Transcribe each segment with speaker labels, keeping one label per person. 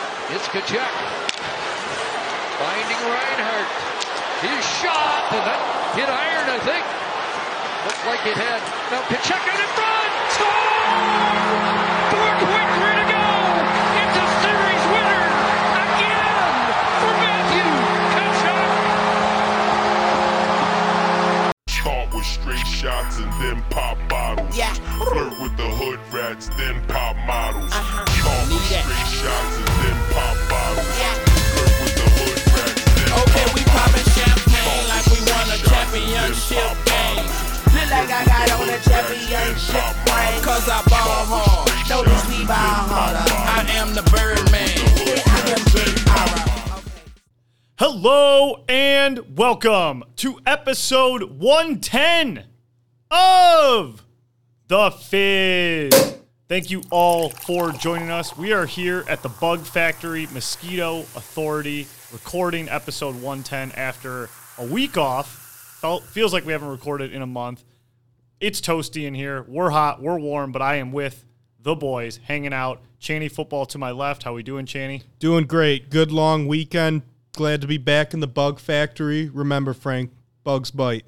Speaker 1: It's Kachuk. Finding Reinhardt. His shot, and that hit iron, I think. Looked like it had. Now Kachuk out in front. Score! Four quick, three to go. It's a series winner again for Matthew Kachuk.
Speaker 2: Start with straight shots and then pop bottles.
Speaker 3: Yeah.
Speaker 2: Flirt with the hood rats, then pop models.
Speaker 3: Uh-huh.
Speaker 2: Start with
Speaker 3: Need that.
Speaker 2: straight shots and then pop bottles.
Speaker 3: Yeah.
Speaker 2: Flirt with the hood rats, then
Speaker 3: Okay,
Speaker 2: pop
Speaker 3: we
Speaker 2: models.
Speaker 3: poppin' champagne like we won a championship game. Look like I got on a championship ring. Cause I ball hard. No, these Levi harder. I am the Birdman. Yeah, I am J. Ara.
Speaker 4: Hello and welcome to episode 110 of The Fizz. Thank you all for joining us. We are here at the Bug Factory Mosquito Authority recording episode 110 after a week off. Felt, feels like we haven't recorded in a month. It's toasty in here. We're hot, we're warm, but I am with the boys hanging out. Chaney football to my left. How we doing, Chaney?
Speaker 5: Doing great. Good long weekend. Glad to be back in the bug factory. Remember, Frank, bugs bite.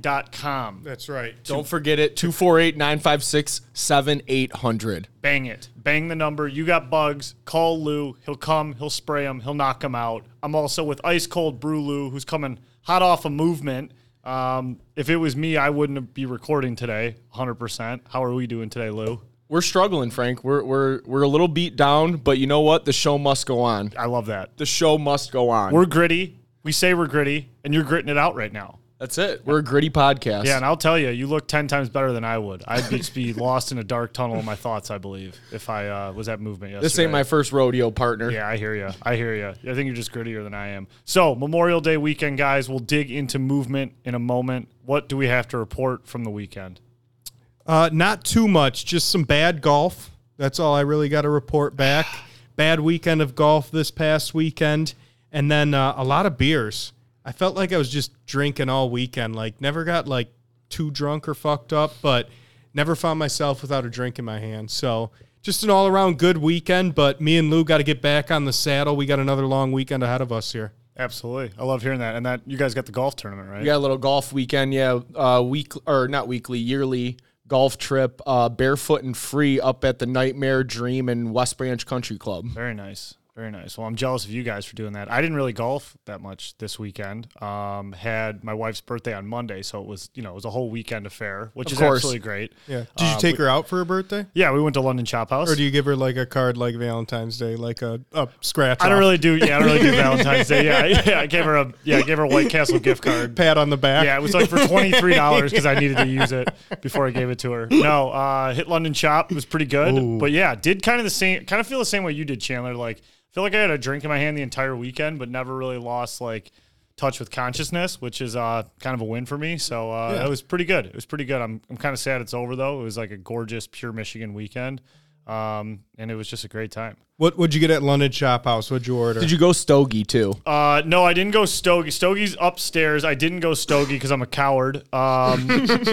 Speaker 4: Bugsbite.com.
Speaker 5: That's right.
Speaker 6: Don't forget it. 248 956 7800.
Speaker 4: bang it, bang the number. You got bugs. Call Lou. He'll come. He'll spray them. He'll knock them out. I'm also with ice cold brew Lou, who's coming hot off a movement. Um, if it was me, I wouldn't be recording today, 100%. How are we doing today, Lou?
Speaker 6: We're struggling, Frank. We're, we're, we're a little beat down, but you know what? The show must go on.
Speaker 4: I love that.
Speaker 6: The show must go on.
Speaker 4: We're gritty. We say we're gritty, and you're gritting it out right now.
Speaker 6: That's it. We're a gritty podcast.
Speaker 4: Yeah, and I'll tell you, you look 10 times better than I would. I'd just be lost in a dark tunnel of my thoughts, I believe, if I uh, was at movement yesterday.
Speaker 6: this ain't my first rodeo partner.
Speaker 4: Yeah, I hear you. I hear you. I think you're just grittier than I am. So Memorial Day weekend, guys. We'll dig into movement in a moment. What do we have to report from the weekend?
Speaker 5: Uh, not too much, just some bad golf. That's all I really got to report back. bad weekend of golf this past weekend. And then uh, a lot of beers. I felt like I was just drinking all weekend. Like, never got like too drunk or fucked up, but never found myself without a drink in my hand. So, just an all around good weekend. But me and Lou got to get back on the saddle. We got another long weekend ahead of us here.
Speaker 4: Absolutely, I love hearing that. And that you guys got the golf tournament, right?
Speaker 6: We got a little golf weekend. Yeah. Uh, week or not weekly, yearly golf trip, uh, barefoot and free up at the Nightmare Dream and West Branch Country Club.
Speaker 4: Very nice. Very nice. Well, I'm jealous of you guys for doing that. I didn't really golf that much this weekend. Um, had my wife's birthday on Monday, so it was you know it was a whole weekend affair, which
Speaker 6: Of
Speaker 4: is
Speaker 6: course.
Speaker 4: absolutely great. Um,
Speaker 5: Yeah. Did
Speaker 6: Uh,
Speaker 5: you take her out for her birthday?
Speaker 4: Yeah, we went to London Chop House.
Speaker 5: Or do you give her like a card like Valentine's Day, like a, a scratch?
Speaker 4: I don't
Speaker 5: off,
Speaker 4: really do. Yeah, I don't really do Valentine's Day. Yeah, yeah. I gave her a yeah, I gave her a White Castle gift card.
Speaker 5: pat on the back.
Speaker 4: Yeah, it was like for twenty three dollars because I needed to use it before I gave it to her. No, uh, hit London Chop was pretty good, but yeah, did kind of the same, kind of feel the same way you did, Chandler. Like, I feel like I had a drink in my hand the entire weekend, but never really lost like touch with consciousness, which is uh, kind of a win for me. So uh, it was pretty good. It was pretty good. I'm I'm kind of sad it's over though. It was like a gorgeous, pure Michigan weekend, um, and it was just a great time.
Speaker 5: What would you get at London Chop House? What'd you order?
Speaker 6: Did you go stogie too?
Speaker 4: Uh, no, I didn't go stogie. Stogie's upstairs. I didn't go stogie because I'm a coward. Um,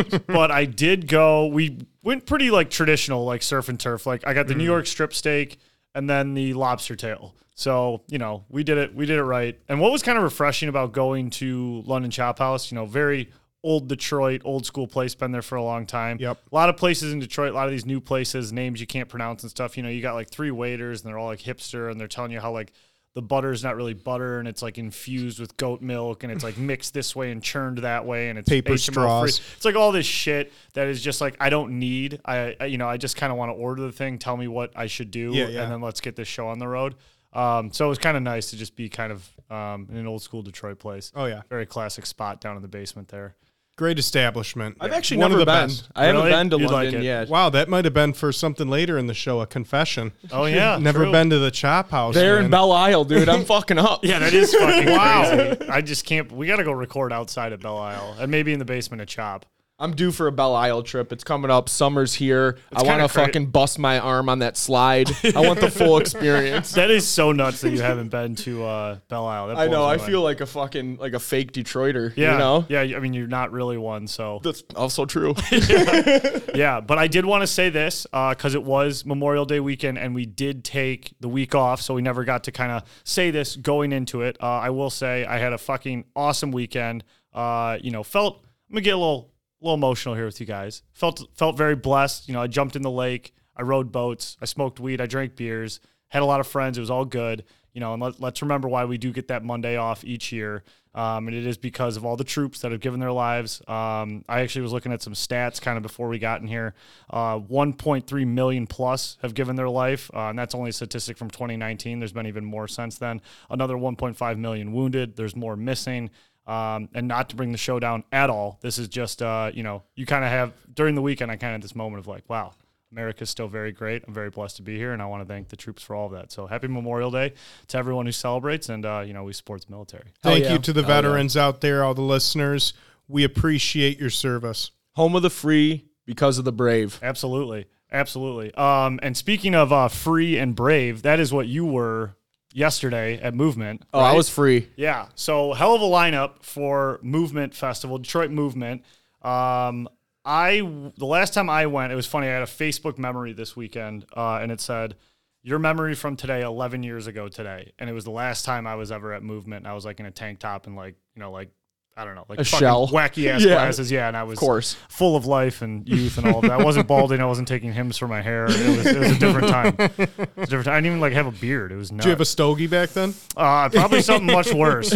Speaker 4: but I did go. We went pretty like traditional, like surf and turf. Like I got the
Speaker 5: Mm.
Speaker 4: New York strip steak and then the lobster tail. So you know we did it. We did it right. And what was kind of refreshing about going to London Chop House, you know, very old Detroit, old school place, been there for a long time.
Speaker 5: Yep.
Speaker 4: A lot of places in Detroit, a lot of these new places, names you can't pronounce and stuff. You know, you got like three waiters and they're all like hipster and they're telling you how like the butter's not really butter and it's like infused with goat milk and it's like mixed this way and churned that way and it's HTML
Speaker 5: Paper
Speaker 4: free.
Speaker 5: straws.
Speaker 4: It's like all this shit that is just like I don't need. I, I you know, I just kind of want to order the thing, tell me what I should do
Speaker 5: Yeah, yeah.
Speaker 4: and then let's get this show on the road. Um, so it was kind of nice to just be kind of um, in an old school Detroit place.
Speaker 5: Oh, yeah.
Speaker 4: Very classic spot down in the basement there.
Speaker 5: Great establishment.
Speaker 6: I've actually
Speaker 5: One
Speaker 6: never
Speaker 5: of the
Speaker 6: been.
Speaker 5: best.
Speaker 6: I haven't
Speaker 4: Really?
Speaker 6: been to
Speaker 4: You'd like
Speaker 6: London
Speaker 4: it.
Speaker 6: yet.
Speaker 5: Wow, that might have been for something later in the show, a confession.
Speaker 4: Oh yeah.
Speaker 5: Never
Speaker 4: true.
Speaker 5: been to the Chop House.
Speaker 6: There
Speaker 5: man.
Speaker 6: in Belle Isle, dude. I'm fucking up.
Speaker 4: Yeah, that is fucking wow. crazy. I just can't. We got to go record outside at Belle Isle and maybe in the basement of Chop.
Speaker 6: I'm due for a Belle Isle trip. It's coming up. Summer's here. I want
Speaker 7: kinda
Speaker 6: to
Speaker 7: cra-
Speaker 6: fucking bust my arm on that slide. I want the full experience.
Speaker 4: That is so nuts that you haven't been to uh, Belle Isle. That
Speaker 6: I know.
Speaker 4: blows my
Speaker 6: I
Speaker 4: mind.
Speaker 6: feel like a fucking like a fake Detroiter.
Speaker 4: yeah,
Speaker 6: You know.
Speaker 4: yeah. I mean, you're not really one, so
Speaker 6: That's also true.
Speaker 4: yeah. But I did want to say this because it was Memorial Day weekend, and we did take the week off, so we never got to kind of say this going into it. Uh, I will say I had a fucking awesome weekend. Uh, you know, felt I'm gonna get a little little emotional here with you guys. Felt felt very blessed. You know, I jumped in the lake, I rode boats, I smoked weed, I drank beers, had a lot of friends. It was all good. You know, and let, let's remember why we do get that Monday off each year. Um, and it is because of all the troops that have given their lives. Um, I actually was looking at some stats kind of before we got in here. Uh, 1.3 million plus have given their life, uh, and that's only a statistic from 2019. There's been even more since then. Another 1.5 million wounded. There's more missing. Um, and not to bring the show down at all. This is just, uh, you know, you kind of have during the weekend, I kind of had this moment of like, wow, America's still very great. I'm very blessed to be here, and I want to thank the troops for all of that. So happy Memorial Day to everyone who celebrates, and uh, you know we support the military.
Speaker 5: Thank
Speaker 6: yeah.
Speaker 5: you to the
Speaker 6: Hell yeah.
Speaker 5: veterans out there, all the listeners. We appreciate your service.
Speaker 6: Home of the free because of the brave.
Speaker 4: Absolutely, absolutely. Um, and speaking of uh, free and brave, that is what you were yesterday at Movement.
Speaker 6: Oh, I was free.
Speaker 4: Yeah. So hell of a lineup for Movement Festival, Detroit Movement. Um, I the last time I went, it was funny. I had a Facebook memory this weekend, uh, and it said, "Your memory from today, 11 years ago today," and it was the last time I was ever at Movement. And I was like in a tank top and like you know like I don't know like
Speaker 6: A
Speaker 4: fucking
Speaker 6: shell.
Speaker 4: wacky ass
Speaker 6: Yeah.
Speaker 4: glasses. Yeah, and I was
Speaker 6: Of course.
Speaker 4: full of life and youth and all of that. I wasn't balding. I wasn't taking hymns for my hair. It was, it was a different time. It was a different time. I didn't even like have a beard. It was nuts.
Speaker 5: Do you have a stogie back then?
Speaker 4: Uh, probably something much worse.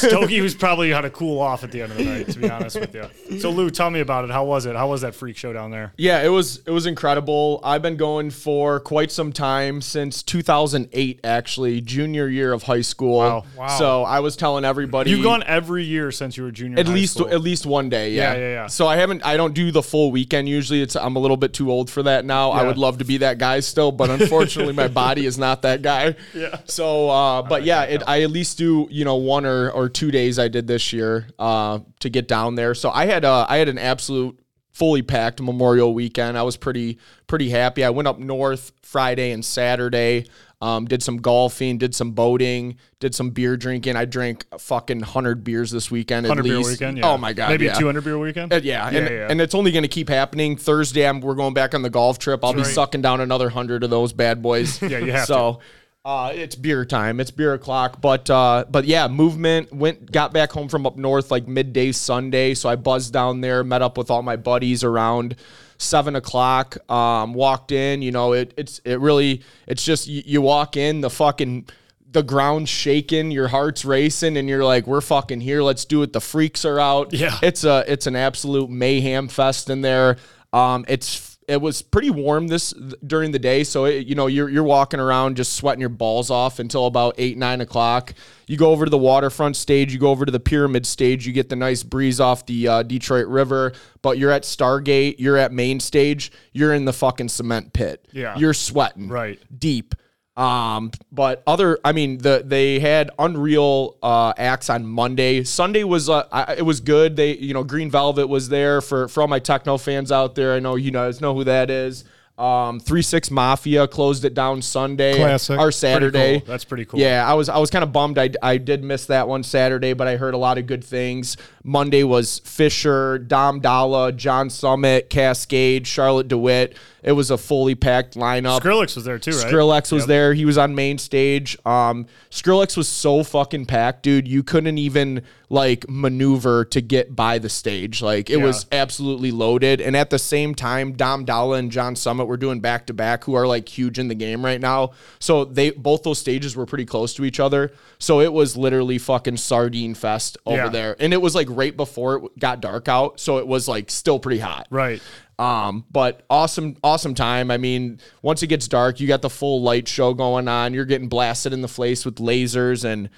Speaker 4: Stogie was probably how to cool off at the end of the night, to be honest with you. So, Lou, tell me about it. How was it? How was that freak show down there?
Speaker 6: Yeah, it was it was incredible. I've been going for quite some time since 2008 actually, junior year of high school.
Speaker 4: Wow. Wow.
Speaker 6: So I was telling everybody
Speaker 4: You've gone every year since you were junior. in
Speaker 6: at
Speaker 4: high
Speaker 6: least
Speaker 4: school.
Speaker 6: at least one day, yeah.
Speaker 4: Yeah, yeah, yeah.
Speaker 6: So I haven't I don't do the full weekend usually. It's I'm a little bit too old for that now. I
Speaker 4: Yeah.
Speaker 6: would love to be that guy still, but unfortunately my body is not that guy. Yeah. So uh but yeah, it, I at least do, you know, one or or two days I did this year uh to get down there. So I had uh I had an absolute fully packed Memorial weekend. I was pretty pretty happy. I went up north Friday and Saturday. Um, did some golfing, did some boating, did some beer drinking. I drank fucking hundred beers this weekend. At
Speaker 4: 100 beer
Speaker 6: least.
Speaker 4: weekend.
Speaker 6: Oh my god,
Speaker 4: Maybe
Speaker 6: yeah.
Speaker 4: 200 beer weekend.
Speaker 6: Uh, yeah, and,
Speaker 4: yeah.
Speaker 6: and it's only going to keep happening. Thursday, I'm, we're going back on the golf trip. I'll be sucking down another hundred of those bad boys. yeah,
Speaker 4: you have
Speaker 6: so, Uh, it's beer time. It's beer o'clock. But uh, but yeah, movement went got back home from up north like midday Sunday. So I buzzed down there, met up with all my buddies around seven o'clock. Um, walked in. You know, it it's it really it's just you, you walk in the fucking the ground's shaking, your heart's racing, and you're like, "We're fucking here. Let's do it." The freaks are out.
Speaker 4: Yeah.
Speaker 6: it's a it's an absolute mayhem fest in there. Um, it's it was pretty warm this during the day, so it, you know you're you're walking around just sweating your balls off until about eight nine o'clock. You go over to the waterfront stage, you go over to the pyramid stage, you get the nice breeze off the uh, Detroit River, but you're at Stargate, you're at main stage, you're in the fucking cement pit.
Speaker 4: Yeah.
Speaker 6: you're sweating
Speaker 4: Right.
Speaker 6: deep. Um, but other, I mean, the they had unreal uh, acts on Monday. Sunday was uh, I, it was good. They you know Green Velvet was there for for all my techno fans out there. I know you guys know who that is. Um, Three Six Mafia closed it down Sunday
Speaker 5: Classic.
Speaker 6: or
Speaker 5: Pretty
Speaker 6: Saturday.
Speaker 4: cool. That's pretty cool.
Speaker 6: Yeah, I was I was kind of bummed. I, I did miss that one Saturday, but I heard a lot of good things. Monday was Fisher, Dom Dalla, John Summit, Cascade, Charlotte DeWitt. It was a fully packed lineup.
Speaker 4: Skrillex was there too, right?
Speaker 6: Skrillex was there. He was on main stage. Um, Skrillex was so fucking packed, dude. You couldn't even like maneuver to get by the stage. Like it was absolutely loaded. And at the same time, Dom Dalla and John Summit were doing back to back, who are like huge in the game right now. So they both those stages were pretty close to each other. So it was literally fucking sardine fest over
Speaker 4: Yeah.
Speaker 6: there. And it was like right before it got dark out, so it was like still pretty hot.
Speaker 4: Right.
Speaker 6: Um, but awesome, awesome time. I mean, once it gets dark, you got the full light show going on. You're getting blasted in the face with lasers, and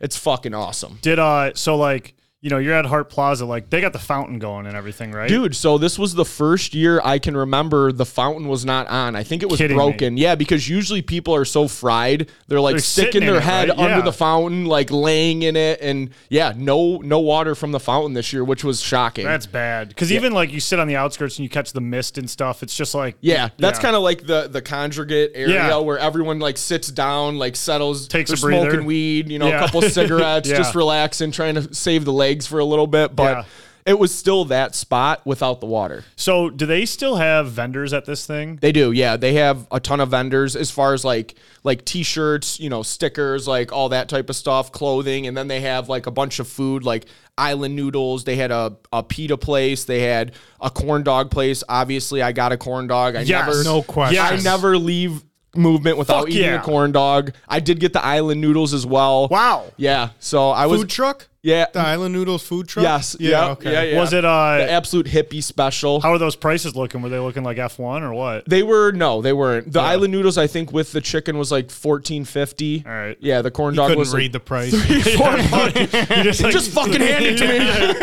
Speaker 6: it's fucking awesome.
Speaker 4: Did uh so like you know, you're at Hart Plaza, like they got the fountain going and everything, right?
Speaker 6: Dude, so this was the first year I can remember the fountain was not on. I think it was
Speaker 4: Kidding me.
Speaker 6: broken. Yeah, because usually people are so fried, they're like
Speaker 4: They're
Speaker 6: sticking
Speaker 4: sitting in
Speaker 6: their
Speaker 4: it,
Speaker 6: head
Speaker 4: right?
Speaker 6: under
Speaker 4: Yeah.
Speaker 6: the fountain, like laying in it, and yeah, no no water from the fountain this year, which was shocking.
Speaker 4: That's bad. Because even like you sit on the outskirts and you catch the mist and stuff, it's just like
Speaker 6: yeah, that's
Speaker 4: Yeah.
Speaker 6: kind of like the the conjugate area
Speaker 4: Yeah.
Speaker 6: where everyone like sits down, like settles,
Speaker 4: Takes a
Speaker 6: they're
Speaker 4: breather.
Speaker 6: smoking weed, you know,
Speaker 4: Yeah.
Speaker 6: a couple cigarettes,
Speaker 4: Yeah.
Speaker 6: just relaxing, trying to save the legs for a little bit, but
Speaker 4: Yeah.
Speaker 6: it was still that spot without the water.
Speaker 4: So do they still have vendors at this thing?
Speaker 6: They do, yeah. They have a ton of vendors as far as like like t-shirts, you know, stickers, like all that type of stuff, clothing, and then they have like a bunch of food, like island noodles. They had a, a pita place. They had a corn dog place. Obviously, I got a corn dog. I
Speaker 4: Yes.
Speaker 6: never,
Speaker 5: No question.
Speaker 6: I
Speaker 4: Yes.
Speaker 6: never leave movement without
Speaker 4: Fuck
Speaker 6: eating
Speaker 4: yeah.
Speaker 6: a corn dog. I did get the island noodles as well.
Speaker 4: Wow.
Speaker 6: Yeah. So I was
Speaker 5: Food truck?
Speaker 6: yeah.
Speaker 5: The Island Noodles food truck?
Speaker 6: Yes. Yeah. Yeah. Yeah.
Speaker 4: Was it
Speaker 6: the
Speaker 4: uh
Speaker 6: absolute hippie special?
Speaker 4: how are those prices looking? Were they looking like F one or what?
Speaker 6: They were no, they weren't. The island noodles, I think, with the chicken was like fourteen fifty. All
Speaker 4: right.
Speaker 6: Yeah, the corn
Speaker 5: You
Speaker 6: dog
Speaker 5: couldn't
Speaker 6: was
Speaker 5: read the price.
Speaker 4: You just, like,
Speaker 6: Just fucking hand it to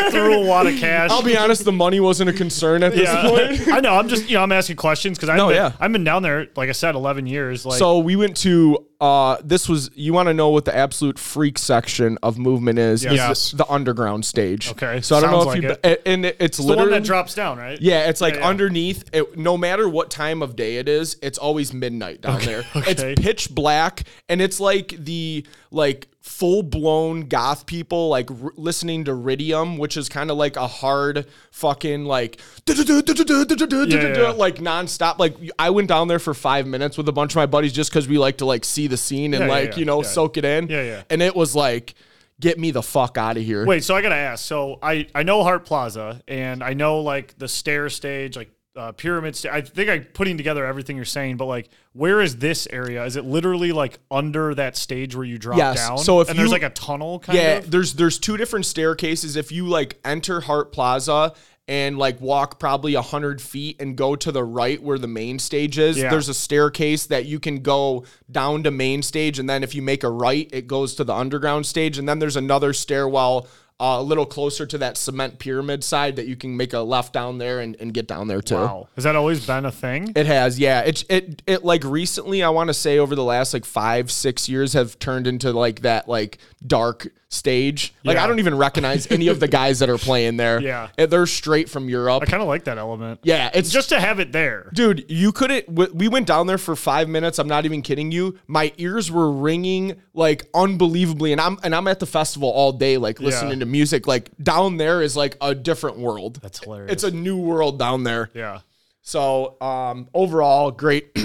Speaker 6: me.
Speaker 4: threw a wad of cash.
Speaker 6: I'll be honest, the money wasn't a concern at this point.
Speaker 4: I know. I'm just you know I'm asking questions because I've,
Speaker 6: No,
Speaker 4: been-
Speaker 6: yeah.
Speaker 4: I've been down there like I said 11 years. Like
Speaker 6: So we went to uh this was you want to know what the absolute freak section of movement is? is
Speaker 5: Yes.
Speaker 6: the, the underground stage.
Speaker 4: Okay,
Speaker 6: So I don't know if
Speaker 4: sounds
Speaker 6: you
Speaker 4: like
Speaker 6: it. and it- it's
Speaker 4: the one
Speaker 6: literally
Speaker 4: that drops down, right?
Speaker 6: Yeah, it's like
Speaker 4: yeah.
Speaker 6: underneath. It, no matter what time of day it is, it's always midnight down there.
Speaker 4: okay.
Speaker 6: It's pitch black, and it's like the like full blown goth people like r- listening to Ridium, which is kind of like a hard fucking like
Speaker 4: yeah.
Speaker 6: like nonstop. Like I went down there for five minutes with a bunch of my buddies just because we like to like see the scene and
Speaker 4: Yeah, yeah,
Speaker 6: like
Speaker 4: yeah,
Speaker 6: you know
Speaker 4: yeah.
Speaker 6: soak it in.
Speaker 4: Yeah, yeah.
Speaker 6: And it was like, get me the fuck out of here.
Speaker 4: Wait, so I gotta ask. So I I know Hart Plaza and I know like the stair stage, like uh, pyramid stage. I think I'm putting together everything you're saying, but like, where is this area? Is it literally like under that stage where you drop
Speaker 6: Yes,
Speaker 4: down?
Speaker 6: so if
Speaker 4: and there's
Speaker 6: you-
Speaker 4: like a tunnel kind
Speaker 6: yeah,
Speaker 4: of.
Speaker 6: there's there's two different staircases. If you like enter Hart Plaza and like walk probably a hundred feet and go to the right where the main stage is,
Speaker 4: Yeah.
Speaker 6: there's a staircase that you can go down to main stage, and then if you make a right, it goes to the underground stage, and then there's another stairwell. Uh, a little closer to that cement pyramid side that you can make a left down there and, and get down there too.
Speaker 4: Wow, has that always been a thing?
Speaker 6: It has, yeah. It it it like recently, I want to say over the last like five six years have turned into like that like dark stage. Like
Speaker 4: Yeah.
Speaker 6: I don't even recognize any of the guys that are playing there.
Speaker 4: Yeah.
Speaker 6: And they're straight from Europe.
Speaker 4: I kind of like that element.
Speaker 6: yeah, it's
Speaker 4: just to have it there.
Speaker 6: dude. You couldn't. w- We went down there for five minutes. I'm not even kidding you. My ears were ringing like unbelievably, and I'm and I'm at the festival all day, like listening to music. Like down there is like a different world.
Speaker 4: That's hilarious.
Speaker 6: It's a new world down there.
Speaker 4: yeah,
Speaker 6: So um, overall, great,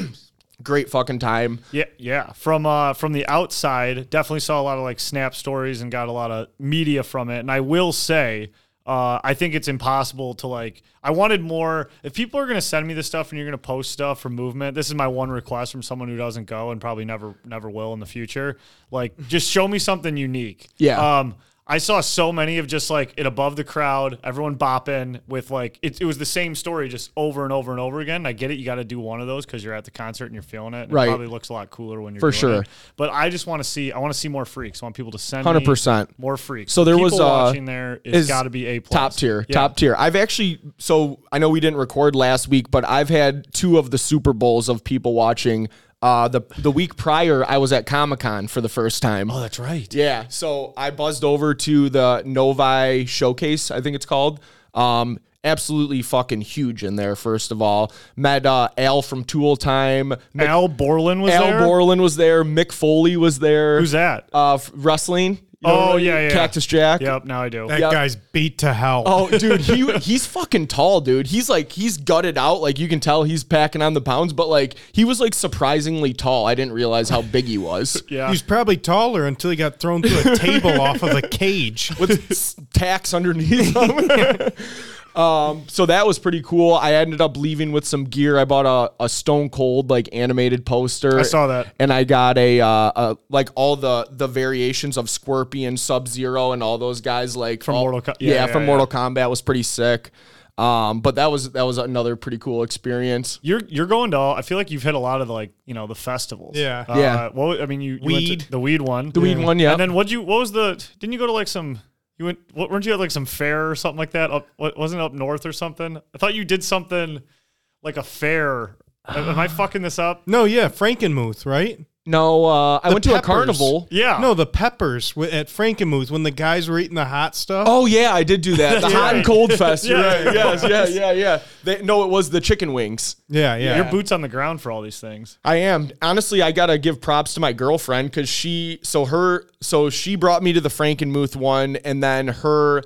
Speaker 6: great fucking time.
Speaker 4: yeah, yeah. From uh, from the outside, definitely saw a lot of like snap stories and got a lot of media from it. And I will say, uh, I think it's impossible to like. I wanted more. If people are gonna send me this stuff and you're gonna post stuff for movement, this is my one request from someone who doesn't go and probably never never will in the future. Like, just show me something unique.
Speaker 6: Yeah.
Speaker 4: Um, I saw so many of just like it above the crowd, everyone bopping with like it, it was the same story just over and over and over again. I get it, you got to do one of those because you're at the concert and you're feeling it. And
Speaker 6: Right.
Speaker 4: It probably looks a lot cooler when you're
Speaker 6: For
Speaker 4: doing
Speaker 6: sure.
Speaker 4: it. But I just want to see. I want to see more freaks. I want people to send me
Speaker 6: 100%.
Speaker 4: more freaks.
Speaker 6: So there
Speaker 4: People
Speaker 6: was, uh,
Speaker 4: watching there
Speaker 6: is
Speaker 4: is got to be a plus.
Speaker 6: Top tier,
Speaker 4: Yeah.
Speaker 6: top tier. I've actually, so I know we didn't record last week, but I've had two of the Super Bowls of people watching. Uh, the the week prior, I was at Comic Con for the first time.
Speaker 4: Oh, that's right.
Speaker 6: Yeah, so I buzzed over to the Novi Showcase, I think it's called. Um, absolutely fucking huge in there. First of all, met uh, Al from Tool Time. Mick-
Speaker 4: Al Borland was
Speaker 6: Al
Speaker 4: there.
Speaker 6: Borland was there. Mick Foley was there.
Speaker 4: Who's that?
Speaker 6: Uh, f- wrestling. You
Speaker 4: Oh,
Speaker 6: know,
Speaker 4: yeah, yeah.
Speaker 6: Cactus Jack.
Speaker 4: Yep. Now I do.
Speaker 5: That
Speaker 6: Yeah.
Speaker 5: guy's beat to hell.
Speaker 6: Oh, dude, he he's fucking tall, dude. He's like he's gutted out, like you can tell he's packing on the pounds, but like he was like surprisingly tall. I didn't realize how big he was.
Speaker 4: yeah.
Speaker 5: He's probably taller until he got thrown through a table off of a cage.
Speaker 6: with s- tacks underneath them. um, so that was pretty cool. I ended up leaving with some gear. I bought a, a Stone Cold like animated poster.
Speaker 4: I saw that.
Speaker 6: and I got a, uh, a like all the the variations of Scorpion, Sub Zero, and all those guys like
Speaker 4: From
Speaker 6: all-
Speaker 4: Mortal Co-
Speaker 6: Yeah,
Speaker 4: yeah,
Speaker 6: from
Speaker 4: yeah,
Speaker 6: Mortal Kombat was pretty sick. Um, but that was that was another pretty cool experience.
Speaker 4: You're you're going to all. I feel like you've hit a lot of the, like you know the festivals.
Speaker 5: Yeah.
Speaker 4: uh,
Speaker 6: Yeah.
Speaker 4: What I mean, you, you went to
Speaker 5: Weed.
Speaker 4: the weed one,
Speaker 6: The weed one, yeah.
Speaker 4: And then what you what was the? Didn't you go to like some You went. What, weren't you at like some fair or something like that? Up what, wasn't it up north or something? I thought you did something like a fair. Am am I fucking this up?
Speaker 5: No, yeah, Frankenmuth, right?
Speaker 6: No, uh, I
Speaker 5: The
Speaker 6: went to
Speaker 5: peppers.
Speaker 6: a carnival.
Speaker 4: Yeah.
Speaker 5: No, the peppers wi- at Frankenmuth when the guys were eating the hot stuff.
Speaker 6: Oh yeah, I did do that. The
Speaker 4: That's
Speaker 6: hot
Speaker 4: right.
Speaker 6: and cold fest. You're
Speaker 4: Yeah.
Speaker 6: right. Yes, yeah, yeah, yeah. They, no, it was the chicken wings.
Speaker 5: yeah, yeah.
Speaker 4: Your boots on the ground for all these things.
Speaker 6: I am. Honestly, I got to give props to my girlfriend cuz she so her so she brought me to the Frankenmuth one and then her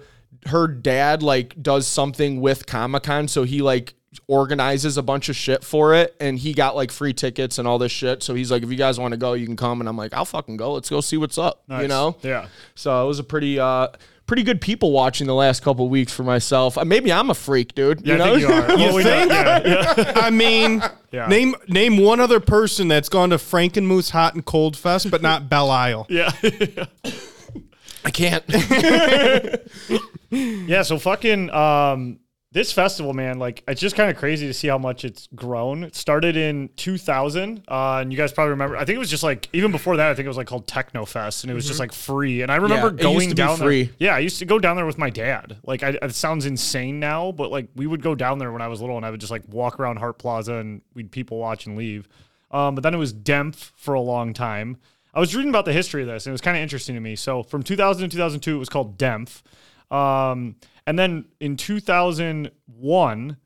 Speaker 6: her dad like does something with Comic-Con so he like organizes a bunch of shit for it and he got like free tickets and all this shit. So he's like if you guys want to go, you can come and I'm like I'll fucking go. Let's go see what's up, you
Speaker 4: Nice.
Speaker 6: know?
Speaker 4: Yeah.
Speaker 6: So it was a pretty uh pretty good people watching the last couple of weeks for myself. Uh, Maybe I'm a freak, dude.
Speaker 4: Yeah,
Speaker 6: you know?
Speaker 4: I think you are. Well, we know- yeah, yeah.
Speaker 5: I mean,
Speaker 4: Yeah.
Speaker 5: name name one other person that's gone to Frankenmuth's Hot and Cold Fest, but not Belle Isle.
Speaker 4: Yeah.
Speaker 6: I can't.
Speaker 4: Yeah, so fucking um this festival, man, like it's just kind of crazy to see how much it's grown. It started in 2000, uh, and you guys probably remember. I think it was just like even before that. I think it was like called Technofest, and it was just like free. And I remember
Speaker 6: Mm-hmm. it used
Speaker 4: going
Speaker 6: to be
Speaker 4: down
Speaker 6: free.
Speaker 4: there. Yeah, I used to go down there with my dad. Like, I, it sounds insane now, but like we would go down there when I was little, and I would just like walk around Hart Plaza, and we'd people watch and leave. Um, but then it was Dempf for a long time. I was reading about the history of this, and it was kind of interesting to me. So from 2000 to 2002, it was called Dempf. Um, and then in 2001,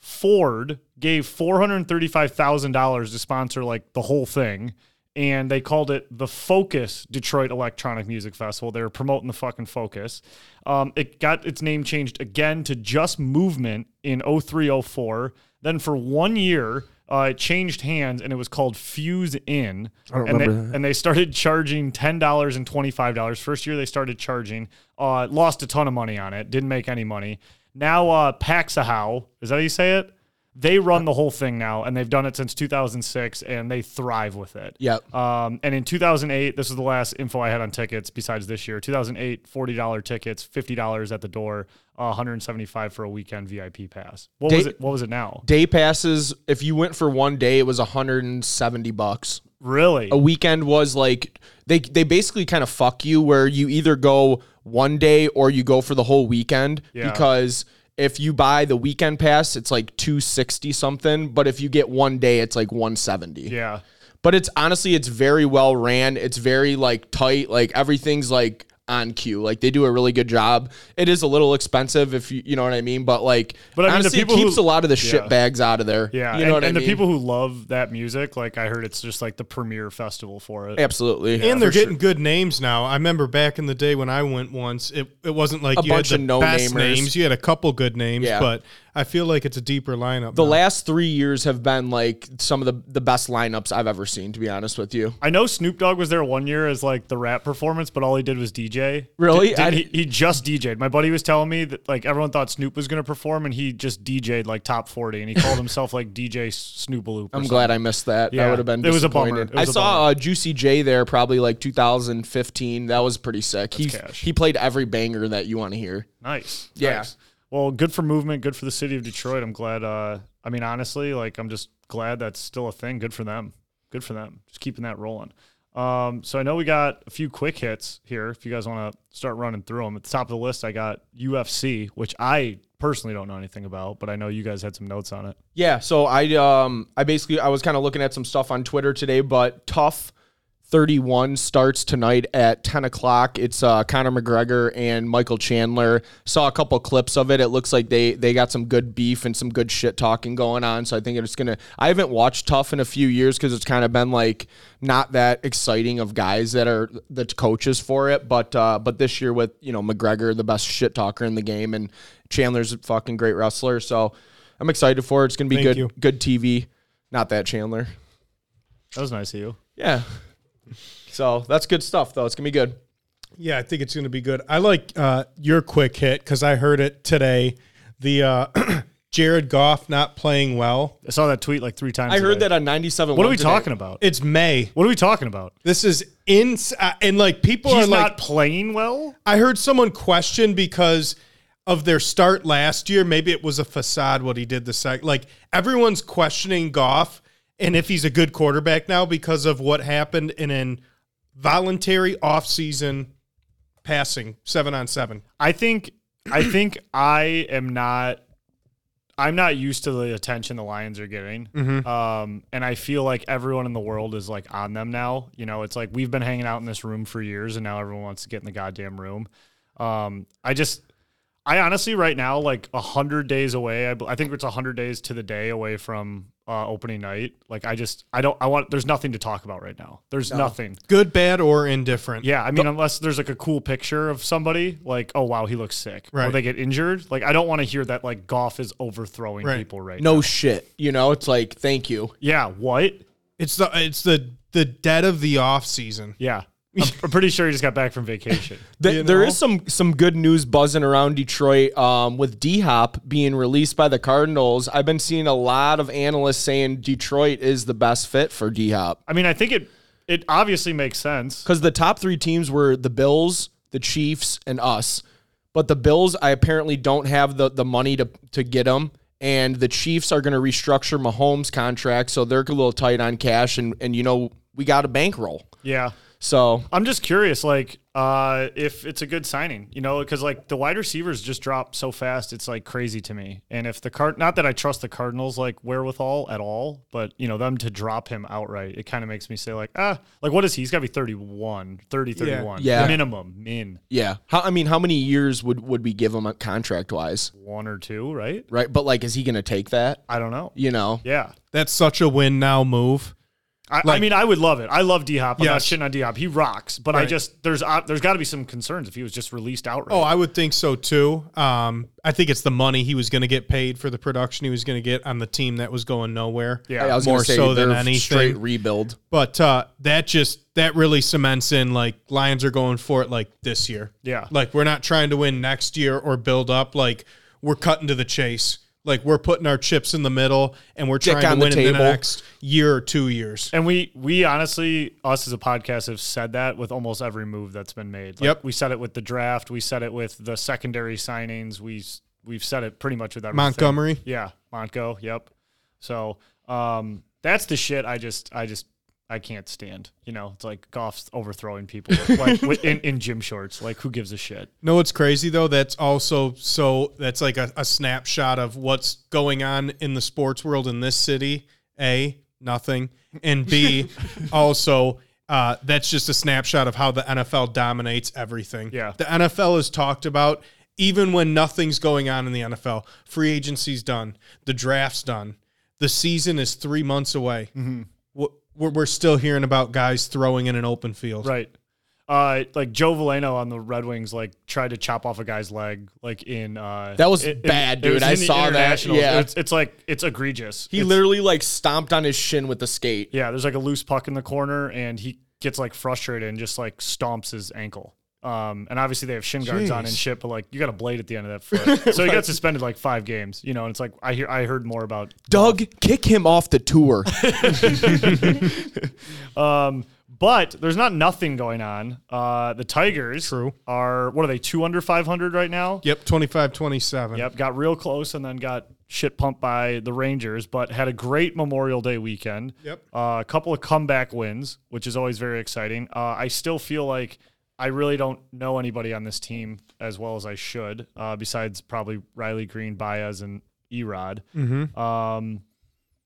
Speaker 4: Ford gave $435,000 to sponsor like the whole thing. And they called it the Focus Detroit Electronic Music Festival. They were promoting the fucking Focus. Um, it got its name changed again to Just Movement in 0304. Then for one year, uh, it changed hands and it was called Fuse In. and, they, and they started charging $10 and $25. First year they started charging, uh, lost a ton of money on it, didn't make any money. Now, uh, Paxahow, is that how you say it? They run the whole thing now, and they've done it since 2006, and they thrive with it.
Speaker 6: Yep.
Speaker 4: Um, and in 2008, this is the last info I had on tickets besides this year. 2008, $40 tickets, $50 at the door, uh, 175 for a weekend VIP pass. What was
Speaker 6: Date-
Speaker 4: it? What was it now?
Speaker 6: day passes if you went for one day it was 170 bucks
Speaker 4: Really?
Speaker 6: a weekend was like they they basically kind of fuck you where you either go one day or you go for the whole weekend
Speaker 4: Yeah.
Speaker 6: because if you buy the weekend pass it's like 260 something but if you get one day it's like 170
Speaker 4: yeah.
Speaker 6: but it's honestly it's very well ran it's very like tight like everything's like on cue like they do a really good job it is a little expensive if you you know what i mean but like
Speaker 4: But I mean, the
Speaker 6: honestly
Speaker 4: people
Speaker 6: it keeps
Speaker 4: who-
Speaker 6: a lot of the
Speaker 4: Yeah.
Speaker 6: shit bags out of there
Speaker 4: Yeah.
Speaker 6: you
Speaker 4: and
Speaker 6: know what
Speaker 4: and the
Speaker 6: i mean
Speaker 4: people who love that music, like I heard it's just like the premier festival for it.
Speaker 6: absolutely
Speaker 5: And they're
Speaker 6: For sure.
Speaker 5: getting good names now. I remember back in the day when I went once, it, it wasn't like
Speaker 6: A
Speaker 5: you had
Speaker 6: bunch
Speaker 5: the
Speaker 6: of no-namers.
Speaker 5: best names. You had a couple good names,
Speaker 6: Yeah.
Speaker 5: but I feel like it's a deeper lineup.
Speaker 6: the
Speaker 5: now.
Speaker 6: last three years have been like some of the, the best lineups I've ever seen, to be honest with you.
Speaker 4: I know Snoop Dogg was there one year as like the rap performance, but all he did was DJ.
Speaker 6: Really?
Speaker 4: Did-
Speaker 6: I-
Speaker 4: did- he, he just DJ'd. My buddy was telling me that like everyone thought Snoop was going to perform, and he just DJ'd like top forty, and he called himself like DJ Snoopaloop. or
Speaker 6: I'm
Speaker 4: something.
Speaker 6: glad I missed that.
Speaker 4: Yeah.
Speaker 6: That would have been
Speaker 4: It was a bummer.
Speaker 6: disappointed.
Speaker 4: It was
Speaker 6: I
Speaker 4: a
Speaker 6: saw uh, Juicy J there probably like 2015. That was pretty sick. He
Speaker 4: cash.
Speaker 6: he played every banger that you want to hear.
Speaker 4: Nice.
Speaker 6: Yeah.
Speaker 4: Nice. Well, good for movement. Good for the city of Detroit. I'm glad. Uh, I mean, honestly, like I'm just glad that's still a thing. Good for them. Good for them. Just keeping that rolling. Um, so I know we got a few quick hits here. If you guys want to start running through them, at the top of the list, I got UFC, which I personally don't know anything about, but I know you guys had some notes on it.
Speaker 6: Yeah, so I um I basically I was kind of looking at some stuff on Twitter today, but tough. 31 starts tonight at 10 o'clock. It's uh, Conor McGregor and Michael Chandler. Saw a couple clips of it. It looks like they they got some good beef and some good shit talking going on. So I think it's gonna. I haven't watched Tough in a few years because it's kind of been like not that exciting of guys that are the coaches for it. But uh, but this year with you know McGregor, the best shit talker in the game, and Chandler's a fucking great wrestler. So I'm excited for it. It's gonna be
Speaker 5: Thank
Speaker 6: good
Speaker 5: you.
Speaker 6: good TV. Not that Chandler.
Speaker 4: That was nice of you.
Speaker 6: Yeah. So that's good stuff, though. It's gonna be good.
Speaker 5: Yeah, I think it's going to be good. I like uh, your quick hit because I heard it today. The uh, Jared Goff not playing well.
Speaker 4: I saw that tweet like three times.
Speaker 6: I heard
Speaker 4: today.
Speaker 6: that on 97.
Speaker 4: What are we talking about?
Speaker 5: It's May.
Speaker 4: What are we talking about?
Speaker 5: This is in uh, and like people
Speaker 4: He's
Speaker 5: are like.
Speaker 4: not playing well.
Speaker 5: I heard someone question because of their start last year. Maybe it was a facade what he did the second. Like everyone's questioning Goff and if he's a good quarterback now because of what happened in an voluntary offseason passing seven on seven.
Speaker 4: I think I think I am not I'm not used to the attention the Lions are getting. Um, and I feel like everyone in the world is like on them now. You know, it's like we've been hanging out in this room for years and now everyone wants to get in the goddamn room. Um, I just I honestly right now like 100 days away. I, b- I think it's 100 days to the day away from uh, opening night. Like I just I don't I want there's nothing to talk about right now. There's nothing.
Speaker 5: Good, bad, or indifferent.
Speaker 4: Yeah, I mean, unless there's like a cool picture of somebody, like, oh wow, he looks sick, or
Speaker 5: Right.
Speaker 4: they get injured. Like, I don't want to hear that like golf is overthrowing
Speaker 5: Right.
Speaker 4: people right now.
Speaker 6: No shit. You know, it's like, thank you.
Speaker 4: Yeah, what?
Speaker 5: It's the it's the the dead of the off season.
Speaker 4: Yeah, I'm, I'm pretty sure he just got back from vacation.
Speaker 6: Th-
Speaker 5: You
Speaker 6: There
Speaker 5: know?
Speaker 6: is some some good news buzzing around Detroit um, with D Hop being released by the Cardinals. I've been seeing a lot of analysts saying Detroit is the best fit for D Hop
Speaker 4: I mean, I think it it obviously makes sense.
Speaker 6: because the top three teams were the Bills, the Chiefs, and us. But the Bills, I apparently don't have the the money to to get them. And the Chiefs are going to restructure Mahomes' contract, so they're a little tight on cash. And and you know we got a bankroll,
Speaker 4: Yeah,
Speaker 6: so
Speaker 4: I'm just curious, like, uh, if it's a good signing, you know, because like the wide receivers just drop so fast, it's like crazy to me. And if the card, not that I trust the Cardinals like wherewithal at all, but you know them to drop him outright, it kind of makes me say like, ah, like what is he? He's got to be 31, 30, 31,
Speaker 6: Yeah.
Speaker 4: minimum, min
Speaker 6: yeah. How, I mean, how many years would would we give him contract wise?
Speaker 4: one or two, right?
Speaker 6: right? But like, is he going to take that?
Speaker 4: I don't know.
Speaker 6: You know,
Speaker 4: Yeah.
Speaker 5: That's such a win now move.
Speaker 4: I, I
Speaker 5: Like-
Speaker 4: mean, I would love it. I love D Hop. I'm
Speaker 5: Yes.
Speaker 4: not shitting on D Hop. He rocks, but I
Speaker 5: Right.
Speaker 4: just there's uh, there's got to be some concerns if he was just released outright.
Speaker 5: Oh, I would think so too. Um, I think it's the money he was going to get paid for the production he was going to get on the team that was going nowhere.
Speaker 4: Yeah.
Speaker 6: I, was
Speaker 5: more
Speaker 6: gonna say
Speaker 5: so than
Speaker 6: they're
Speaker 5: anything.
Speaker 6: Straight rebuild.
Speaker 5: But uh, that just that really cements in like Lions are going for it like this year.
Speaker 4: Yeah.
Speaker 5: Like we're not trying to win next year or build up. Like we're cutting to the chase. Like we're putting our chips in the middle and we're
Speaker 6: Dick
Speaker 5: trying to
Speaker 6: on the
Speaker 5: win in the
Speaker 6: table.
Speaker 5: next year or two years.
Speaker 4: And we we honestly us as a podcast have said that with almost every move that's been made. Like,
Speaker 5: Yep.
Speaker 4: we said it with the draft. We said it with the secondary signings. We s- we've said it pretty much with everything.
Speaker 5: Montgomery.
Speaker 4: Yeah, Montco. Yep. So um, that's the shit. I just I just I can't stand. You know, it's like golf's overthrowing people like with, in, in gym shorts. Like who gives a shit?
Speaker 5: No, what's crazy though? That's also so that's like a, a snapshot of what's going on in the sports world in this city. A nothing, and B also uh, that's just a snapshot of how the NFL dominates everything.
Speaker 4: Yeah.
Speaker 5: the NFL is talked about even when nothing's going on in the NFL. Free agency's done, the draft's done, the season is three months away.
Speaker 4: Mm-hmm.
Speaker 5: We're, we're- we're still hearing about guys throwing in an open field.
Speaker 4: Right. Uh, like Joe Valeno on the Red Wings, like tried to chop off a guy's leg, like in uh,
Speaker 6: That was bad, dude. I
Speaker 4: in the
Speaker 6: saw that.
Speaker 4: internationals.
Speaker 6: Yeah.
Speaker 4: it's, it's like it's egregious.
Speaker 6: He
Speaker 4: It's-
Speaker 6: literally like stomped on his shin with the skate.
Speaker 4: yeah, there's like a loose puck in the corner, and he gets like frustrated and just like stomps his ankle. Um, and obviously they have shin guards on and
Speaker 5: Jeez.
Speaker 4: shit, but like you got a blade at the end of that foot, so he got suspended like five games. You know, and it's like I hear I heard more about
Speaker 6: Doug, kick him off the tour.
Speaker 4: But there's not nothing going on. Uh, the Tigers True. are what are they two under 500 right now?
Speaker 5: Yep, 25 27.
Speaker 4: Yep, got real close and then got shit pumped by the Rangers, but had a great Memorial Day weekend.
Speaker 5: Yep.
Speaker 4: Uh, a couple of comeback wins, which is always very exciting. Uh, I still feel like I really don't know anybody on this team as well as I should, uh, besides probably Riley Green, Baez, and Erod. Um,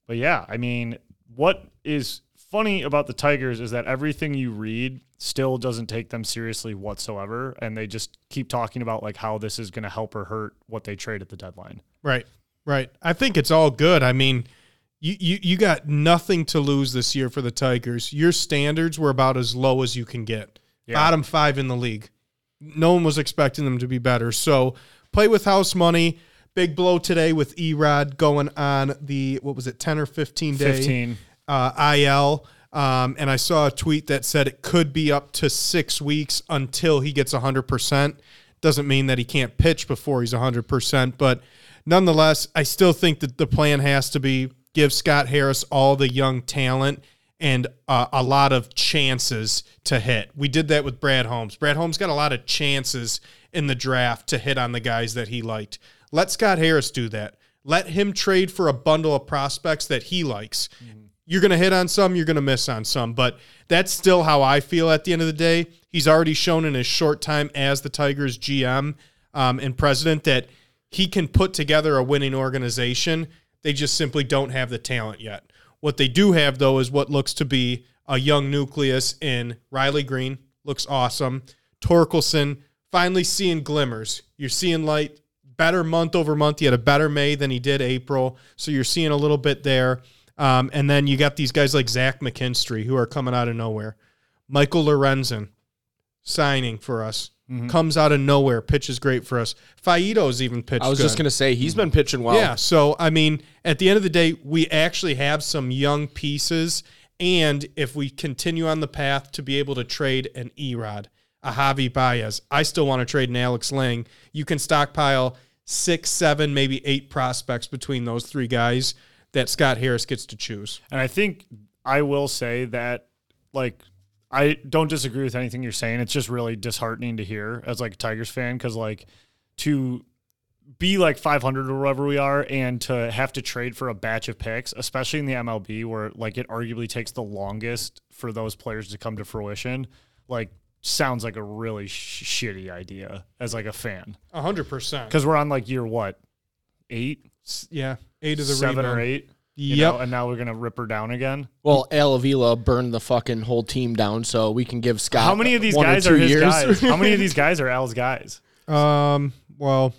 Speaker 4: but yeah, I mean, what is funny about the Tigers is that everything you read still doesn't take them seriously whatsoever, and they just keep talking about like how this is going to help or hurt what they trade at the deadline.
Speaker 5: Right, right. I think it's all good. I mean, you, you you got nothing to lose this year for the Tigers. Your standards were about as low as you can get. Bottom five in the league. No one was expecting them to be better. So play with house money. Big blow today with Erod going on the what was it, ten or fifteen day
Speaker 4: Fifteen.
Speaker 5: uh, IL. Um, and I saw a tweet that said it could be up to six weeks until he gets 100%. Doesn't mean that he can't pitch before he's 100%. But nonetheless, I still think that the plan has to be give Scott Harris all the young talent and uh, a lot of chances to hit. We did that with Brad Holmes. Brad Holmes got a lot of chances in the draft to hit on the guys that he liked. Let Scott Harris do that. Let him trade for a bundle of prospects that he likes you're going to hit on some, you're going to miss on some. But that's still how I feel at the end of the day. He's already shown in his short time as the Tigers GM um, and president that he can put together a winning organization. They just simply don't have the talent yet. What they do have, though, is what looks to be a young nucleus in Riley Green, looks awesome. Torkelson, finally seeing glimmers. You're seeing light better month over month. He had a better May than he did April. So you're seeing a little bit there. Um, and then you got these guys like Zach McKinstry who are coming out of nowhere. Michael Lorenzen signing for us
Speaker 6: Mm-hmm.
Speaker 5: comes out of nowhere, pitches great for us. Faito's even pitched.
Speaker 6: I was
Speaker 5: good.
Speaker 6: just gonna say he's been pitching well.
Speaker 5: Yeah. So, I mean, at the end of the day, we actually have some young pieces. And if we continue on the path to be able to trade an Erod, a Javi Baez, I still want to trade an Alex Lang. You can stockpile six, seven, maybe eight prospects between those three guys that Scott Harris gets to choose.
Speaker 4: And I think I will say that, like, I don't disagree with anything you're saying. It's just really disheartening to hear as like a Tigers fan because like to be like 500 or whatever we are, and to have to trade for a batch of picks, especially in the MLB where like it arguably takes the longest for those players to come to fruition, like sounds like a really sh- shitty idea as like a fan
Speaker 5: A hundred percent.
Speaker 4: because we're on like year what eight,
Speaker 5: Yeah. Eight of the
Speaker 4: seven
Speaker 5: rebound.
Speaker 4: or eight. You
Speaker 5: Yep.
Speaker 4: know, and now we're gonna rip her down again.
Speaker 6: Well, Al Avila burned the fucking whole team down, so we can give Scott.
Speaker 4: How many of these
Speaker 6: one or
Speaker 4: guys
Speaker 6: two
Speaker 4: are his
Speaker 6: years.
Speaker 4: guys? How many of these guys are Al's guys?
Speaker 5: Um, well,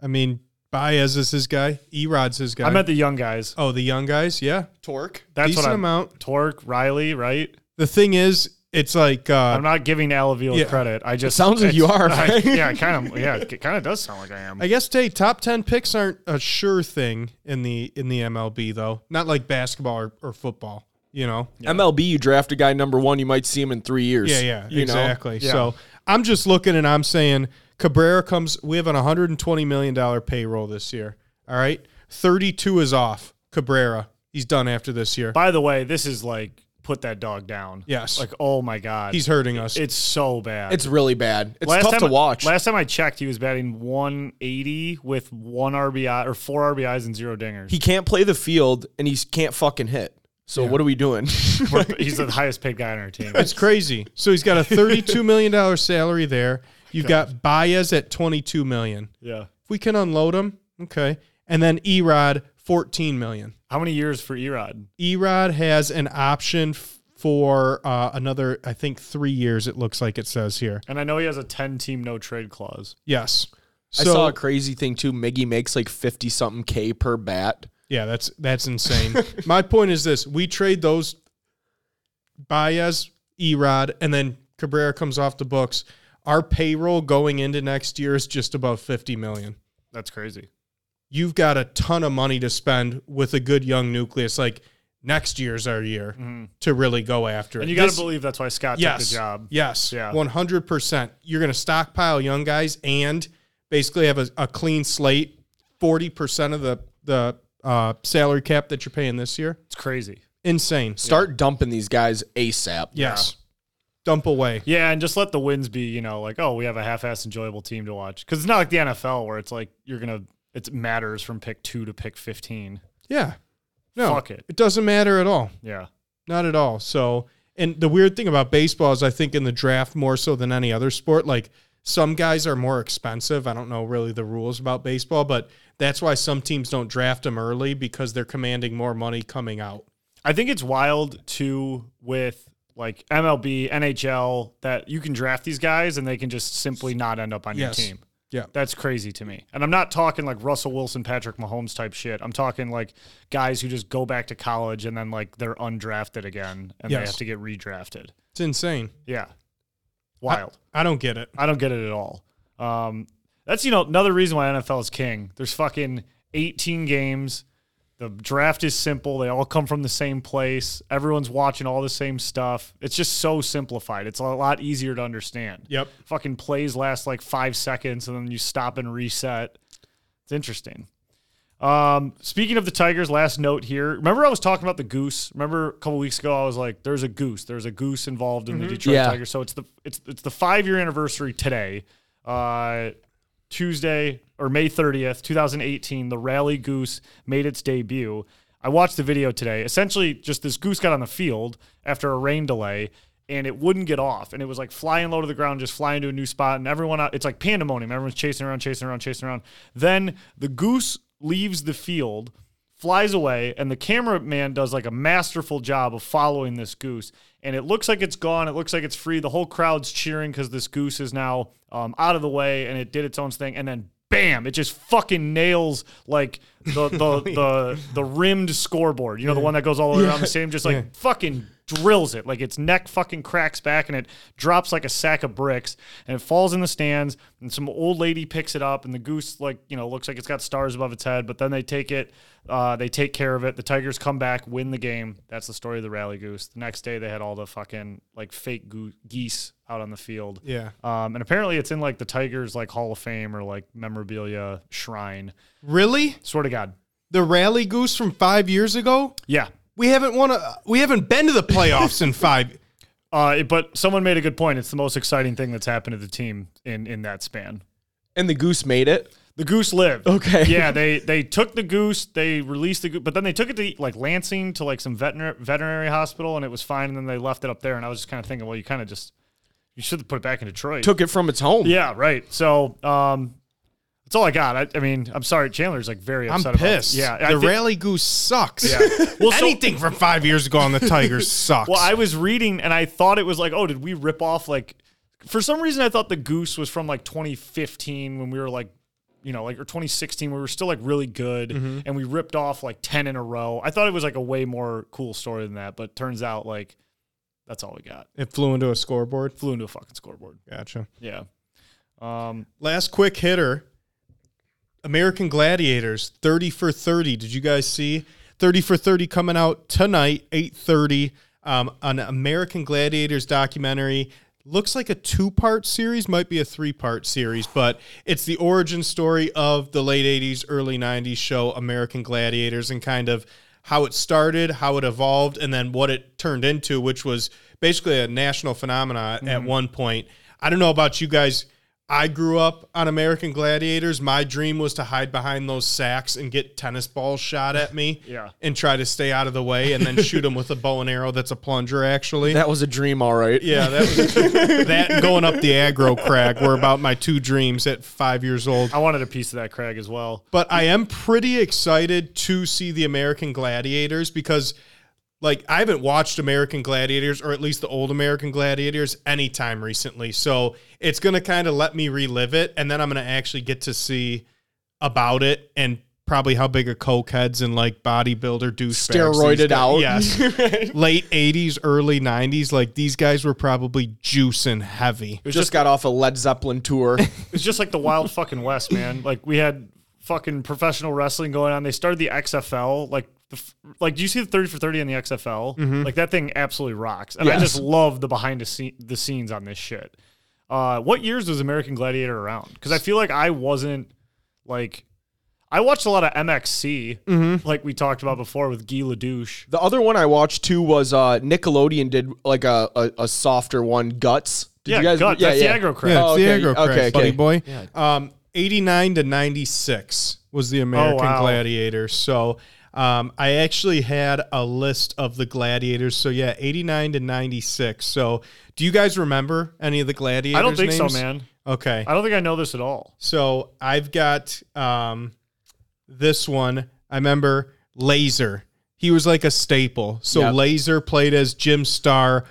Speaker 5: I mean, Baez is his guy. Erod's his guy.
Speaker 4: I meant the young guys.
Speaker 5: oh, the young guys. Yeah.
Speaker 6: Torque.
Speaker 4: That's
Speaker 5: Decent
Speaker 4: what I'm
Speaker 5: amount.
Speaker 4: Torque, Riley, right?
Speaker 5: The thing is, it's like uh,
Speaker 4: I'm not giving Alavila
Speaker 5: yeah.
Speaker 4: credit. I just
Speaker 6: sounds
Speaker 4: it's-
Speaker 6: like you are,
Speaker 4: I-
Speaker 6: right?
Speaker 4: yeah, kind of. Yeah, it kind of does sound like I am.
Speaker 5: I guess hey, top ten picks aren't a sure thing in the in the MLB though. Not like basketball or, or football, you know.
Speaker 6: MLB, you draft a guy number one, you might see him in three years.
Speaker 5: Yeah, yeah,
Speaker 6: You know?
Speaker 5: exactly. So I'm just looking and I'm saying Cabrera comes. We have an 120 million dollar payroll this year. All right, 32 is off. Cabrera, he's done after this year.
Speaker 4: By the way, this is like put that dog down.
Speaker 5: Yes.
Speaker 4: Like oh my god,
Speaker 5: He's hurting us.
Speaker 4: It's so bad.
Speaker 6: It's really bad. It's tough
Speaker 4: time
Speaker 6: to watch.
Speaker 4: Last time I checked, he was batting 180 with one RBI or four RBIs and zero dingers.
Speaker 6: he can't play the field and he can't fucking hit. So what are we doing?
Speaker 4: He's the highest paid guy on our team.
Speaker 5: It's crazy. So he's got a 32 million dollar salary there. You've got Baez at 22 million.
Speaker 4: Yeah.
Speaker 5: If we can unload him, okay, and then Erod 14 million.
Speaker 4: How many years for Erod?
Speaker 5: Erod has an option f- for uh, another, I think, three years. It looks like it says here.
Speaker 4: And I know he has a 10 team no trade clause.
Speaker 5: Yes.
Speaker 6: I
Speaker 5: So
Speaker 6: saw a crazy thing too. Miggy makes like fifty something K per bat.
Speaker 5: yeah, that's that's insane. My point is this: we trade those Baez, Erod, and then Cabrera comes off the books. Our payroll going into next year is just above fifty million.
Speaker 4: That's crazy.
Speaker 5: You've got a ton of money to spend with a good young nucleus. Like next year's our year
Speaker 6: Mm-hmm.
Speaker 5: to really go after it.
Speaker 4: And you got
Speaker 5: This-
Speaker 4: to believe that's why Scott took the job.
Speaker 5: Yes.
Speaker 4: Yeah.
Speaker 5: One hundred percent. You're gonna stockpile young guys and basically have a, a clean slate. Forty percent of the the uh, salary cap that you're paying this year.
Speaker 4: It's crazy.
Speaker 5: Insane.
Speaker 6: Start dumping these guys ASAP.
Speaker 5: Yes. Dump away.
Speaker 4: Yeah, and just let the wins be, you know, like, oh, we have a half-ass enjoyable team to watch. Because it's not like the NFL where it's like you're going to, it matters from pick two to pick 15.
Speaker 5: Yeah. No.
Speaker 4: Fuck it.
Speaker 5: It doesn't matter at all.
Speaker 4: Yeah.
Speaker 5: Not at all. So, and the weird thing about baseball is, I think in the draft more so than any other sport, like some guys are more expensive. I don't know really the rules about baseball, but that's why some teams don't draft them early because they're commanding more money coming out.
Speaker 4: I think it's wild too with like MLB, NHL, that you can draft these guys and they can just simply not end up on
Speaker 5: Yes.
Speaker 4: your team.
Speaker 5: Yeah.
Speaker 4: That's crazy to me. And I'm not talking like Russell Wilson, Patrick Mahomes type shit. I'm talking like guys who just go back to college and then like they're undrafted again and they
Speaker 5: Yes.
Speaker 4: have to get redrafted.
Speaker 5: It's insane.
Speaker 4: Yeah. Wild.
Speaker 5: I don't get it.
Speaker 4: I don't get it at all. Um, that's you know another reason why NFL is king. There's fucking 18 games. The draft is simple. They all come from the same place. Everyone's watching all the same stuff. It's just so simplified. It's a lot easier to understand.
Speaker 5: Yep.
Speaker 4: Fucking plays last like five seconds, and then you stop and reset. It's interesting. Um, speaking of the Tigers, last note here. Remember, I was talking about the goose. Remember, a couple weeks ago, I was like, "There's a goose. There's a goose involved in the Detroit
Speaker 6: Yeah.
Speaker 4: Tigers." So it's the it's it's the five year anniversary today, uh, Tuesday or May thirtieth, two thousand eighteen. The rally goose made its debut. I watched the video today. Essentially, just this goose got on the field after a rain delay and it wouldn't get off. And it was like flying low to the ground, just flying to a new spot. And everyone out, it's like pandemonium. Everyone's chasing around, chasing around, chasing around. Then the goose leaves the field, flies away, and the cameraman does like a masterful job of following this goose. And it looks like it's gone. It looks like it's free. The whole crowd's cheering because this goose is now um, out of the way and it did its own thing. And then bam, it just fucking nails like the the the, the rimmed scoreboard. You know, the one that goes all the way around the same, just like fucking drills it. Like its neck fucking cracks back and it drops like a sack of bricks and it falls in the stands and some old lady picks it up and the goose like, you know, looks like it's got stars above its head, but then they take it, uh, they take care of it. The Tigers come back, win the game. That's the story of the rally goose. The next day they had all the fucking like fake goo- geese out on the field.
Speaker 5: Yeah.
Speaker 4: Um, and apparently it's in like the Tigers like Hall of Fame or like memorabilia shrine.
Speaker 5: Really?
Speaker 4: Swear to God.
Speaker 5: The rally goose from five years ago?
Speaker 4: Yeah.
Speaker 5: We haven't won a. We haven't been to the playoffs in five.
Speaker 4: Uh, it- but someone made a good point. It's the most exciting thing that's happened to the team in, in that span.
Speaker 6: And the goose made it.
Speaker 4: The goose lived.
Speaker 6: Okay.
Speaker 4: Yeah, they they took the goose, they released the goose, but then they took it to like Lansing to like some veter- veterinary hospital, and it was fine. And then they left it up there, and I was just kind of thinking, well, you kind of just you should have put it back in Detroit.
Speaker 6: Took it from its home.
Speaker 4: yeah, right. So um, that's all I got. I, I mean, I'm sorry, Chandler's like very
Speaker 5: I'm
Speaker 4: upset. about
Speaker 5: pissed.
Speaker 4: Yeah, I
Speaker 5: the
Speaker 4: think-
Speaker 5: rally goose sucks.
Speaker 4: Well, so-
Speaker 5: Anything from five years ago on the Tigers sucks.
Speaker 4: Well, I was reading and I thought it was like, oh, did we rip off like for some reason I thought the goose was from like 2015 when we were like you know, like or 2016 we were still like really good and we ripped off like 10 in a row. I thought it was like a way more cool story than that, but turns out like that's all we got.
Speaker 5: it flew into a scoreboard.
Speaker 4: Flew into a fucking scoreboard.
Speaker 5: Gotcha.
Speaker 4: Yeah. Um
Speaker 5: Last quick hitter. American Gladiators, 30 for 30. Did you guys see 30 for 30 coming out tonight, 8:30, um, an American Gladiators documentary. Looks like a two-part series, might be a three-part series, but it's the origin story of the late 80s, early 90s show American Gladiators and kind of how it started, how it evolved, and then what it turned into, which was basically a national phenomenon at one point. I don't know about you guys. I grew up on American Gladiators. My dream was to hide behind those sacks and get tennis balls shot at me
Speaker 4: Yeah.
Speaker 5: and try to stay out of the way and then shoot them with a bow and arrow that's a plunger, actually.
Speaker 6: That was a dream, all right.
Speaker 5: yeah, that was that and going up the aggro crag were about my two dreams at five years old.
Speaker 4: I wanted a piece of that Craig as well.
Speaker 5: But I am pretty excited to see the American Gladiators because, like, I haven't watched American Gladiators or at least the old American Gladiators anytime recently. So it's going to kind of let me relive it. And then I'm going to actually get to see about it and probably how big a cokeheads and like bodybuilder douchebags. these
Speaker 6: Steroided
Speaker 5: guys-
Speaker 6: out.
Speaker 5: Yes. Late 80s, early 90s. Like, these guys were probably juicing heavy.
Speaker 6: Just, got off a Led Zeppelin tour.
Speaker 4: It's just like the wild fucking west, man. Like we had fucking professional wrestling going on. They started the XFL. Like, the, f- like do you see the thirty for thirty in the XFL? Like that thing absolutely rocks. And I
Speaker 6: Yes.
Speaker 4: just love the behind the, scene, the scenes on this shit. Uh, what years was American Gladiator around? Because I feel like I wasn't like I watched a lot of MXC, like we talked about before with Guy Ladouche.
Speaker 6: the other one I watched too was uh, Nickelodeon did like a, a, a softer one, Guts. Did
Speaker 4: yeah, Gut, that's the aggro crap.
Speaker 5: Yeah,
Speaker 6: Oh,
Speaker 5: it's
Speaker 6: okay.
Speaker 5: the aggro
Speaker 6: Okay, okay.
Speaker 5: crash, buddy boy. Um, 89 to 96 was the American
Speaker 4: Oh, wow.
Speaker 5: Gladiator. So um, I actually had a list of the gladiators. So yeah, 89 to 96. So do you guys remember any of the gladiators?
Speaker 4: I don't think so,
Speaker 5: names?
Speaker 4: man.
Speaker 5: Okay.
Speaker 4: I don't think I know this at all.
Speaker 5: So I've got um, this one. I remember Laser. He was like a staple. So
Speaker 6: Yep.
Speaker 5: Laser played as Jim Starr.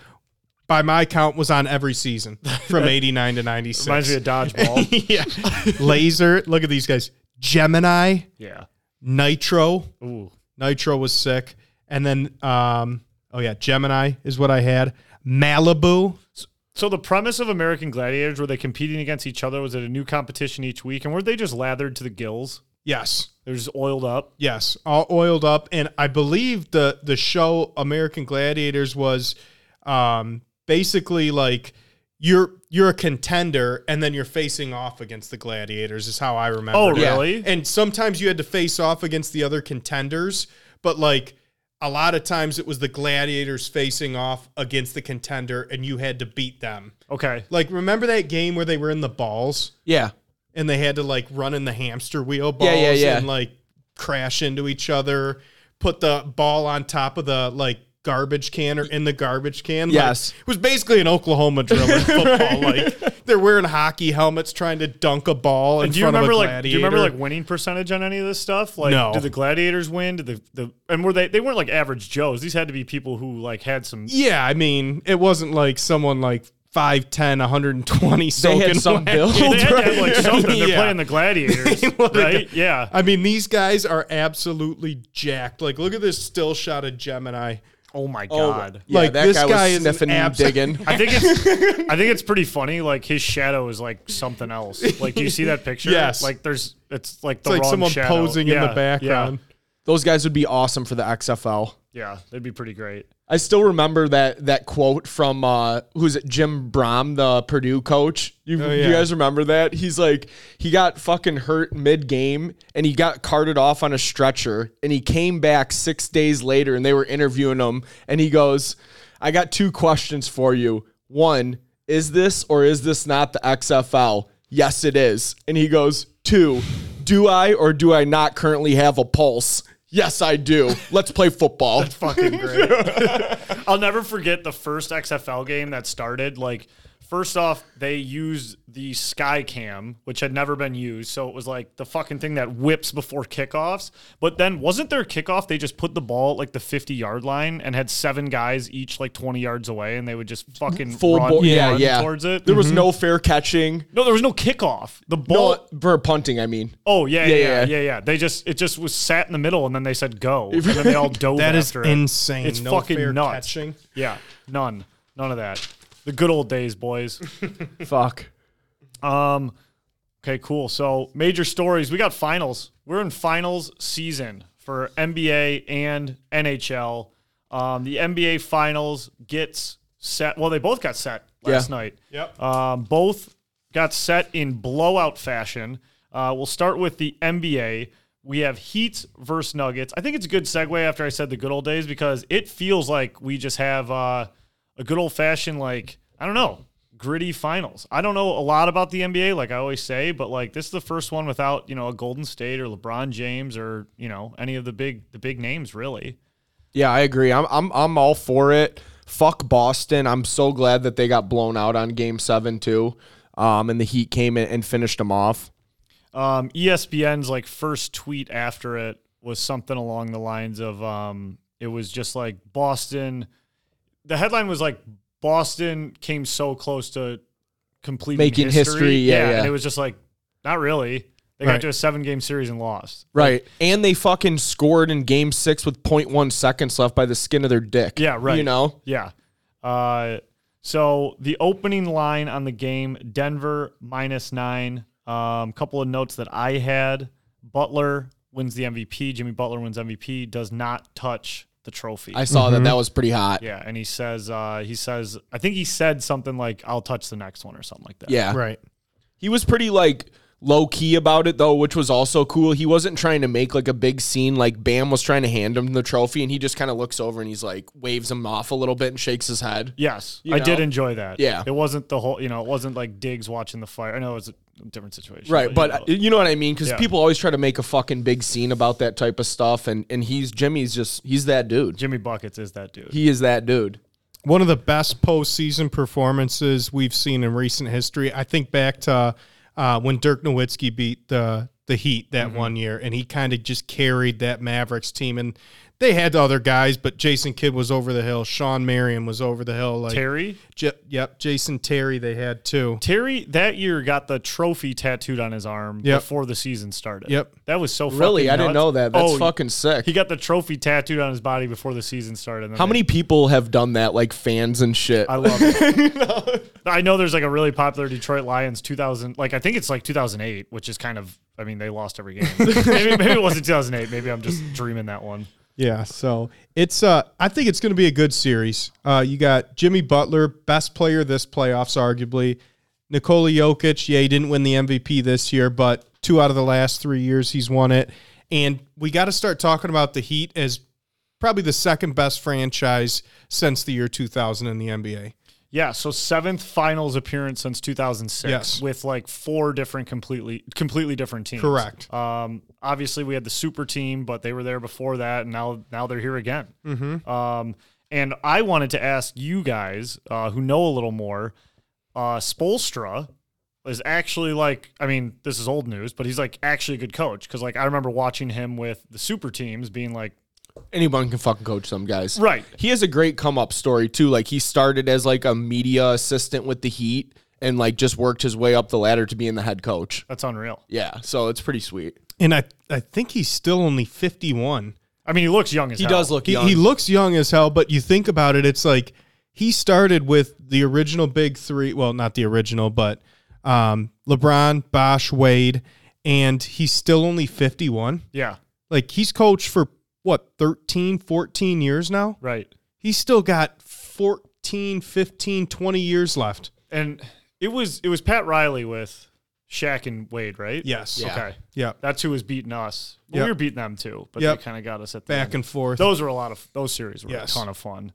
Speaker 5: By my count, was on every season from eighty nine to ninety six.
Speaker 4: Reminds me of dodgeball.
Speaker 5: yeah. Laser. Look at these guys. Gemini,
Speaker 4: yeah.
Speaker 5: Nitro.
Speaker 4: Ooh.
Speaker 5: Nitro was sick. And then um oh yeah, Gemini is what I had. Malibu.
Speaker 4: So the premise of American Gladiators were they competing against each other? Was it a new competition each week? And were they just lathered to the gills?
Speaker 5: Yes.
Speaker 4: They were just oiled up.
Speaker 5: Yes, all oiled up, and I believe the the show American Gladiators was um, basically like you're you're a contender, and then you're facing off against the gladiators. Is how I remember.
Speaker 4: Oh,
Speaker 5: it.
Speaker 4: really?
Speaker 5: And sometimes you had to face off against the other contenders, but like a lot of times it was the gladiators facing off against the contender, and you had to beat them.
Speaker 4: Okay.
Speaker 5: Like remember that game where they were in the balls?
Speaker 6: Yeah.
Speaker 5: and they had to like run in the hamster wheel balls
Speaker 6: Yeah, yeah, yeah.
Speaker 5: and like crash into each other. put the ball on top of the like garbage can or in the garbage can. Like,
Speaker 6: Yes.
Speaker 5: it was basically an Oklahoma drill in football. Like they're wearing hockey helmets trying to dunk a ball in
Speaker 4: do you
Speaker 5: front
Speaker 4: remember
Speaker 5: of a
Speaker 4: like
Speaker 5: gladiator.
Speaker 4: do you remember like winning percentage on any of this stuff? Like
Speaker 5: No.
Speaker 4: did the gladiators win? Did the, the and were they they weren't like average Joes. These had to be people who like had some
Speaker 5: Yeah, I mean, it wasn't like someone like 5'10", 120
Speaker 6: They
Speaker 5: soaking
Speaker 6: had some
Speaker 5: wet.
Speaker 6: build.
Speaker 4: they had to have like something. They're
Speaker 5: Yeah.
Speaker 4: playing the gladiators.
Speaker 5: What a
Speaker 4: right?
Speaker 5: guy.
Speaker 4: Yeah.
Speaker 5: I mean, these guys are absolutely jacked. Like, look at this still shot of Gemini.
Speaker 4: Oh my
Speaker 6: Oh,
Speaker 4: god.
Speaker 6: yeah,
Speaker 5: Like,
Speaker 6: that
Speaker 5: this
Speaker 6: guy,
Speaker 5: guy
Speaker 6: was
Speaker 5: is an
Speaker 6: sniffing,
Speaker 5: abs-
Speaker 6: digging.
Speaker 4: I think it's I think it's pretty funny. Like his shadow is like something else. Like do you see that picture?
Speaker 5: Yes.
Speaker 4: Like there's it's like the
Speaker 5: It's like
Speaker 4: wrong
Speaker 5: someone
Speaker 4: shadow.
Speaker 5: posing in
Speaker 4: Yeah,
Speaker 5: the background.
Speaker 6: Those guys would be awesome for the XFL.
Speaker 4: Yeah, yeah, that'd be pretty great.
Speaker 6: I still remember that that quote from uh, who's it, Jim Brom, the Purdue coach. You,
Speaker 5: Oh,
Speaker 6: you
Speaker 5: yeah.
Speaker 6: guys remember that? He's like he got fucking hurt mid game and he got carted off on a stretcher and he came back six days later and they were interviewing him and he goes, "I got two questions for you. One, is this or is this not the XFL? Yes, it is." And he goes, two, do I or do I not currently have a pulse?" Yes, I do. Let's play football.
Speaker 4: fucking great. I'll never forget the first XFL game that started. Like, first off, they used the sky cam, which had never been used. So it was like the fucking thing that whips before kickoffs. But then wasn't there a kickoff? They just put the ball at like the 50 yard line and had seven guys each like 20 yards away and they would just fucking
Speaker 6: full
Speaker 4: run,
Speaker 6: ball. Yeah,
Speaker 4: run
Speaker 6: yeah.
Speaker 4: towards it.
Speaker 6: There was no fair catching.
Speaker 4: no, there was no kickoff. The ball.
Speaker 6: No, for punting, I mean.
Speaker 4: Oh yeah, yeah,
Speaker 6: Yeah,
Speaker 4: yeah, yeah,
Speaker 6: yeah.
Speaker 4: They just it just was sat in the middle, and then they said go, and then they all dove.
Speaker 5: That is
Speaker 4: after it.
Speaker 5: insane.
Speaker 4: It's
Speaker 5: No
Speaker 4: fucking
Speaker 5: fair
Speaker 4: nuts.
Speaker 5: catching.
Speaker 4: Yeah, none, none of that. The good old days, boys.
Speaker 6: Fuck.
Speaker 4: Um, okay, cool. So major stories. We got finals. We're in finals season for NBA and NHL. Um, the NBA finals gets set. Well, they both got set last
Speaker 6: Yeah.
Speaker 4: night.
Speaker 5: Yep.
Speaker 4: Um, both got set in blowout fashion. Uh, we'll start with the NBA. We have Heat versus Nuggets. I think it's a good segue after I said the good old days because it feels like we just have uh, a good old fashioned, like, I don't know, gritty finals. I don't know a lot about the NBA, like I always say, but like this is the first one without, you know, a Golden State or LeBron James or, you know, any of the big the big names really.
Speaker 6: Yeah, I agree. I'm I'm I'm all for it. Fuck Boston. I'm so glad that they got blown out on game seven too. Um, and the Heat came in and finished them off.
Speaker 4: um, ESPN's like first tweet after it was something along the lines of um, it was just like Boston. The headline was like Boston came so close to completing
Speaker 6: Making history, yeah, yeah.
Speaker 4: and it was just like not really. They
Speaker 5: Right.
Speaker 4: got to a seven-game series and lost.
Speaker 6: Right. And they fucking scored in game six with 0.1 seconds left by the skin of their dick.
Speaker 4: Yeah, right.
Speaker 6: You know?
Speaker 4: Yeah. Uh, so the opening line on the game Denver minus nine. Um, couple of notes that I had Butler wins the MVP. Jimmy Butler wins MVP, does not touch the trophy.
Speaker 6: I saw that. That was pretty hot. Yeah.
Speaker 4: yeah. And he says, uh, he says, I think he said something like, I'll touch the next one or something like that.
Speaker 5: Right.
Speaker 6: He was pretty like low key about it though, which was also cool. He wasn't trying to make like a big scene. Like Bam was trying to hand him the trophy, and he just kind of looks over and he's like waves him off a little bit and shakes his head.
Speaker 4: Yes.
Speaker 6: You
Speaker 4: I
Speaker 6: know?
Speaker 4: did enjoy that.
Speaker 6: Yeah.
Speaker 4: It wasn't the whole, you know, it wasn't like Diggs watching the fire. I know it was a different situation.
Speaker 6: Right,
Speaker 4: you
Speaker 6: but
Speaker 4: know.
Speaker 6: uh, you know what I mean, because
Speaker 4: Yeah.
Speaker 6: people always try to make a fucking big scene about that type of stuff, and and he's Jimmy's just he's that dude.
Speaker 4: Jimmy Buckets is that dude.
Speaker 6: He is that dude.
Speaker 5: One of the best postseason performances we've seen in recent history. I think back to uh, when Dirk Nowitzki beat the the Heat that one year, and he kind of just carried that Mavericks team. And they had other guys, but Jason Kidd was over the hill. Sean Marion was over the hill. Like
Speaker 4: Terry?
Speaker 5: J- yep, Jason Terry they had too.
Speaker 4: Terry that year got the trophy tattooed on his arm
Speaker 5: Yep.
Speaker 4: before the season started.
Speaker 5: Yep.
Speaker 4: That was so fucking
Speaker 6: Really, I didn't
Speaker 4: nuts.
Speaker 6: know that. That's
Speaker 4: Oh,
Speaker 6: fucking sick.
Speaker 4: He got the trophy tattooed on his body before the season started. and then
Speaker 6: How
Speaker 4: they-
Speaker 6: many people have done that, like fans and shit?
Speaker 4: I love it. I know there's like a really popular Detroit Lions 2000 like I think it's like 2008, which is kind of I mean they lost every game. maybe, maybe it wasn't 2008. Maybe I'm just dreaming that one.
Speaker 5: Yeah, so it's uh I think it's going to be a good series. Uh you got Jimmy Butler, best player this playoffs arguably. Nikola Jokic, yeah, he didn't win the MVP this year, but two out of the last 3 years he's won it. And we got to start talking about the Heat as probably the second best franchise since the year 2000 in the NBA.
Speaker 4: Yeah, so seventh finals appearance since 2006
Speaker 5: Yes.
Speaker 4: with like four different completely completely different teams.
Speaker 5: Correct.
Speaker 4: Um, obviously we had the super team, but they were there before that, and now now they're here again. Um, and I wanted to ask you guys uh, who know a little more. Uh, Spolstra is actually like, I mean, this is old news, but he's like actually a good coach because like I remember watching him with the super teams being like,
Speaker 6: anyone can fucking coach some guys.
Speaker 4: Right.
Speaker 6: He has a great come up story too. Like he started as like a media assistant with the Heat and like just worked his way up the ladder to being the head coach.
Speaker 4: that's unreal.
Speaker 6: Yeah. So it's pretty sweet.
Speaker 5: And I, I think he's still only 51.
Speaker 4: I mean, he looks young as
Speaker 6: He
Speaker 4: hell.
Speaker 6: does look
Speaker 5: He,
Speaker 6: young.
Speaker 5: he looks young as hell, but you think about it, it's like he started with the original big three. Well, not the original, but um, LeBron, Bosh, Wade, and he's still only 51.
Speaker 4: Yeah,
Speaker 5: Like he's coached for what, 13, 14 years now?
Speaker 4: right.
Speaker 5: He's still got 14, 15, 20 years left.
Speaker 4: And it was it was Pat Riley with Shaq and Wade, right?
Speaker 5: Yes.
Speaker 6: Yeah.
Speaker 4: Okay.
Speaker 5: Yeah.
Speaker 4: That's who was beating us. Well,
Speaker 5: Yep.
Speaker 4: We were beating them too, but
Speaker 5: Yep.
Speaker 4: they kind of got us at the
Speaker 5: Back
Speaker 4: end.
Speaker 5: and forth.
Speaker 4: Those were a lot of those series were
Speaker 5: Yes.
Speaker 4: a ton of fun.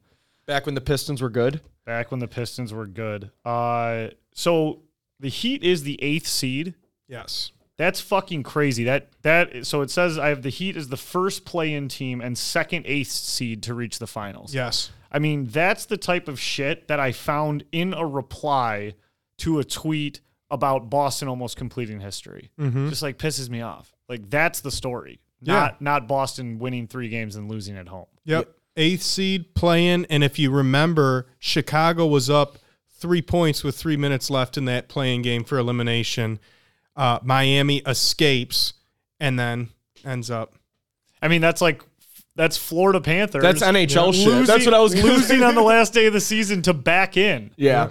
Speaker 6: Back when the Pistons were good.
Speaker 4: Back when the Pistons were good. Uh, so the Heat is the eighth seed.
Speaker 5: Yes.
Speaker 4: That's fucking crazy. That that so it says I have the Heat is the first play-in team and second eighth seed to reach the finals.
Speaker 5: Yes.
Speaker 4: I mean, that's the type of shit that I found in a reply to a tweet about Boston almost completing history. Just like pisses me off. Like that's the story. Not not Boston winning three games and losing at home.
Speaker 5: Yep. Eighth seed playing. And if you remember, Chicago was up three points with three minutes left in that playing game for elimination. Uh, Miami escapes and then ends up.
Speaker 4: I mean, that's like that's Florida Panthers.
Speaker 6: That's NHL shit.
Speaker 4: Losing,
Speaker 6: That's what I was gonna
Speaker 4: losing
Speaker 6: say.
Speaker 4: on the last day of the season to back in.
Speaker 6: Yeah.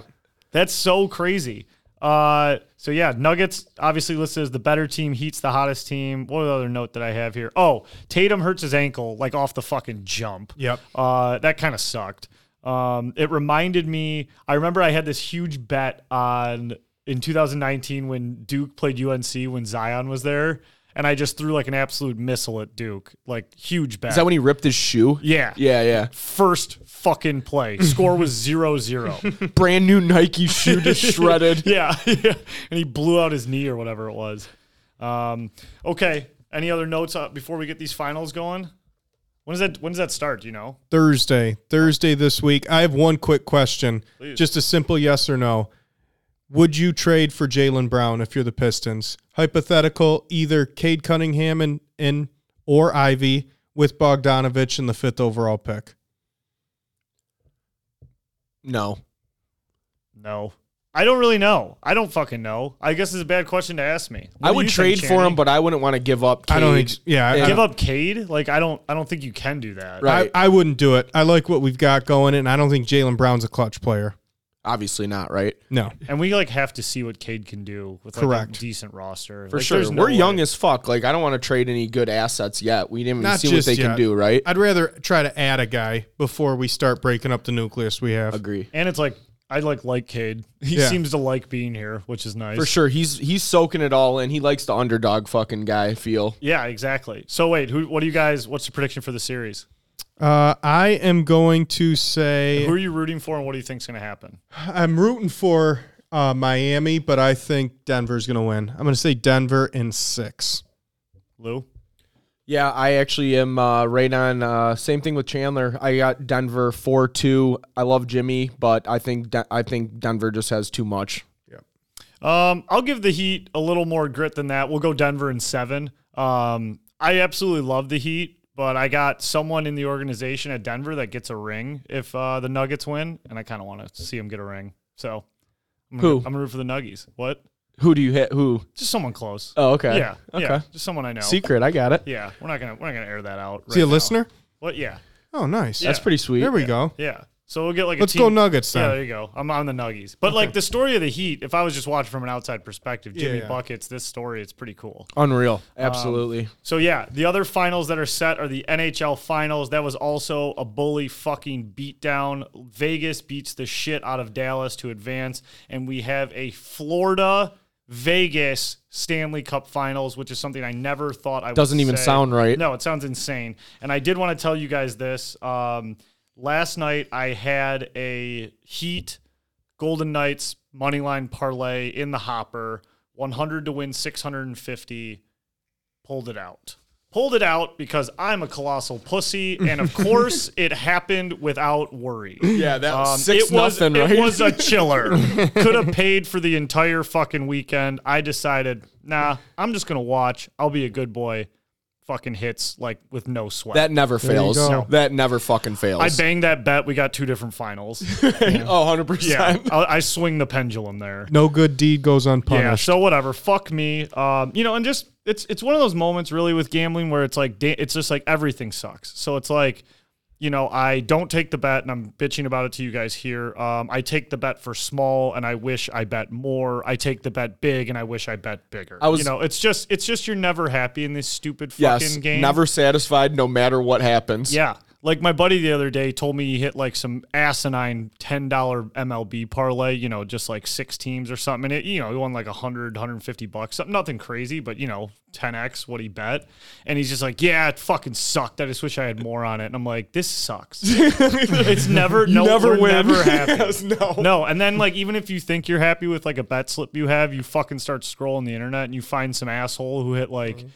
Speaker 4: That's so crazy. Uh, so yeah, Nuggets obviously listed as the better team. Heat's the hottest team. What other note that I have here? Oh, Tatum hurts his ankle like off the fucking jump.
Speaker 5: Yep.
Speaker 4: Uh, that kind of sucked. Um, it reminded me. I remember I had this huge bet on in 2019 when Duke played UNC when Zion was there, and I just threw like an absolute missile at Duke, like huge bet.
Speaker 6: Is that when he ripped his shoe?
Speaker 4: Yeah.
Speaker 6: Yeah, yeah.
Speaker 4: First fucking play. Score was zero zero.
Speaker 6: Brand new Nike shoe just shredded.
Speaker 4: yeah, yeah. And he blew out his knee or whatever it was. Um, okay. Any other notes uh, before we get these finals going? When does that when does that start? Do you know?
Speaker 5: Thursday, Thursday this week. I have one quick question. Just a simple yes or no. Would you trade for Jalen Brown if you're the Pistons? Hypothetical, either Cade Cunningham and, and or Ivy with Bogdanovich in the fifth overall pick.
Speaker 6: No.
Speaker 4: No. I don't really know. I don't fucking know. I guess it's a bad question to ask me. What
Speaker 6: I
Speaker 4: do
Speaker 6: would
Speaker 4: you
Speaker 6: trade
Speaker 4: think,
Speaker 6: for
Speaker 4: Channing?
Speaker 6: him, but I wouldn't want to give up.
Speaker 5: I don't
Speaker 6: Cade.
Speaker 5: ex- yeah, I-
Speaker 6: And-
Speaker 4: give up Cade? Like I don't I don't think you can do that.
Speaker 6: Right.
Speaker 5: I, I wouldn't do it. I like what we've got going, and I don't think Jalen Brown's a clutch player.
Speaker 6: Obviously not, right?
Speaker 5: No.
Speaker 4: And we like have to see what Cade can do with like
Speaker 5: Correct.
Speaker 4: a decent roster.
Speaker 6: For sure. We're young as fuck. Like I don't want to trade any good assets yet. We didn't even
Speaker 5: Not
Speaker 6: see what
Speaker 5: just
Speaker 6: they can
Speaker 5: yet.
Speaker 6: do, right?
Speaker 5: I'd rather try to add a guy before we start breaking up the nucleus we have.
Speaker 6: Agree.
Speaker 4: and it's like I like like Cade. He
Speaker 5: Yeah.
Speaker 4: seems to like being here, which is nice.
Speaker 6: For sure. He's he's soaking it all in. He likes the underdog fucking guy feel.
Speaker 4: Yeah, exactly. So wait, who? What do you guys? What's the prediction for the series?
Speaker 5: Uh, I am going to say
Speaker 4: Who are you rooting for, and what do you think's going to happen?
Speaker 5: I'm rooting for uh, Miami, but I think Denver's going to win. I'm going to say Denver in six.
Speaker 4: Lou,
Speaker 6: Yeah, I actually am uh, right on. Uh, same thing with Chandler. I got Denver four two. I love Jimmy, but I think De- I think Denver just has too much.
Speaker 4: um, I'll give the Heat a little more grit than that. We'll go Denver in seven. Um, I absolutely love the Heat, but I got someone in the organization at Denver that gets a ring if uh, the Nuggets win, and I kind of want to see him get a ring. So I'm gonna,
Speaker 6: Who?
Speaker 4: I'm gonna root for the Nuggies. What?
Speaker 6: Who do you hit? Who?
Speaker 4: Just someone close.
Speaker 6: Oh, okay.
Speaker 4: yeah,
Speaker 6: Okay.
Speaker 4: yeah, just someone I know.
Speaker 6: Secret. I got it.
Speaker 4: Yeah, we're not gonna we're not gonna air that out.
Speaker 5: Is he a
Speaker 4: right now.
Speaker 5: listener?
Speaker 4: What? Yeah,
Speaker 5: Oh, nice.
Speaker 6: That's pretty sweet.
Speaker 5: There we go.
Speaker 4: yeah. So we'll get like a
Speaker 5: Let's
Speaker 4: team-
Speaker 5: go Nuggets then.
Speaker 4: Yeah, there you go. I'm on the Nuggies. But like the story of the Heat, if I was just watching from an outside perspective, Jimmy
Speaker 5: yeah.
Speaker 4: buckets this story, it's pretty cool.
Speaker 6: Unreal.
Speaker 4: Um,
Speaker 6: Absolutely.
Speaker 4: So yeah, the other finals that are set are the NHL finals. That was also a bully fucking beatdown. Vegas beats the shit out of Dallas to advance, and we have a Florida Vegas Stanley Cup finals, which is something I never thought I would
Speaker 6: Doesn't even
Speaker 4: say.
Speaker 6: sound right.
Speaker 4: No, it sounds insane. And I did want to tell you guys this. Um, last night I had a Heat Golden Knights money line parlay in the hopper, 100 to win 650. Pulled it out. Pulled it out because I'm a colossal pussy, and of course it happened without worry.
Speaker 6: Yeah, that
Speaker 4: Um,
Speaker 6: was six
Speaker 4: it was
Speaker 6: nothing, right?
Speaker 4: it was a chiller. Could have paid for the entire fucking weekend. I decided, nah, I'm just gonna watch. I'll be a good boy. Fucking hits like with no sweat.
Speaker 6: that never fails.
Speaker 5: go.
Speaker 6: That never fucking fails.
Speaker 4: I banged that bet. We got two different finals.
Speaker 6: Oh, 100
Speaker 4: Yeah,
Speaker 6: percent.
Speaker 4: I, I swing the pendulum there.
Speaker 5: No good deed goes
Speaker 4: Yeah,
Speaker 5: unpunished.
Speaker 4: so whatever. Fuck me. Um, you know, and just it's it's one of those moments really with gambling where it's like da- it's just like everything sucks. So it's like, you know, I don't take the bet, and I'm bitching about it to you guys here. Um, I take the bet for small, and I wish I bet more. I take the bet big, and I wish I bet bigger.
Speaker 6: I was-
Speaker 4: you know, it's just it's just you're never happy in this stupid fucking
Speaker 6: Yes,
Speaker 4: game.
Speaker 6: never satisfied, no matter what happens.
Speaker 4: Yeah. Like my buddy the other day told me he hit like some asinine $10 MLB parlay, you know, just like six teams or something. And it, you know, he won like 100, 150 bucks, something, nothing crazy, but you know, 10X what he bet. And he's just like, yeah, it fucking sucked. I just wish I had more on it. And I'm like, this sucks. it's never, no,
Speaker 6: never
Speaker 4: we're
Speaker 6: win.
Speaker 4: never happy.
Speaker 6: Yes, no.
Speaker 4: No, and then like even if you think you're happy with like a bet slip you have, you fucking start scrolling the internet and you find some asshole who hit like
Speaker 6: Mm-hmm.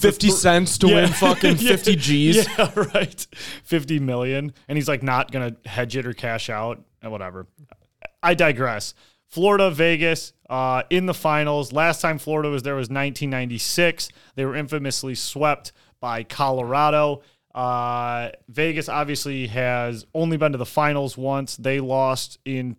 Speaker 6: 50 cents to win fucking
Speaker 4: Yeah.
Speaker 6: 50 G's.
Speaker 4: Yeah, right. 50 million. And he's like not going to hedge it or cash out and whatever. I digress. Florida, Vegas, uh, in the finals. Last time Florida was there was 1996. They were infamously swept by Colorado. Uh, Vegas obviously has only been to the finals once. They lost in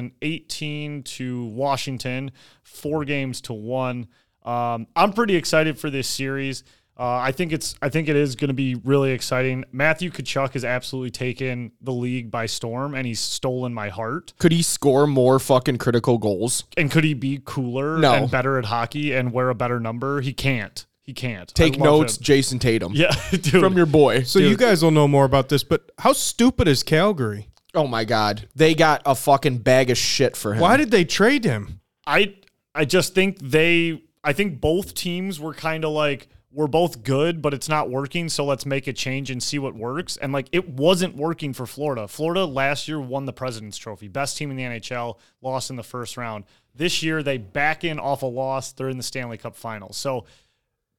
Speaker 4: 2018 to Washington, four games to one. Um, I'm pretty excited for this series. Uh, I think it's I think it is going to be really exciting. Matthew Kachuk has absolutely taken the league by storm, and he's stolen my heart.
Speaker 6: Could he score more fucking critical goals?
Speaker 4: And could he be cooler
Speaker 6: No.
Speaker 4: and better at hockey and wear a better number? He can't. He can't. I
Speaker 6: Take
Speaker 4: love
Speaker 6: notes,
Speaker 4: him.
Speaker 6: Jason Tatum.
Speaker 4: Yeah, dude.
Speaker 6: From your boy.
Speaker 5: So you guys will know more about this, but how stupid is Calgary?
Speaker 6: Oh my God. They got a fucking bag of shit for him.
Speaker 5: Why did they trade him?
Speaker 4: I I just think they I think both teams were kind of like we're both good, but it's not working, so let's make a change and see what works. And like it wasn't working for Florida. Florida last year won the President's Trophy, best team in the NHL, lost in the first round. This year they back in off a loss, they're in the Stanley Cup Finals. So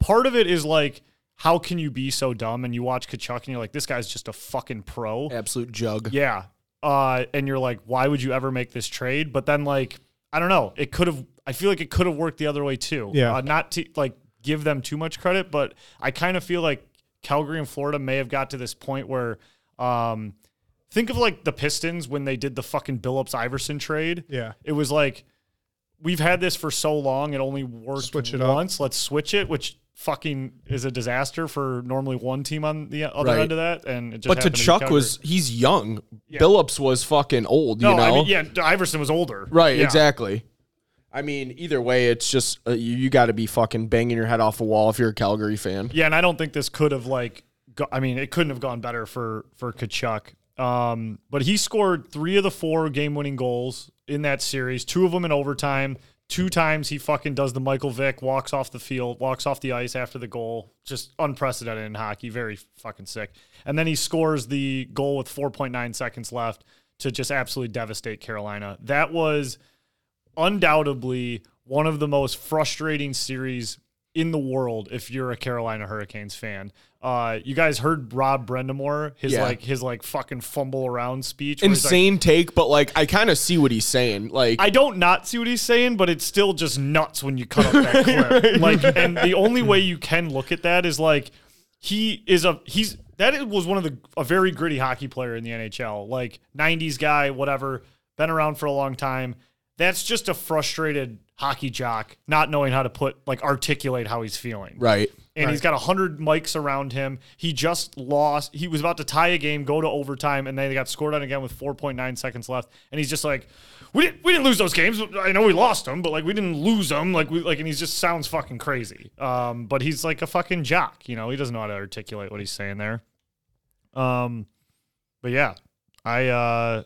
Speaker 4: part of it is like how can you be so dumb and you watch Kachuk and you're like this guy's just a fucking pro.
Speaker 6: Absolute jug.
Speaker 4: Yeah. Uh, and you're like, why would you ever make this trade? But then, like, I don't know. It could have. I feel like it could have worked the other way too.
Speaker 5: Yeah.
Speaker 4: Uh, not to like give them too much credit, but I kind of feel like Calgary and Florida may have got to this point where, um, think of like the Pistons when they did the fucking Billups Iverson trade.
Speaker 5: Yeah.
Speaker 4: It was like we've had this for so long; it only worked
Speaker 5: Switch it up.
Speaker 4: once. Let's switch it, which fucking is a disaster for normally one team on the other
Speaker 6: Right.
Speaker 4: end of that. And it just
Speaker 6: But to
Speaker 4: happened be
Speaker 6: Chuck
Speaker 4: Calgary.
Speaker 6: was, he's young. Billups was fucking old, you know?
Speaker 4: Oh, I mean, yeah, Iverson was older.
Speaker 6: Right,
Speaker 4: Yeah.
Speaker 6: exactly. I mean, either way, it's just uh, you, you got to be fucking banging your head off a wall if you're a Calgary fan.
Speaker 4: Yeah, and I don't think this could have like. Go, I mean, it couldn't have gone better for for Kachuk. Um, but he scored three of the four game winning goals in that series. Two of them in overtime. Two times he fucking does the Michael Vick, walks off the field, walks off the ice after the goal. Just unprecedented in hockey. Very fucking sick. And then he scores the goal with 4.9 seconds left to just absolutely devastate Carolina. That was undoubtedly one of the most frustrating series in the world if you're a Carolina Hurricanes fan. Uh, you guys heard Rob Brendamore, his
Speaker 6: Yeah.
Speaker 4: like his like fucking fumble around speech. where he's like,
Speaker 6: Insane take, but like I kind of see what he's saying. Like
Speaker 4: I don't not see what he's saying, but it's still just nuts when you cut up that clip. Like, and the only way you can look at that is like he is a he's that is- was one of the a very gritty hockey player in the NHL, like '90s guy, whatever, been around for a long time. That's just a frustrated hockey jock not knowing how to put like articulate how he's feeling
Speaker 6: right,
Speaker 4: and he's got 100 mics around him. He just lost. He was about to tie a game, go to overtime, and then they got scored on again with 4.9 seconds left. And he's just like, we didn't, we didn't lose those games. I know we lost them, but like we didn't lose them. Like we like, and he just sounds fucking crazy. Um, but he's like a fucking jock. You know, he doesn't know how to articulate what he's saying there. Um, but yeah, I uh,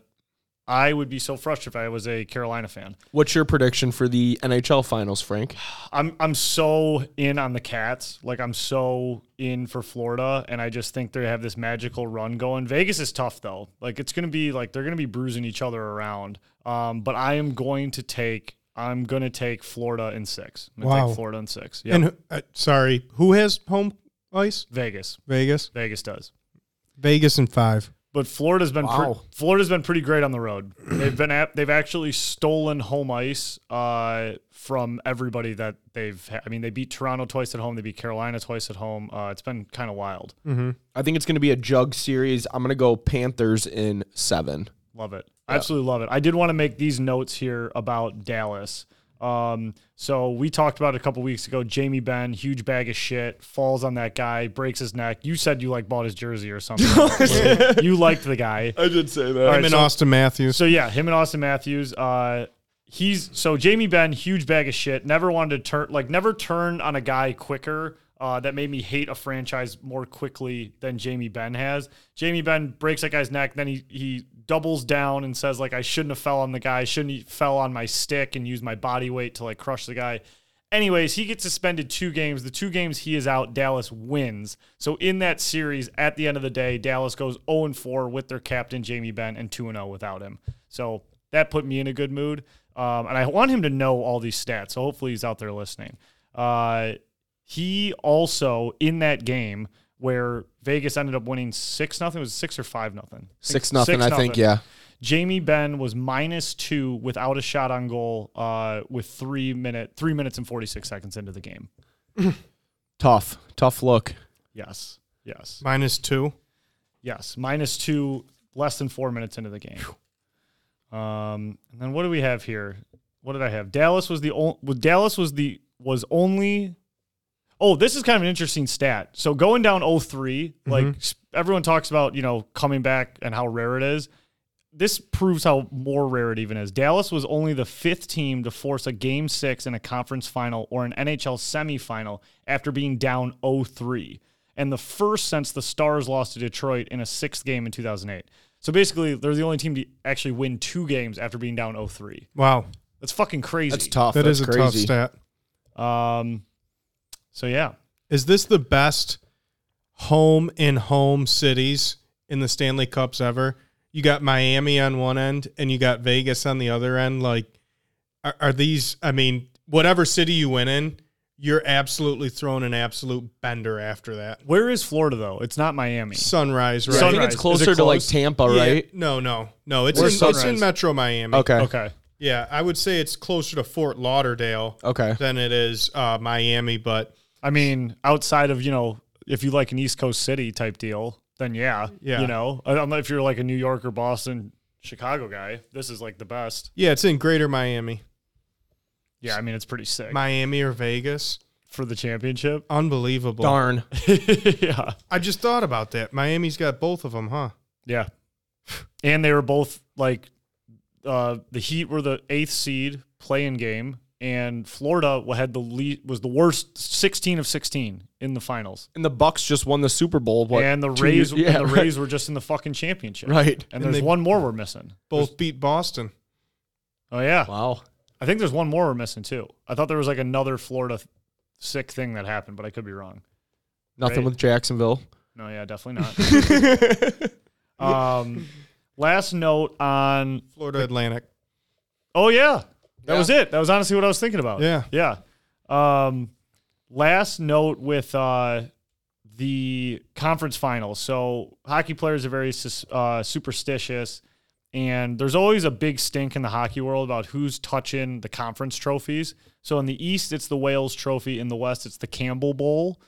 Speaker 4: I would be so frustrated if I was a Carolina fan.
Speaker 6: What's your prediction for the NHL Finals, Frank?
Speaker 4: I'm I'm so in on the Cats. Like I'm so in for Florida, and I just think they have this magical run going. Vegas is tough though. Like it's gonna be like they're gonna be bruising each other around. Um, but I am going to take I'm gonna take Florida in six. I'm gonna
Speaker 5: Wow.
Speaker 4: take Florida in six. Yeah.
Speaker 5: And who- uh, sorry, who has home ice?
Speaker 4: Vegas.
Speaker 5: Vegas.
Speaker 4: Vegas does.
Speaker 5: Vegas and five.
Speaker 4: But Florida's been pre-
Speaker 6: Wow.
Speaker 4: Florida's been pretty great on the road. They've been at, they've actually stolen home ice uh, from everybody that they've. Ha- I mean, they beat Toronto twice at home. They beat Carolina twice at home. Uh, it's been kind of wild.
Speaker 6: I think it's going to be a jug series. I'm going to go Panthers in seven.
Speaker 4: Love it. Absolutely love it. I did want to make these notes here about Dallas. Um, so we talked about it a couple weeks ago. Jamie Ben, huge bag of shit, falls on that guy, breaks his neck. You said you like bought his jersey or something. you liked the guy.
Speaker 6: I did say that.
Speaker 4: All
Speaker 5: I'm
Speaker 4: right,
Speaker 5: in
Speaker 4: so-
Speaker 5: Austin Matthews.
Speaker 4: So yeah, him and Austin Matthews. Uh, he's so Jamie Ben, huge bag of shit. Never wanted to turn like never turn on a guy quicker. Uh, that made me hate a franchise more quickly than Jamie Ben has. Jamie Ben breaks that guy's neck, then he he doubles down and says like I shouldn't have fell on the guy. I shouldn't have fell on my stick and used my body weight to like crush the guy. Anyways, he gets suspended two games. The two games he is out, Dallas wins. So in that series, at the end of the day, Dallas goes 0 4 with their captain Jamie Benn and 2 0 without him. So that put me in a good mood, um, and I want him to know all these stats. So hopefully he's out there listening. Uh, he also in that game where Vegas ended up winning six nothing was it six or five nothing
Speaker 6: Six nothing, I think. Yeah.
Speaker 4: Jamie Ben was minus two without a shot on goal, uh, with three minute three minutes and forty six seconds into the game.
Speaker 6: Tough. Tough look.
Speaker 4: Yes, yes,
Speaker 5: Minus two.
Speaker 4: yes. Minus two, less than four minutes into the game. Um, and then what do we have here? What did I have? Dallas was the only. Dallas was the was only. Oh, this is kind of an interesting stat. So going down 3 like s- everyone talks about, you know, coming back and how rare it is. this proves how more rare it even is. Dallas was only the fifth team to force a game six in a conference final or an NHL semifinal after being down 0 3, and the first since the Stars lost to Detroit in a sixth game in 2008. So basically, they're the only team to actually win two games after being down 0 3.
Speaker 5: Wow,
Speaker 4: That's fucking crazy.
Speaker 6: That's tough.
Speaker 5: that
Speaker 6: That's
Speaker 5: is a tough
Speaker 6: crazy.
Speaker 5: stat.
Speaker 4: Um, so, yeah.
Speaker 5: Is this the best home in home cities in the Stanley Cups ever? You got Miami on one end and you got Vegas on the other end. Like, are, are these, I mean, whatever city you win in, you're absolutely thrown an absolute bender after that.
Speaker 4: Where is Florida, though? It's not Miami.
Speaker 5: Sunrise, right?
Speaker 6: I think
Speaker 4: Sunrise.
Speaker 6: it's
Speaker 4: Is it
Speaker 6: closer to like
Speaker 4: close?
Speaker 6: Tampa,
Speaker 5: Yeah,
Speaker 6: right?
Speaker 5: No, no, no. It's in,
Speaker 6: Where's
Speaker 5: it's in
Speaker 4: Sunrise?
Speaker 5: Metro Miami.
Speaker 6: Okay. Okay.
Speaker 4: Okay.
Speaker 5: Yeah, I would say it's closer to Fort Lauderdale than it is uh, Miami, but
Speaker 4: I mean, outside of you know, if you like an East Coast city type deal, then yeah,
Speaker 5: Yeah.
Speaker 4: you know, I don't know if you're like a New York or Boston, Chicago guy, this is like the best.
Speaker 5: yeah, it's in Greater Miami.
Speaker 4: Yeah, I mean, it's pretty sick
Speaker 5: Miami or Vegas.
Speaker 4: for the
Speaker 6: Oh.
Speaker 4: championship.
Speaker 5: Unbelievable.
Speaker 6: Darn.
Speaker 4: yeah,
Speaker 5: I just thought about that. Miami's got both of them, huh?
Speaker 4: yeah, and they were both like uh, the Heat were the eighth seed play-in game, and Florida had the lead was the worst sixteen of sixteen in the finals,
Speaker 6: And the Bucks just won the Super Bowl. What,
Speaker 4: and the
Speaker 6: two
Speaker 4: Rays
Speaker 6: years- Yeah,
Speaker 4: and the
Speaker 6: right.
Speaker 4: Rays were just in the fucking championship,
Speaker 6: Right.
Speaker 4: And,
Speaker 5: And
Speaker 4: there's
Speaker 5: they-
Speaker 4: one more we're missing.
Speaker 5: Both beat Boston.
Speaker 4: Oh yeah.
Speaker 6: Wow.
Speaker 4: I think there's one more we're missing too. I thought there was like another Florida th- sick thing that happened, but I could be wrong.
Speaker 6: Nothing
Speaker 4: Right.
Speaker 6: with Jacksonville.
Speaker 4: No, yeah, definitely not. um, last note on.
Speaker 5: Florida Atlantic.
Speaker 4: Oh yeah, that
Speaker 6: Yeah.
Speaker 4: was it. That was honestly what I was thinking about.
Speaker 5: Yeah.
Speaker 4: yeah. Um, last note with uh, the conference finals. So hockey players are very sus- uh, superstitious, and there's always a big stink in the hockey world about who's touching the conference trophies. So in the East, it's the Wales Trophy. In the West, it's the Campbell Bowl.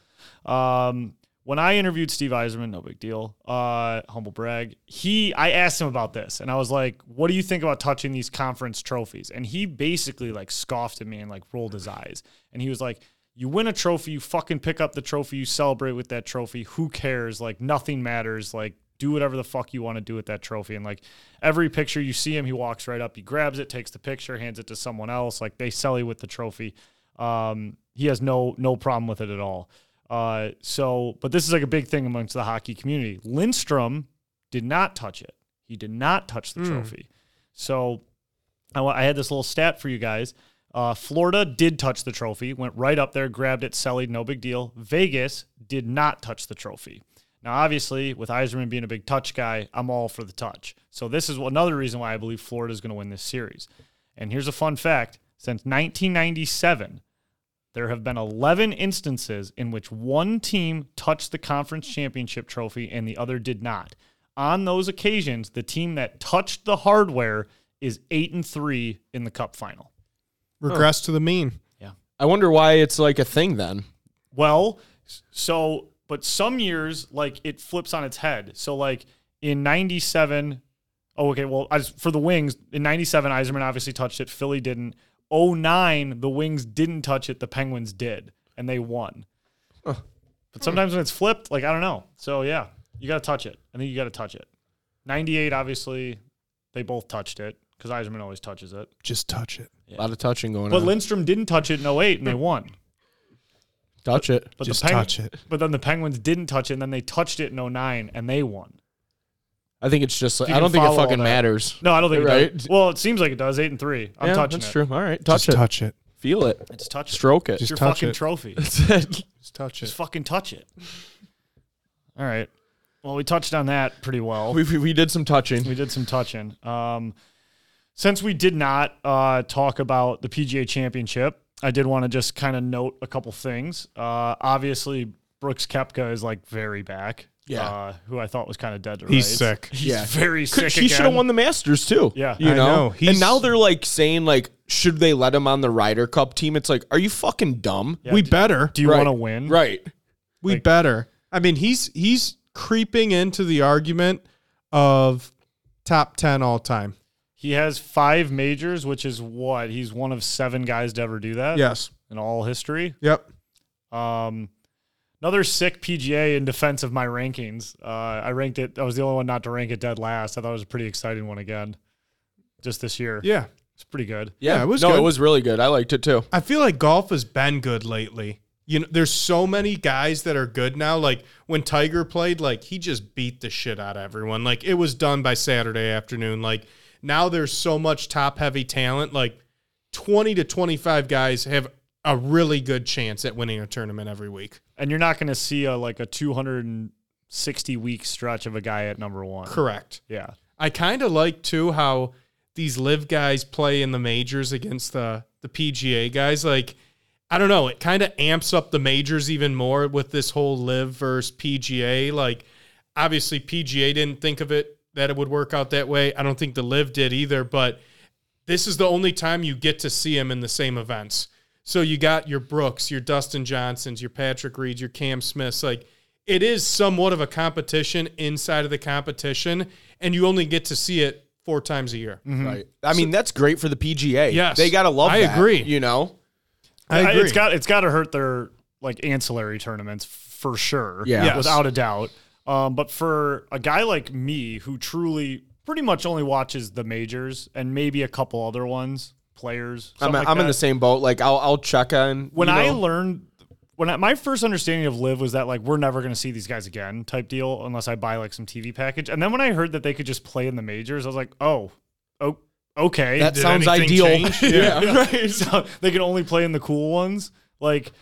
Speaker 4: Um, when I interviewed Steve Eiserman, no big deal, uh, humble brag. He, I asked him about this, and I was like, "What do you think about touching these conference trophies?" And he basically like scoffed at me and like rolled his eyes, and he was like, "You win a trophy, you fucking pick up the trophy, you celebrate with that trophy. Who cares? Like nothing matters. Like." Do whatever the fuck you want to do with that trophy. And like every picture you see him, he walks right up, he grabs it, takes the picture, hands it to someone else. Like they sell you with the trophy. Um, he has no no problem with it at all. Uh, so, but this is like a big thing amongst the hockey community. Lindstrom did not touch it. He did not touch the trophy. So I, wa- I had this little stat for you guys. Uh, Florida did touch the trophy, went right up there, grabbed it, sellied, no big deal. Vegas did not touch the trophy. Now, obviously, with Eiserman being a big touch guy, I'm all for the touch. So this is another reason why I believe Florida is going to win this series. And here's a fun fact: since 1997, there have been 11 instances in which one team touched the conference championship trophy and the other did not. On those occasions, the team that touched the hardware is 8 and 3 in the cup final.
Speaker 5: Regress to the mean.
Speaker 6: I wonder why it's like a thing then.
Speaker 4: Well, s- so but some years like it flips on its head. So like in 97 Oh, okay. Well, as for the Wings, in 97, Eiserman obviously touched it. Philly didn't. 09, the Wings didn't touch it. The Penguins did, and they won. But sometimes when it's flipped, like, I don't know. So, yeah, you got to touch it. I think you got to touch it. 98, obviously, they both touched it because Eiserman always touches it.
Speaker 5: Just touch it.
Speaker 6: A lot of touching going
Speaker 4: But
Speaker 6: on.
Speaker 4: Lindstrom didn't touch it in 08, and they won.
Speaker 6: Touch it.
Speaker 4: But
Speaker 5: Just
Speaker 4: the Peng-
Speaker 5: touch it.
Speaker 4: But then the Penguins didn't touch it, and then they touched it in 09, and they won.
Speaker 6: I think it's just. Like,
Speaker 4: you
Speaker 6: I don't
Speaker 4: can
Speaker 6: think it
Speaker 4: follow all
Speaker 6: fucking
Speaker 4: that.
Speaker 6: matters.
Speaker 4: No, I don't think it
Speaker 6: Right.
Speaker 4: does. Well, it seems like it does. Eight and three. I'm
Speaker 6: yeah,
Speaker 4: touching
Speaker 6: that's
Speaker 4: it.
Speaker 6: true. All right, touch
Speaker 5: Just
Speaker 6: it.
Speaker 5: touch it.
Speaker 6: Feel it.
Speaker 4: It's touch. it.
Speaker 6: Stroke it.
Speaker 4: It's
Speaker 5: Just
Speaker 4: your
Speaker 5: touch
Speaker 4: fucking
Speaker 5: it.
Speaker 4: trophy.
Speaker 5: Just touch
Speaker 4: Just
Speaker 5: it.
Speaker 4: fucking touch it. All right. Well, we touched on that pretty well.
Speaker 6: we, we, we did some touching.
Speaker 4: We did some touching. Um, since we did not uh, talk about the PGA Championship, I did want to just kind of note a couple things. Uh, obviously, Brooks Kepka is like very back.
Speaker 6: Yeah.
Speaker 4: Uh, who I thought was kind of dead to
Speaker 5: He's
Speaker 4: rights.
Speaker 5: sick.
Speaker 4: He's
Speaker 6: Yeah.
Speaker 4: very sick.
Speaker 6: He should have
Speaker 4: again.
Speaker 6: won the Masters too.
Speaker 4: Yeah.
Speaker 6: you
Speaker 5: I know.
Speaker 6: know.
Speaker 5: He's-
Speaker 6: And now they're like saying like, should they let him on the Ryder Cup team? It's like, are you fucking dumb?
Speaker 4: Yeah,
Speaker 5: we
Speaker 4: do-
Speaker 5: better.
Speaker 4: Do you
Speaker 6: Right.
Speaker 4: want to win?
Speaker 6: Right.
Speaker 5: we better. I mean, he's he's creeping into the argument of top ten all time.
Speaker 4: He has five majors, which is what he's one of seven guys to ever do that.
Speaker 5: Yes.
Speaker 4: in all history.
Speaker 5: Yep.
Speaker 4: Um, another sick PGA in defense of my rankings. Uh, I ranked it. I was the only one not to rank it dead last. I thought it was a pretty exciting one again. Just this year,
Speaker 5: Yeah.
Speaker 4: it's pretty good.
Speaker 5: Yeah, it was
Speaker 6: no,
Speaker 5: good.
Speaker 6: it was really good. I liked it too.
Speaker 5: I feel like golf has been good lately. You know, there's so many guys that are good now. Like when Tiger played, like he just beat the shit out of everyone. Like it was done by Saturday afternoon. Like now there's so much top heavy talent. Like 20 to 25 guys have a really good chance at winning a tournament every week.
Speaker 4: And you're not going to see a like a 260 week stretch of a guy at number one.
Speaker 5: Correct.
Speaker 4: Yeah.
Speaker 5: I kind of like too how these live guys play in the majors against the the PGA guys. Like, I don't know, it kind of amps up the majors even more with this whole live versus PGA. Like, obviously PGA didn't think of it that it would work out that way. I don't think the live did either, but this is the only time you get to see him in the same events. So you got your Brooks, your Dustin Johnsons, your Patrick Reeds, your Cam Smiths. Like it is somewhat of a competition inside of the competition, and you only get to see it four times a year.
Speaker 6: Right. I mean, that's great for the PGA.
Speaker 5: Yes.
Speaker 6: They gotta love.
Speaker 5: I
Speaker 6: that,
Speaker 5: agree.
Speaker 6: You know.
Speaker 5: I
Speaker 4: I-
Speaker 5: agree.
Speaker 4: It's got it's got to hurt their like ancillary tournaments for sure.
Speaker 6: Yeah. Yes.
Speaker 4: without a doubt. Um, but for a guy like me who truly pretty much only watches the majors and maybe a couple other ones, players.
Speaker 6: I'm,
Speaker 4: something like
Speaker 6: I'm in
Speaker 4: that,
Speaker 6: the same boat. Like I'll I'll check on
Speaker 4: when
Speaker 6: you
Speaker 4: I
Speaker 6: know.
Speaker 4: learned when I, my first understanding of live was that like we're never going to see these guys again type deal unless I buy like some TV package. And then when I heard that they could just play in the majors, I was like, oh, oh, okay,
Speaker 6: that sounds ideal. yeah. Right.
Speaker 4: so they can only play in the cool ones. Like,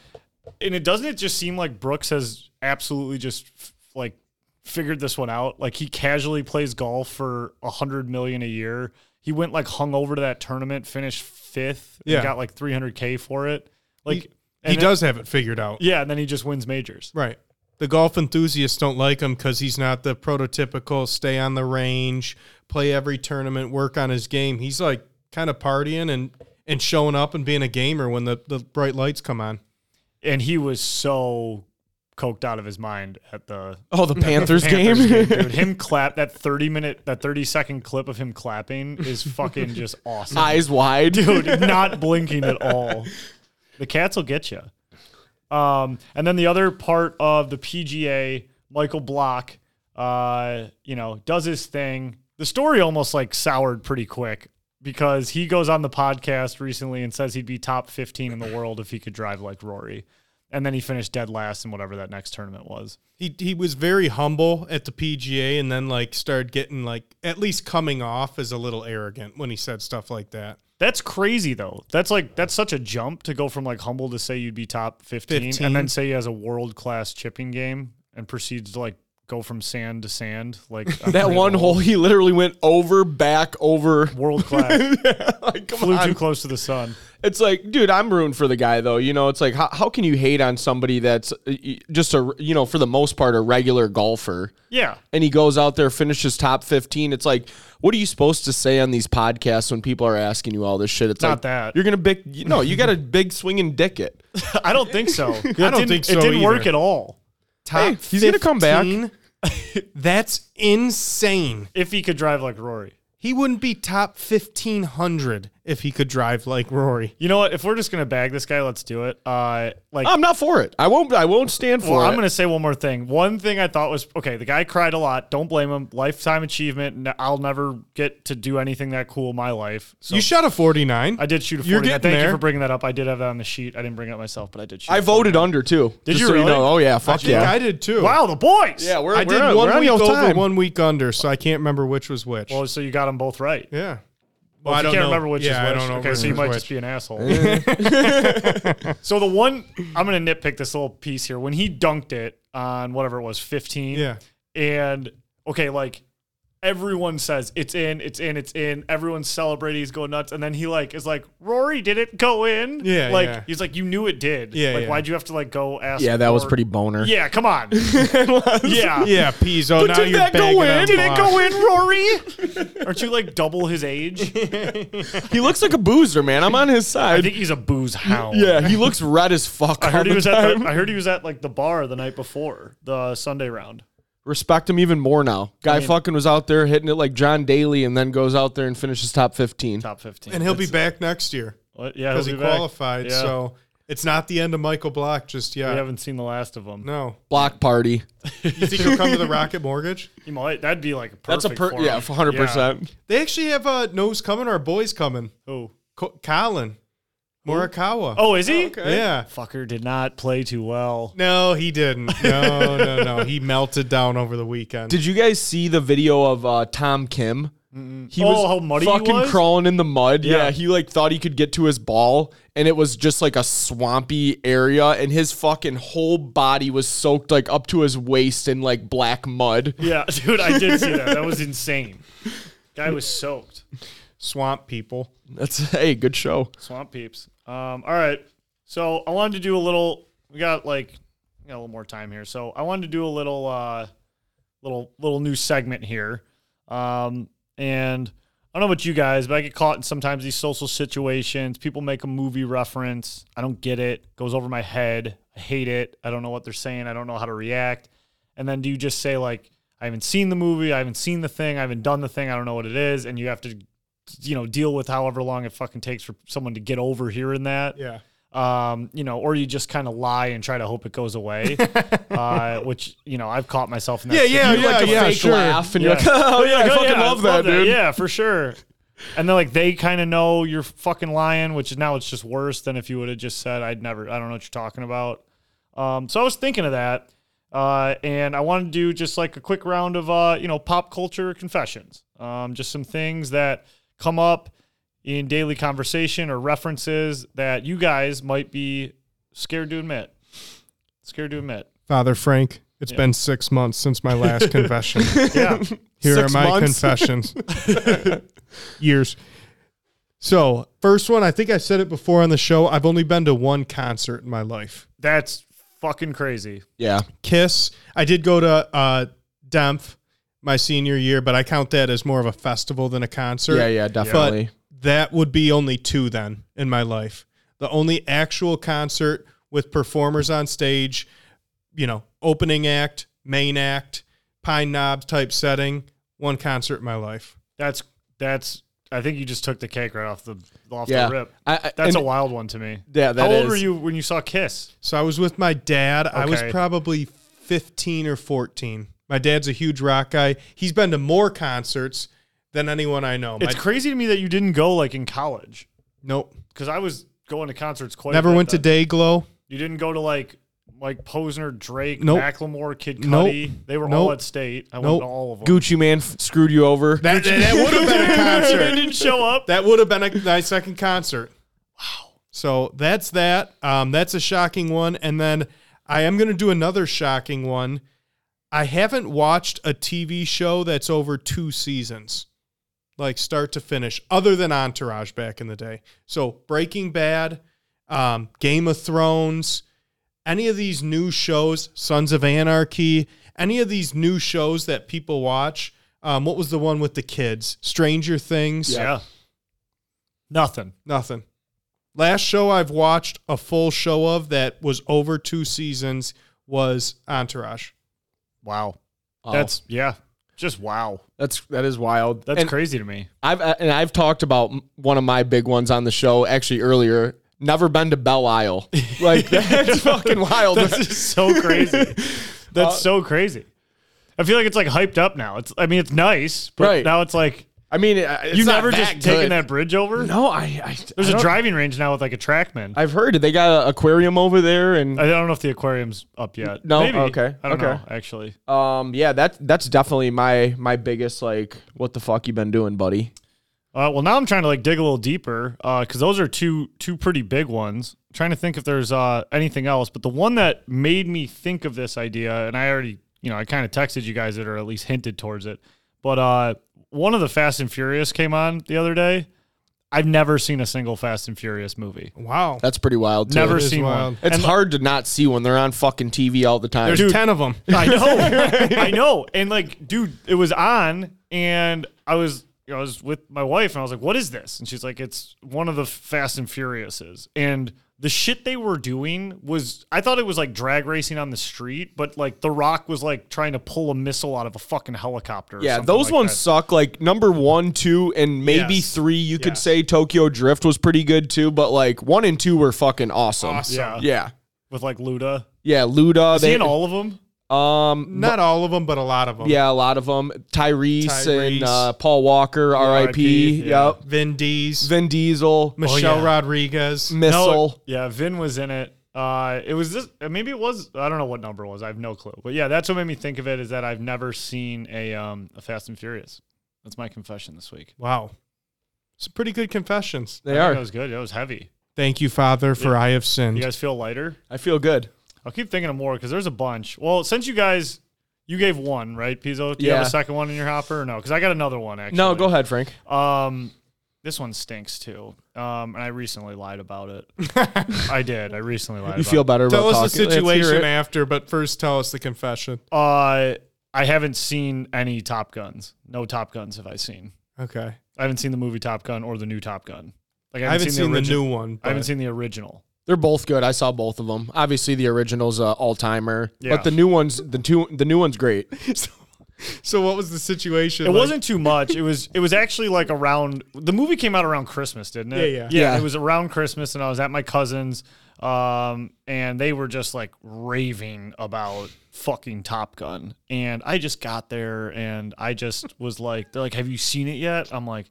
Speaker 4: and it doesn't it just seem like Brooks has absolutely just f- like figured this one out. Like he casually plays golf for a hundred million a year. He went like hung over to that tournament, finished fifth, and
Speaker 5: Yeah.
Speaker 4: got like three hundred k for it. Like
Speaker 5: He-
Speaker 4: and
Speaker 5: he
Speaker 4: then-
Speaker 5: does have it figured out.
Speaker 4: yeah, and then he just wins majors.
Speaker 5: Right. The golf enthusiasts don't like him because he's not the prototypical stay on the range, play every tournament, work on his game. He's like kind of partying and, and showing up and being a gamer when the, the bright lights come on.
Speaker 4: And he was so coked out of his mind at the
Speaker 6: Oh, the Panthers,
Speaker 4: Panthers
Speaker 6: game.
Speaker 4: game, dude. Him clap that thirty minute, that thirty second clip of him clapping is fucking just awesome.
Speaker 6: Eyes wide.
Speaker 4: dude, not blinking at all. The cats will get you. Um, and then the other part of the PGA, Michael Block, uh, you know, does his thing. The story almost like soured pretty quick because he goes on the podcast recently and says he'd be top 15 in the world if he could drive like Rory. and then he finished dead last in whatever that next tournament was.
Speaker 5: He he was very humble at the PGA, and then like started getting like at least coming off as a little arrogant when he said stuff like that.
Speaker 4: That's crazy though. That's like that's such a jump to go from like humble to say you'd be top 15,
Speaker 5: 15.
Speaker 4: and then say he has a world class chipping game and proceeds to like go from sand to sand like on
Speaker 6: That
Speaker 4: three
Speaker 6: one
Speaker 4: holes.
Speaker 6: hole, he literally went over, back, over.
Speaker 4: world class
Speaker 6: Like, come
Speaker 4: flew
Speaker 6: on.
Speaker 4: too close to the sun.
Speaker 6: It's like, dude, I'm rooting for the guy though. You know, it's like, how, how can you hate on somebody that's uh, y- just a, you know, for the most part, a regular golfer?
Speaker 4: Yeah.
Speaker 6: and he goes out there, finishes top 15. It's like, what are you supposed to say on these podcasts when people are asking you all this shit? It's
Speaker 4: Not
Speaker 6: like,
Speaker 4: that.
Speaker 6: You're going to big, you- no, you got a big swinging dick it.
Speaker 4: I don't think so. I
Speaker 5: don't
Speaker 4: didn't,
Speaker 5: think
Speaker 4: It
Speaker 5: so
Speaker 4: didn't work
Speaker 5: either.
Speaker 4: at all.
Speaker 5: Top
Speaker 6: Hey, he's gonna come back.
Speaker 5: 15? That's insane.
Speaker 4: If he could drive like Rory.
Speaker 5: He wouldn't be top fifteen hundred if he could drive like Rory.
Speaker 4: You know what? If we're just gonna bag this guy, let's do it. Uh, like
Speaker 6: I'm not for it. I won't, I won't stand for
Speaker 4: Well,
Speaker 6: it.
Speaker 4: I'm going to say one more thing. One thing I thought was okay, the guy cried a lot. Don't blame him. Lifetime achievement. N- I'll never get to do anything that cool in my life. So
Speaker 5: You shot a forty nine.
Speaker 4: I did shoot a 40.
Speaker 5: You're
Speaker 4: Thank
Speaker 5: getting
Speaker 4: you
Speaker 5: there.
Speaker 4: for bringing that up. I did have that on the sheet. I didn't bring it up myself, but I did shoot.
Speaker 6: I
Speaker 4: a
Speaker 6: voted under too.
Speaker 4: Did
Speaker 6: Just
Speaker 4: you
Speaker 6: so
Speaker 4: really?
Speaker 6: know. Oh yeah. Fuck yeah.
Speaker 5: I did too.
Speaker 4: 40. Wow, the boys.
Speaker 6: yeah. We're,
Speaker 5: I
Speaker 6: we're
Speaker 5: did
Speaker 6: on- we're
Speaker 5: one
Speaker 6: on
Speaker 5: week
Speaker 6: your
Speaker 5: over,
Speaker 6: time.
Speaker 5: one week under, so I can't remember which was which.
Speaker 4: Well, so you got them both right.
Speaker 5: yeah.
Speaker 4: Well,
Speaker 5: I
Speaker 4: if you
Speaker 5: don't
Speaker 4: can't
Speaker 5: know.
Speaker 4: remember which
Speaker 5: Yeah, I
Speaker 4: is which.
Speaker 5: don't know
Speaker 4: okay,
Speaker 5: which
Speaker 4: so you
Speaker 5: is
Speaker 4: might
Speaker 5: which.
Speaker 4: just be an asshole. so the one I'm going to nitpick this little piece here. When he dunked it on whatever it was, 15.
Speaker 5: Yeah.
Speaker 4: and okay, like everyone says it's in, it's in, it's in. Everyone's celebrating, he's going nuts, and then he like is like, Rory, did it go in?
Speaker 5: Yeah,
Speaker 4: like
Speaker 5: yeah.
Speaker 4: he's like, you knew it did.
Speaker 5: Yeah,
Speaker 4: like
Speaker 5: yeah.
Speaker 4: why'd you have to like go ask?
Speaker 6: yeah. That was
Speaker 4: for-
Speaker 6: pretty boner.
Speaker 4: Yeah, come on. yeah,
Speaker 5: Yeah, Pizzo. now
Speaker 6: did
Speaker 5: you're
Speaker 6: that go
Speaker 5: bagging
Speaker 6: in?
Speaker 5: on
Speaker 4: Ah. Did it
Speaker 5: Bosch.
Speaker 4: go in, Rory? Aren't you like double his age?
Speaker 6: He looks like a boozer, man. I'm on his
Speaker 4: I
Speaker 6: side.
Speaker 4: think he's a booze hound.
Speaker 6: Yeah. He looks red as fuck.
Speaker 4: I heard he was at.
Speaker 6: time.
Speaker 4: The, I heard he was at like the bar the night before the Sunday round.
Speaker 6: respect him even more now. Guy fucking was out there hitting it like John Daly and then goes out there and finishes top 15.
Speaker 4: Top fifteen,
Speaker 5: And he'll be back next year
Speaker 4: What? Yeah, he'll
Speaker 5: because he
Speaker 4: be back.
Speaker 5: qualified.
Speaker 4: Yeah.
Speaker 5: So it's not the end of Michael Block just
Speaker 4: we
Speaker 5: yet.
Speaker 4: haven't seen the last of him.
Speaker 5: no.
Speaker 6: Block party.
Speaker 5: You think he'll come to the Rocket Mortgage?
Speaker 4: He might. That'd be like perfect
Speaker 6: That's a
Speaker 4: for
Speaker 6: per-
Speaker 4: him.
Speaker 6: yeah, 100%.
Speaker 5: They actually have uh, Nose coming or Boys coming.
Speaker 4: Oh,
Speaker 5: Co- Colin Morikawa.
Speaker 4: oh, is he?
Speaker 5: yeah.
Speaker 4: Fucker did not play too well.
Speaker 5: No, he didn't. No, no, no. He melted down over the weekend.
Speaker 6: Did you guys see the video of uh, Tom Kim? He
Speaker 4: Oh,
Speaker 6: was
Speaker 4: how muddy he
Speaker 6: fucking
Speaker 4: was?
Speaker 6: crawling in the mud. Yeah.
Speaker 4: Yeah.
Speaker 6: he like thought he could get to his ball, and it was just like a swampy area, and his fucking whole body was soaked like up to his waist in like black mud.
Speaker 4: Yeah, dude, I did see that. That was insane. Guy was soaked.
Speaker 5: Swamp people.
Speaker 6: That's hey, good show.
Speaker 4: Swamp peeps. Um, all right. So I wanted to do a little. We got like we got a little more time here, so I wanted to do a little, uh, little, little new segment here. Um, and I don't know about you guys, but I get caught in sometimes these social situations. People make a movie reference. I don't get it. Goes over my head. I hate it. I don't know what they're saying. I don't know how to react. And then do you just say like, I haven't seen the movie. I haven't seen the thing. I haven't done the thing. I don't know what it is. And you have to, you know, deal with however long it fucking takes for someone to get over hearing that.
Speaker 5: Yeah.
Speaker 4: Um, you know, or you just kind of lie and try to hope it goes away. uh, which you know, I've caught myself in that. situation.
Speaker 5: yeah,
Speaker 6: You like a fake laugh, and you're like, oh yeah, I
Speaker 4: Yeah,
Speaker 6: fucking
Speaker 4: yeah,
Speaker 6: love, that, dude.
Speaker 4: Yeah, for sure. And then like they kind of know you're fucking lying, which is now it's just worse than if you would have just said I'd never I don't know what you're talking about. Um, so I was thinking of that, uh, and I want to do just like a quick round of uh, you know pop culture confessions, um, just some things that come up in daily conversation or references that you guys might be scared to admit, scared to admit.
Speaker 5: Father Frank, It's been six months since my last confession.
Speaker 4: Yeah,
Speaker 5: Here
Speaker 6: Six
Speaker 5: are my
Speaker 6: months?
Speaker 5: confessions. Years. So, first one, I think I said it before on the show. I've only been to one concert in my life.
Speaker 4: that's fucking crazy.
Speaker 6: Yeah,
Speaker 5: Kiss. I did go to uh, Dempf my senior year, but I count that as more of a festival than a concert.
Speaker 6: yeah, yeah, definitely.
Speaker 5: But that would be only two then in my life. The only actual concert with performers on stage, you know, opening act, main act, pine knobs type setting, one concert in my life.
Speaker 4: That's that's. I think you just took the cake right off the off
Speaker 6: Yeah.
Speaker 4: the rip.
Speaker 6: I- I-
Speaker 4: that's
Speaker 6: and-
Speaker 4: a wild one to me.
Speaker 6: Yeah, that
Speaker 4: How old
Speaker 6: is.
Speaker 4: were you when you saw Kiss?
Speaker 5: So I was with my dad. I was
Speaker 4: Okay.
Speaker 5: probably 15 or 14. My dad's a huge rock guy. He's been to more concerts than anyone I know. My,
Speaker 4: It's crazy to me that you didn't go like in college
Speaker 5: nope.
Speaker 4: because I was going to concerts quite. a
Speaker 5: Never
Speaker 4: bit
Speaker 5: went to
Speaker 4: then.
Speaker 5: Day Glow.
Speaker 4: You didn't go to like like Posner, Drake,
Speaker 5: Nope.
Speaker 4: Macklemore, Kid
Speaker 5: Nope.
Speaker 4: Cudi. They were all
Speaker 5: Nope.
Speaker 4: at state. I went
Speaker 5: Nope.
Speaker 4: to all of them.
Speaker 6: Gucci Man f- screwed you over.
Speaker 5: That, would have been a
Speaker 4: They
Speaker 5: concert.
Speaker 4: didn't show up.
Speaker 5: That would have been a, my second concert. Wow. So that's that. Um, that's a shocking one. And then I am going to do another shocking one. I haven't watched a TV show that's over two seasons, like start to finish, other than Entourage back in the day. So Breaking Bad, um, Game of Thrones, any of these new shows, Sons of Anarchy, any of these new shows that people watch. Um, what was the one with the kids? Stranger Things.
Speaker 4: yeah. Nothing.
Speaker 5: Nothing. Last show I've watched a full show of that was over two seasons was Entourage.
Speaker 4: Wow.
Speaker 6: Oh,
Speaker 4: That's yeah. Just wow.
Speaker 6: that's that is wild.
Speaker 4: That's
Speaker 6: and
Speaker 4: crazy to me.
Speaker 6: I've uh, and I've talked about m- one of my big ones on the show actually earlier. Never been to Belle Isle. Like that's fucking wild.
Speaker 4: That's just so crazy. That's so crazy. I feel like it's like hyped up now. It's I mean it's nice, but
Speaker 6: Right.
Speaker 4: now it's like
Speaker 6: I mean, uh, it's
Speaker 4: you
Speaker 6: not
Speaker 4: never
Speaker 6: that
Speaker 4: just
Speaker 6: good.
Speaker 4: taking that bridge over.
Speaker 6: No, I. I
Speaker 4: There's
Speaker 6: I
Speaker 4: a
Speaker 6: don't-
Speaker 4: driving range now with like a trackman. I,
Speaker 6: I've heard it. They got an aquarium over there, and
Speaker 4: don't know if the aquarium's up yet.
Speaker 6: No?
Speaker 4: Maybe.
Speaker 6: Okay.
Speaker 4: I don't
Speaker 6: Okay.
Speaker 4: know actually.
Speaker 6: um, yeah, that that's definitely my my biggest like, what the fuck you been doing, buddy?
Speaker 4: Uh, well, now I'm trying to like dig a little deeper because those are two two pretty big ones. trying to think if there's uh, anything else, but the one that made me think of this idea, and I already you know I kind of texted you guys it or at least hinted towards it, but uh, one of the Fast and Furious came on the other day. I've never seen a single Fast and Furious movie.
Speaker 5: Wow.
Speaker 6: That's pretty wild. Too.
Speaker 4: Never
Speaker 5: is
Speaker 4: seen
Speaker 5: wild.
Speaker 4: one.
Speaker 6: It's
Speaker 4: And-
Speaker 6: hard to not see when they're on fucking TV all the time.
Speaker 5: There's 10 of them.
Speaker 4: I know, I know, and like, dude, it was on, and I was, you know, I was with my wife, and I was like, "What is this?" And she's like, "It's one of the Fast and Furiouses," and the shit they were doing was, I thought it was like drag racing on the street, but like The Rock was like trying to pull a missile out of a fucking helicopter. or
Speaker 6: yeah,
Speaker 4: something
Speaker 6: those
Speaker 4: like
Speaker 6: ones
Speaker 4: that.
Speaker 6: suck. Like number one, two, and maybe
Speaker 4: Yes.
Speaker 6: three. You
Speaker 4: Yeah.
Speaker 6: could say Tokyo Drift was pretty good too, but like one and two were fucking awesome.
Speaker 5: Awesome.
Speaker 4: Yeah,
Speaker 6: Yeah,
Speaker 4: with like Luda.
Speaker 6: yeah. Luda.
Speaker 4: Is he
Speaker 6: They
Speaker 4: in all of them?
Speaker 6: um.
Speaker 5: Not all of them, but a lot of them.
Speaker 6: Yeah, a lot of them. Tyrese,
Speaker 5: Tyrese.
Speaker 6: and uh, Paul Walker, R.I.P.
Speaker 4: yeah.
Speaker 6: Yep.
Speaker 5: Vin Diesel,
Speaker 6: Vin Diesel.
Speaker 5: Michelle
Speaker 4: oh, yeah.
Speaker 5: Rodriguez.
Speaker 6: Missile.
Speaker 4: No, yeah, Vin was in it. Uh, it was this. uh, Maybe it was. I don't know what number it was. I have no clue. But yeah, that's what made me think of it. Is that I've never seen a um a Fast and Furious. That's my confession this week.
Speaker 5: Wow. Some pretty good confessions.
Speaker 6: They
Speaker 4: That
Speaker 6: are.
Speaker 4: was good. It was heavy.
Speaker 5: Thank you, Father, for I have sinned.
Speaker 4: You guys feel lighter?
Speaker 6: I feel good.
Speaker 4: I'll keep thinking of more because there's a bunch. Well, since you guys, you gave one right, Pizzo. Do you have
Speaker 6: Yeah.
Speaker 4: a second one in your hopper or no? Because I got another one actually.
Speaker 6: No, go ahead, Frank.
Speaker 4: Um, this one stinks too. Um, and I recently lied about it. I did. I recently lied.
Speaker 6: You
Speaker 4: about
Speaker 6: feel
Speaker 4: it.
Speaker 6: better
Speaker 5: Tell
Speaker 6: about
Speaker 5: us the
Speaker 6: talking. Let's hear
Speaker 5: situation
Speaker 6: it.
Speaker 5: after, but first tell us the confession.
Speaker 4: Uh, I haven't seen any Top Guns. No Top Guns have I seen.
Speaker 5: Okay.
Speaker 4: I haven't seen the movie Top Gun or the new Top Gun. Like
Speaker 5: I haven't seen the,
Speaker 4: origi-
Speaker 5: new one.
Speaker 4: I haven't
Speaker 5: but-
Speaker 4: seen the original.
Speaker 6: They're both good. I saw both of them. Obviously, the original's uh, all timer,
Speaker 4: Yeah.
Speaker 6: but the new one's the two. The new one's great.
Speaker 5: So what was the situation?
Speaker 4: It
Speaker 5: like?
Speaker 4: wasn't too much. It was it was actually like around the movie came out around Christmas, didn't it?
Speaker 5: Yeah, yeah.
Speaker 6: Yeah.
Speaker 4: It was around Christmas, and I was at my cousin's, um, and they were just like raving about fucking Top Gun, and I just got there, and I just was like, they're like, "Have you seen it yet?" I'm like,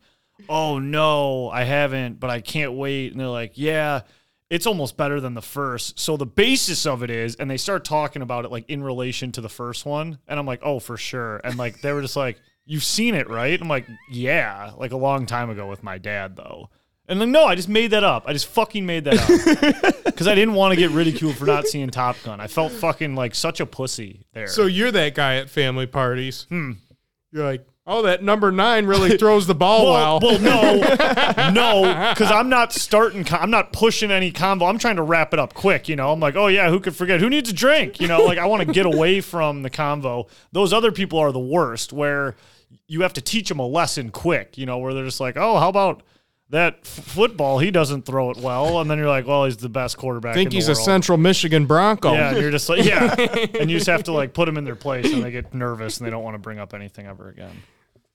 Speaker 4: "Oh no, I haven't, but I can't wait," and they're like, "Yeah." It's almost better than the first. So the basis of it is, and they start talking about it like in relation to the first one. And I'm like, oh, for sure. And like, they were just like, you've seen it, right? I'm like, yeah, like a long time ago with my dad, though. And like, no, I just made that up. I just fucking made that up because I didn't want to get ridiculed for not seeing Top Gun. I felt fucking like such a pussy there.
Speaker 5: So you're that guy at family parties. You're like, oh, that number nine really throws the ball
Speaker 4: well,
Speaker 5: Oh, well.
Speaker 4: well, no, no, because I'm not starting. co- I'm not pushing any combo. I'm trying to wrap it up quick. You know, I'm like, oh yeah, who could forget? Who needs a drink? You know, like I want to get away from the convo. Those other people are the worst. Where you have to teach them a lesson quick. You know, where they're just like, oh, how about that f- football? He doesn't throw it well, and then you're like, well, he's the best quarterback.
Speaker 5: I think
Speaker 4: in the
Speaker 5: he's a
Speaker 4: world.
Speaker 5: Central Michigan Bronco.
Speaker 6: Oh.
Speaker 4: Yeah, and you're just like, yeah, and you just have to like put them in their place, and they get nervous and they don't want to bring up anything ever again.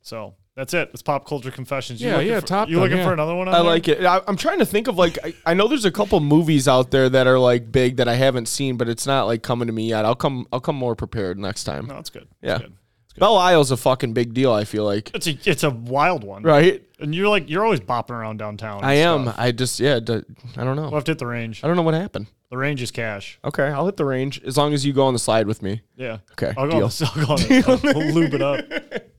Speaker 4: So that's it. It's pop culture confessions. You
Speaker 5: Yeah,
Speaker 4: looking
Speaker 5: yeah,
Speaker 4: For,
Speaker 5: Top
Speaker 4: you
Speaker 5: Gun,
Speaker 4: looking
Speaker 5: yeah.
Speaker 4: for another one? On
Speaker 6: I like it. I, I'm trying to think of like I, I know there's a couple movies out there that are like big that I haven't seen, but it's not like coming to me yet. I'll come. I'll come more prepared next time.
Speaker 4: No, that's good.
Speaker 6: Yeah.
Speaker 4: That's good.
Speaker 6: Belle Isle's a fucking big deal. I feel like
Speaker 4: It's a it's a wild one,
Speaker 6: right.
Speaker 4: And you're like you're always bopping around downtown. and
Speaker 6: I am.
Speaker 4: stuff.
Speaker 6: I just yeah. d- I don't know.
Speaker 4: Left hit the range.
Speaker 6: I don't know what happened.
Speaker 4: The range is cash.
Speaker 6: Okay, I'll hit the range as long as you go on the slide with me.
Speaker 4: Yeah.
Speaker 6: Okay,
Speaker 4: I'll go. On
Speaker 6: deal.
Speaker 4: this, I'll go on this. I'll lube it up.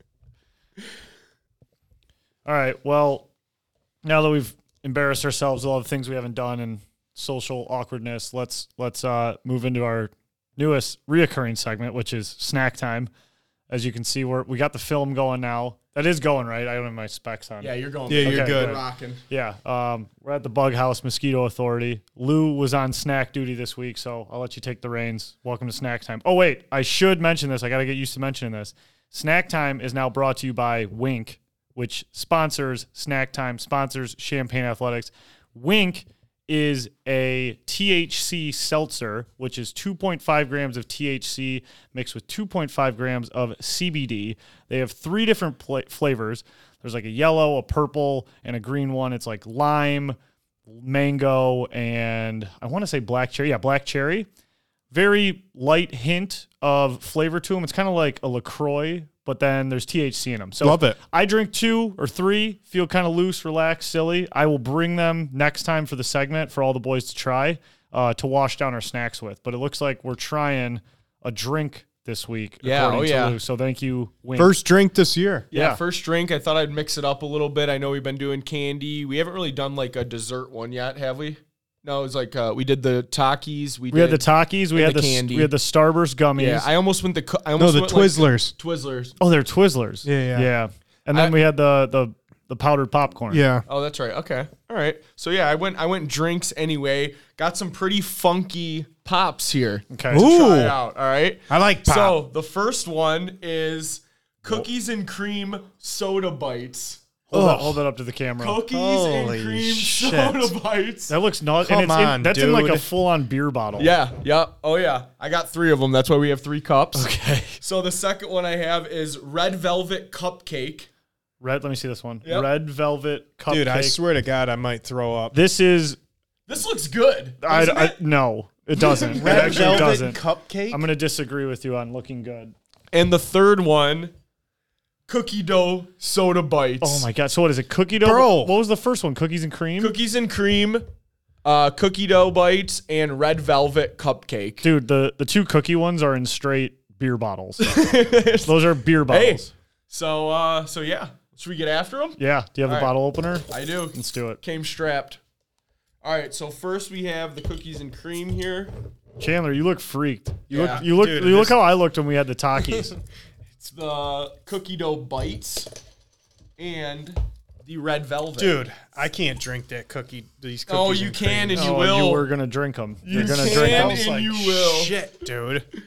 Speaker 4: All right. Well, now that we've embarrassed ourselves with all the things we haven't done and social awkwardness, let's let's uh, move into our newest reoccurring segment, which is snack time. As you can see, we're, we got the film going now. That is going right. I don't have my specs on.
Speaker 6: you're going.
Speaker 5: Yeah, you're
Speaker 4: Okay,
Speaker 5: good.
Speaker 4: good.
Speaker 6: rocking.
Speaker 4: Yeah, um, we're at the Bug House Mosquito Authority. Lou was on snack duty this week, so I'll let you take the reins. Welcome to snack time. Oh wait, I should mention this. I got to get used to mentioning this. Snack time is now brought to you by Wink, which sponsors Snack Time, sponsors Champagne Athletics. Wink is a THC seltzer, which is 2.5 grams of THC mixed with 2.5 grams of CBD. They have three different pla flavors. There's like a yellow, a purple, and a green one. It's like lime, mango, and I want to say black cherry. Yeah, black cherry. Very light hint of flavor to them. It's kind of like a LaCroix, but then there's THC in them. So
Speaker 5: Love it.
Speaker 4: I drink two or three, feel kind of loose, relaxed, silly. I will bring them next time for the segment for all the boys to try uh, to wash down our snacks with. But it looks like we're trying a drink this week.
Speaker 6: Yeah,
Speaker 4: according
Speaker 6: oh
Speaker 4: to
Speaker 6: yeah.
Speaker 4: Lou. So thank you, Wink.
Speaker 5: First drink this year.
Speaker 6: Yeah,
Speaker 4: Yeah.
Speaker 6: first drink. I thought I'd mix it up a little bit. I know we've been doing candy. We haven't really done like a dessert one yet, have we? No, it's like uh, we did the Takis. We,
Speaker 4: We
Speaker 6: did
Speaker 4: had the Takis. We had
Speaker 6: and
Speaker 4: the,
Speaker 6: the
Speaker 4: s-
Speaker 6: candy.
Speaker 4: we had the Starburst gummies.
Speaker 6: Yeah, I almost went the. co- I
Speaker 5: No,
Speaker 6: almost
Speaker 5: the
Speaker 6: went, like,
Speaker 5: Twizzlers.
Speaker 6: Twizzlers.
Speaker 4: oh, they're Twizzlers.
Speaker 5: Yeah, yeah.
Speaker 4: yeah. And then
Speaker 6: I-
Speaker 4: we had the the the powdered popcorn.
Speaker 5: yeah.
Speaker 6: Oh, that's right. Okay, all right. So yeah, I went. I went drinks anyway. Got some pretty funky pops here.
Speaker 4: Okay.
Speaker 5: Ooh.
Speaker 6: Try it out. All right.
Speaker 5: I like pop.
Speaker 6: So the first one is cookies and cream soda bites.
Speaker 4: Hold, that, hold that up to the camera.
Speaker 6: Cookies
Speaker 5: Holy
Speaker 6: and cream
Speaker 5: shit.
Speaker 6: soda bites.
Speaker 4: That looks nauseous.
Speaker 5: Come
Speaker 4: and it's in-
Speaker 5: on,
Speaker 4: that's in like a
Speaker 5: dude.
Speaker 4: full on beer bottle.
Speaker 6: Yeah, yeah. Oh, yeah. I got three of them. That's why we have three cups. Okay. So the second one I have is red velvet cupcake.
Speaker 4: Red. Let me see this one.
Speaker 6: Yep.
Speaker 4: Red velvet cupcake.
Speaker 5: Dude, I swear to God, I might throw up.
Speaker 4: This is.
Speaker 6: This looks good.
Speaker 4: I,
Speaker 6: doesn't
Speaker 4: I-
Speaker 6: it?
Speaker 4: no, it doesn't. it actually doesn't.
Speaker 5: cupcake.
Speaker 4: I'm gonna disagree with you on looking good.
Speaker 6: and the third one, cookie dough soda bites.
Speaker 4: Oh my god. So what is it? Cookie dough.
Speaker 5: Bro.
Speaker 4: What was the first one? Cookies and cream.
Speaker 6: Cookies and cream, uh, cookie dough bites, and red velvet cupcake.
Speaker 4: Dude, the the two cookie ones are in straight beer bottles. Those are beer bottles.
Speaker 6: So, uh, so yeah. Should we get after them?
Speaker 4: Yeah. Do you have a
Speaker 6: All right.
Speaker 4: bottle opener?
Speaker 6: I do.
Speaker 4: Let's do it.
Speaker 6: Came strapped. All right. So first we have the cookies and cream here.
Speaker 4: Chandler, you look freaked. You
Speaker 6: Yeah.
Speaker 4: look you look
Speaker 5: Dude,
Speaker 4: you look
Speaker 5: this-
Speaker 4: how I looked when we had the Takis.
Speaker 6: It's the cookie dough bites and the red velvet.
Speaker 5: Dude, I can't drink that cookie. These cookies.
Speaker 6: Oh, you
Speaker 5: and
Speaker 6: can
Speaker 5: cream.
Speaker 6: and you
Speaker 4: Oh,
Speaker 6: will.
Speaker 4: you were gonna drink them. You're
Speaker 6: You
Speaker 4: gonna
Speaker 6: can
Speaker 4: drink
Speaker 5: I
Speaker 6: and
Speaker 4: them.
Speaker 5: was
Speaker 6: you will.
Speaker 5: Shit, dude.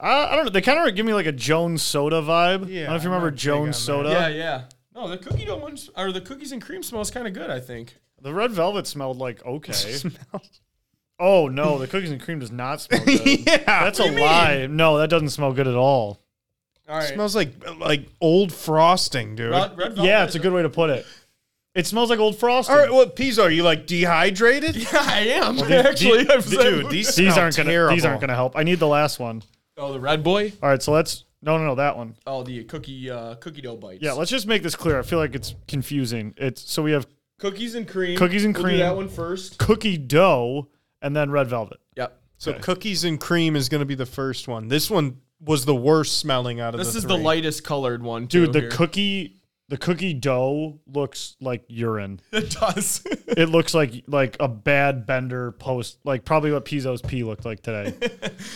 Speaker 4: I, I don't know. They kind of give me like a Jones Soda vibe. I don't know
Speaker 5: Yeah,
Speaker 4: if
Speaker 5: I'm
Speaker 4: you remember
Speaker 5: not big on
Speaker 4: Jones
Speaker 5: that.
Speaker 4: Soda.
Speaker 6: yeah, yeah. No, the cookie dough ones or the cookies and cream smells kind of good. I think.
Speaker 4: The red velvet smelled like okay. oh no, the cookies and cream does not smell good. That's a lie. No, that doesn't smell good at all.
Speaker 6: All right.
Speaker 5: Smells like like old frosting, dude.
Speaker 6: red, red velvet.
Speaker 4: Yeah, it's a good way to put it. It smells like old frosting.
Speaker 5: All right, what peas are you like dehydrated?
Speaker 6: Yeah, I am actually. I've said-
Speaker 5: dude, these
Speaker 4: these
Speaker 5: smell
Speaker 4: aren't gonna
Speaker 5: terrible.
Speaker 4: these aren't gonna help. I need the last one.
Speaker 6: Oh, the red boy.
Speaker 4: All right, so let's no no no that one.
Speaker 6: Oh, the cookie uh, cookie dough bites.
Speaker 4: Yeah, let's just make this clear. I feel like it's confusing. It's so we have
Speaker 6: cookies and cream.
Speaker 4: Cookies and
Speaker 6: We'll
Speaker 4: cream.
Speaker 6: Do that one first.
Speaker 4: cookie dough and then red velvet.
Speaker 6: Yep.
Speaker 5: So cookies and cream is gonna be the first one. This one was the worst smelling out of
Speaker 6: This
Speaker 5: the
Speaker 6: is
Speaker 5: three.
Speaker 6: the lightest colored one, too,
Speaker 4: Dude, the
Speaker 6: here.
Speaker 4: cookie the cookie dough looks like urine.
Speaker 6: it does.
Speaker 4: it looks like like a bad bender post, like probably what Pizzo's pee looked like today.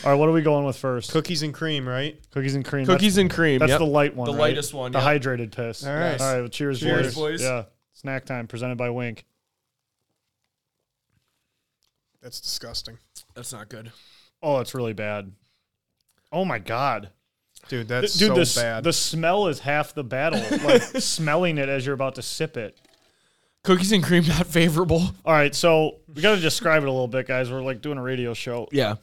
Speaker 4: All right, what are we going with first?
Speaker 5: cookies and cream, right?
Speaker 4: Cookies and cream.
Speaker 6: cookies and cream.
Speaker 4: That's, that's
Speaker 6: yep.
Speaker 4: the light one.
Speaker 6: The
Speaker 4: right?
Speaker 6: lightest one,
Speaker 4: The
Speaker 6: yeah.
Speaker 4: hydrated piss. All
Speaker 5: right.
Speaker 4: All right. Well, cheers,
Speaker 5: Cheers,
Speaker 6: boys.
Speaker 4: Yeah. Snack time presented by Wink.
Speaker 5: That's disgusting,
Speaker 6: That's not good.
Speaker 4: Oh, it's really bad. Oh my god,
Speaker 5: dude. That's
Speaker 4: dude,
Speaker 5: so
Speaker 4: the, s-
Speaker 5: bad.
Speaker 4: the smell is half the battle. Like smelling it as you're about to sip it.
Speaker 6: Cookies and cream not favorable.
Speaker 4: All right, so we got to describe it a little bit, guys. We're like doing a radio show.
Speaker 6: Yeah.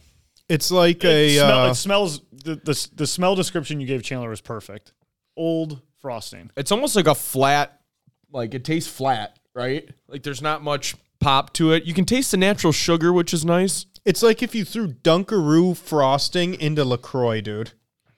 Speaker 5: it's like
Speaker 4: It,
Speaker 5: a
Speaker 4: smell,
Speaker 5: uh,
Speaker 4: it smells. The, the the smell description you gave Chandler was perfect. Old frosting.
Speaker 6: It's almost like a flat, like it tastes flat, right? Like there's not much pop to it. You can taste the natural sugar, which is nice.
Speaker 5: it's like if you threw Dunkaroo frosting into Lacroix, dude.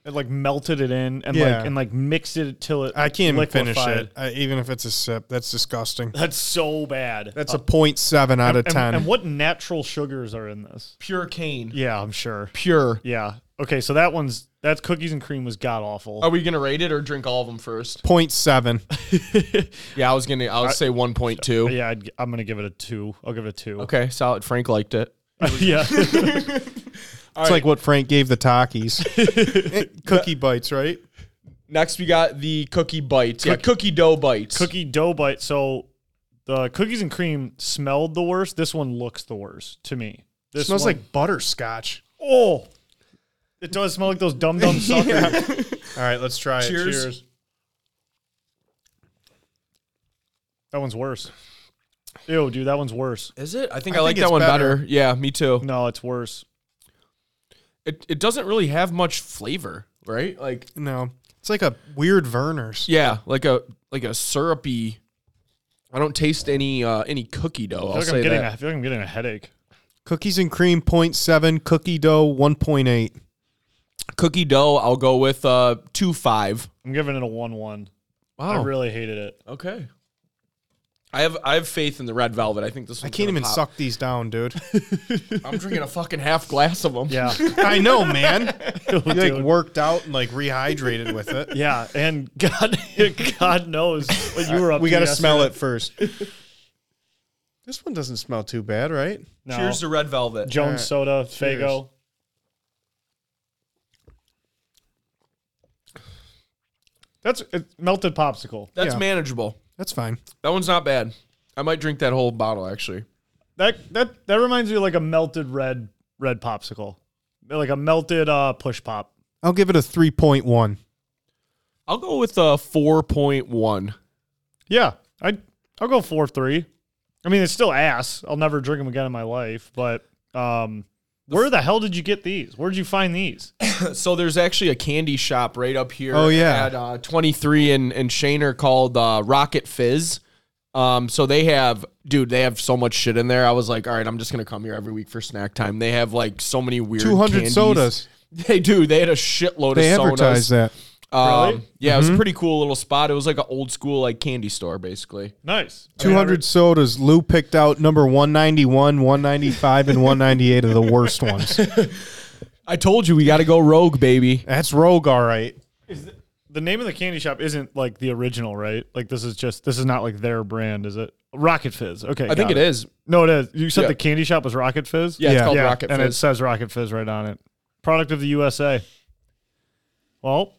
Speaker 4: It like melted it in and
Speaker 5: Yeah.
Speaker 4: like and like mixed it till it.
Speaker 5: I can't even finish
Speaker 4: liquefied.
Speaker 5: it, I, even if it's a sip. That's disgusting.
Speaker 4: That's so bad. Uh,
Speaker 5: That's a 0.7 out of
Speaker 4: and,
Speaker 5: 10.
Speaker 4: and what natural sugars are in this?
Speaker 6: Pure cane.
Speaker 4: Yeah, I'm sure.
Speaker 6: Pure.
Speaker 4: Yeah. Okay, so that one's that's cookies and cream was god awful.
Speaker 5: Oh.
Speaker 6: Are we gonna rate it or drink all of them first?
Speaker 5: 0.7.
Speaker 6: Yeah, I was gonna. I would say one point two.
Speaker 4: Yeah, I'd, I'm gonna give it a two. I'll give it a two.
Speaker 6: Okay, solid. Frank liked it.
Speaker 4: yeah.
Speaker 5: It's like what Frank gave the Takis. Cookie bites, right?
Speaker 6: Next, we got the cookie bites. yeah, cookie dough bites.
Speaker 4: Cookie dough bite. So the cookies and cream smelled the worst. This one looks the worst to me. This
Speaker 5: smells
Speaker 4: one-
Speaker 5: like butterscotch.
Speaker 4: oh, it does smell like those dum dum suckers.
Speaker 5: All right, let's try it.
Speaker 6: Cheers.
Speaker 5: Cheers.
Speaker 4: That one's worse. Ew, dude, that one's worse.
Speaker 6: Is it? I think
Speaker 5: I
Speaker 6: I, like
Speaker 5: think it's
Speaker 6: that one
Speaker 5: better.
Speaker 6: better. Yeah, me too.
Speaker 4: No, it's worse.
Speaker 6: It, it doesn't really have much flavor, right? Like
Speaker 5: No, it's like a weird Verner's.
Speaker 6: yeah, like a like a syrupy. I don't taste any uh any cookie dough.
Speaker 4: I
Speaker 6: I'll
Speaker 4: feel, like I'm
Speaker 6: say
Speaker 4: getting a,
Speaker 6: that.
Speaker 4: I feel like I'm getting a headache.
Speaker 5: Cookies and cream 0.7, cookie dough 1.8.
Speaker 6: Cookie dough. I'll go with uh two five.
Speaker 4: I'm giving it a one one.
Speaker 6: Wow.
Speaker 4: I really hated it.
Speaker 6: okay. I have I have faith in the red velvet. I think this.
Speaker 5: I can't even suck these down, dude.
Speaker 6: I'm drinking a fucking half glass of them.
Speaker 4: Yeah.
Speaker 5: I know, man. You like
Speaker 4: Dude.
Speaker 5: worked out and like rehydrated with it.
Speaker 4: Yeah, and God, God knows what you were up.
Speaker 5: we
Speaker 4: got to
Speaker 5: smell it first. this one doesn't smell too bad, right?
Speaker 4: No.
Speaker 6: Cheers to red velvet.
Speaker 4: Jones Soda,
Speaker 5: Cheers.
Speaker 4: Fago. That's it's melted popsicle.
Speaker 6: That's
Speaker 5: Yeah.
Speaker 6: manageable.
Speaker 5: That's fine.
Speaker 6: That one's not bad. I might drink that whole bottle actually.
Speaker 4: That that that reminds me of like a melted red red popsicle, like a melted uh, push pop.
Speaker 5: I'll give it a 3.1.
Speaker 6: I'll go with a four point one.
Speaker 4: Yeah, I I'll go four three. I mean, it's still ass. I'll never drink them again in my life. But um, where the hell did you get these? Where did you find these?
Speaker 6: So there's actually a candy shop right up here.
Speaker 5: Oh, yeah.
Speaker 6: at uh, 23 and and Shaner called uh, Rocket Fizz. Um, so they have, dude, they have so much shit in there. I was like, all right, I'm just gonna come here every week for snack time. They have like so many weird
Speaker 5: 200
Speaker 6: candies.
Speaker 5: sodas.
Speaker 6: They do. They had a shitload
Speaker 5: They
Speaker 6: of
Speaker 5: advertise
Speaker 6: sodas.
Speaker 5: that.
Speaker 6: Um,
Speaker 4: Really?
Speaker 6: Yeah, it was a pretty cool little spot. It was like an old school like candy store basically.
Speaker 4: Nice.
Speaker 5: 200 sodas. Lou picked out number 191, 195, and 198 of the worst ones.
Speaker 6: I told you we got to go rogue, baby.
Speaker 5: That's rogue, all right.
Speaker 4: the name of the candy shop isn't like the original, right? Like this is just this is not like their brand, is it? Rocket Fizz. Okay,
Speaker 6: I think it is.
Speaker 4: No, it is. You said
Speaker 6: Yeah.
Speaker 4: the candy shop was Rocket Fizz.
Speaker 6: Yeah,
Speaker 5: Yeah.
Speaker 6: it's called
Speaker 4: yeah,
Speaker 6: Rocket
Speaker 4: and it
Speaker 6: Fizz.
Speaker 4: says Rocket Fizz right on it. Product of the USA. Well,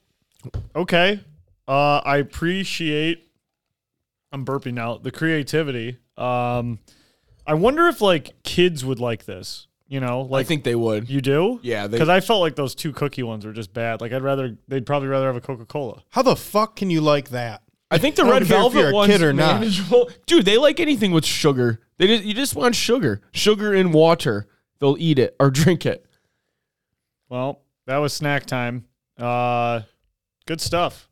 Speaker 4: okay. Uh, I appreciate. I'm burping now. The creativity. Um, I wonder if like kids would like this. You know,
Speaker 6: I
Speaker 4: like
Speaker 6: think they would.
Speaker 4: you do.
Speaker 6: Yeah, they-
Speaker 4: because I felt like those two cookie ones were just bad. Like I'd rather they'd probably rather have a Coca Cola.
Speaker 5: How the fuck can you like that?
Speaker 6: I think the
Speaker 5: I don't
Speaker 6: red
Speaker 5: care if you're
Speaker 6: velvet
Speaker 5: a
Speaker 6: one's
Speaker 5: kid or not.
Speaker 6: manageable. Dude, they like anything with sugar. They just, you just want sugar, sugar and water. They'll eat it or drink it.
Speaker 4: Well, that was snack time. Uh, good stuff.